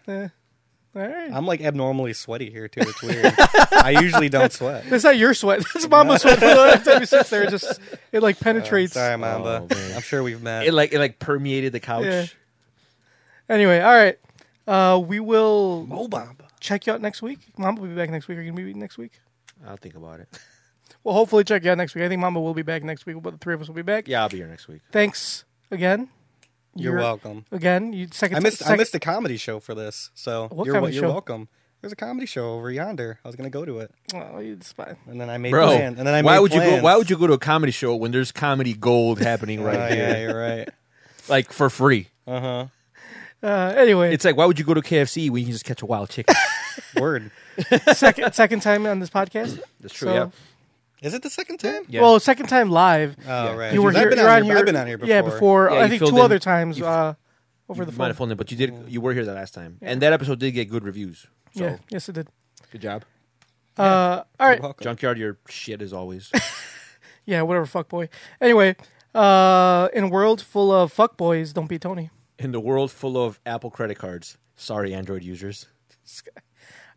Speaker 2: All right.
Speaker 4: I'm like abnormally sweaty here too. It's weird. I usually don't sweat.
Speaker 2: That's not your sweat. That's Mamba's sweat. Every time he sits there, it just it like penetrates.
Speaker 4: Uh, Sorry, Mamba.
Speaker 3: Oh, man.
Speaker 4: I'm sure we've met.
Speaker 3: It like it like permeated the couch.
Speaker 2: Yeah. Anyway, all right. Uh, we will
Speaker 4: oh, Mamba.
Speaker 2: check you out next week. Mamba will be back next week. Are you gonna be next week?
Speaker 3: I'll think about it.
Speaker 2: Well, hopefully check you out next week. I think Mamba will be back next week, but the three of us will be back.
Speaker 3: Yeah, I'll be here next week.
Speaker 2: Thanks again.
Speaker 4: You're welcome.
Speaker 2: Again, you second.
Speaker 4: I missed I
Speaker 2: second-
Speaker 4: missed a comedy show for this, so
Speaker 2: What
Speaker 4: you're,
Speaker 2: comedy
Speaker 4: you're
Speaker 2: show?
Speaker 4: welcome. There's a comedy show over yonder. I was gonna go to it,
Speaker 2: Oh, it's fine.
Speaker 4: and then I made
Speaker 3: Bro,
Speaker 4: plans. And then I
Speaker 3: why
Speaker 4: made
Speaker 3: would you go?
Speaker 4: plans.
Speaker 3: Why would you go to a comedy show when there's comedy gold happening
Speaker 4: Oh,
Speaker 3: right here,
Speaker 4: yeah, you're right.
Speaker 3: like for free?
Speaker 2: Uh, anyway,
Speaker 3: It's like why would you go to KFC when you can just catch a wild chicken?
Speaker 4: Word.
Speaker 2: second second time on this podcast.
Speaker 3: That's true.
Speaker 2: So-
Speaker 3: yeah.
Speaker 4: Is it the second time?
Speaker 3: Yeah.
Speaker 2: Well, second time live.
Speaker 4: Oh right.
Speaker 2: you were
Speaker 4: I've
Speaker 2: here.
Speaker 4: been
Speaker 2: you're
Speaker 4: on
Speaker 2: on
Speaker 4: here.
Speaker 2: here.
Speaker 4: I've been on here before.
Speaker 2: Yeah, before.
Speaker 3: Yeah,
Speaker 2: I
Speaker 3: you
Speaker 2: think
Speaker 3: filled
Speaker 2: two
Speaker 3: in-
Speaker 2: other times
Speaker 3: you-
Speaker 2: uh, over
Speaker 3: You
Speaker 2: the
Speaker 3: might
Speaker 2: phone.
Speaker 3: have phoned it, but you did. You were here the last time, and that episode did get good reviews. So
Speaker 2: Yeah. Yes, it did.
Speaker 3: good job,
Speaker 2: Uh, all right.
Speaker 4: Welcome.
Speaker 3: junkyard. Your shit as always.
Speaker 2: Yeah. Whatever. Fuck boy. Anyway, uh, in a world full of fuck boys, don't be Tony.
Speaker 3: In the world full of Apple credit cards, sorry, Android users.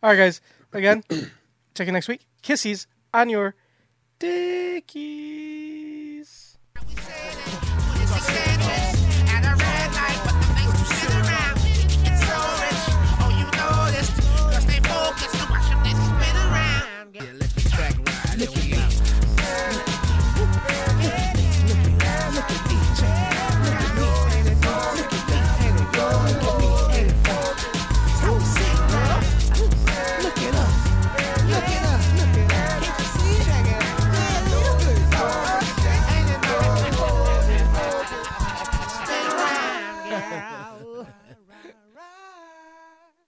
Speaker 2: All right, guys. Again, check you next week. Kissies on your dickies.
Speaker 11: Standing,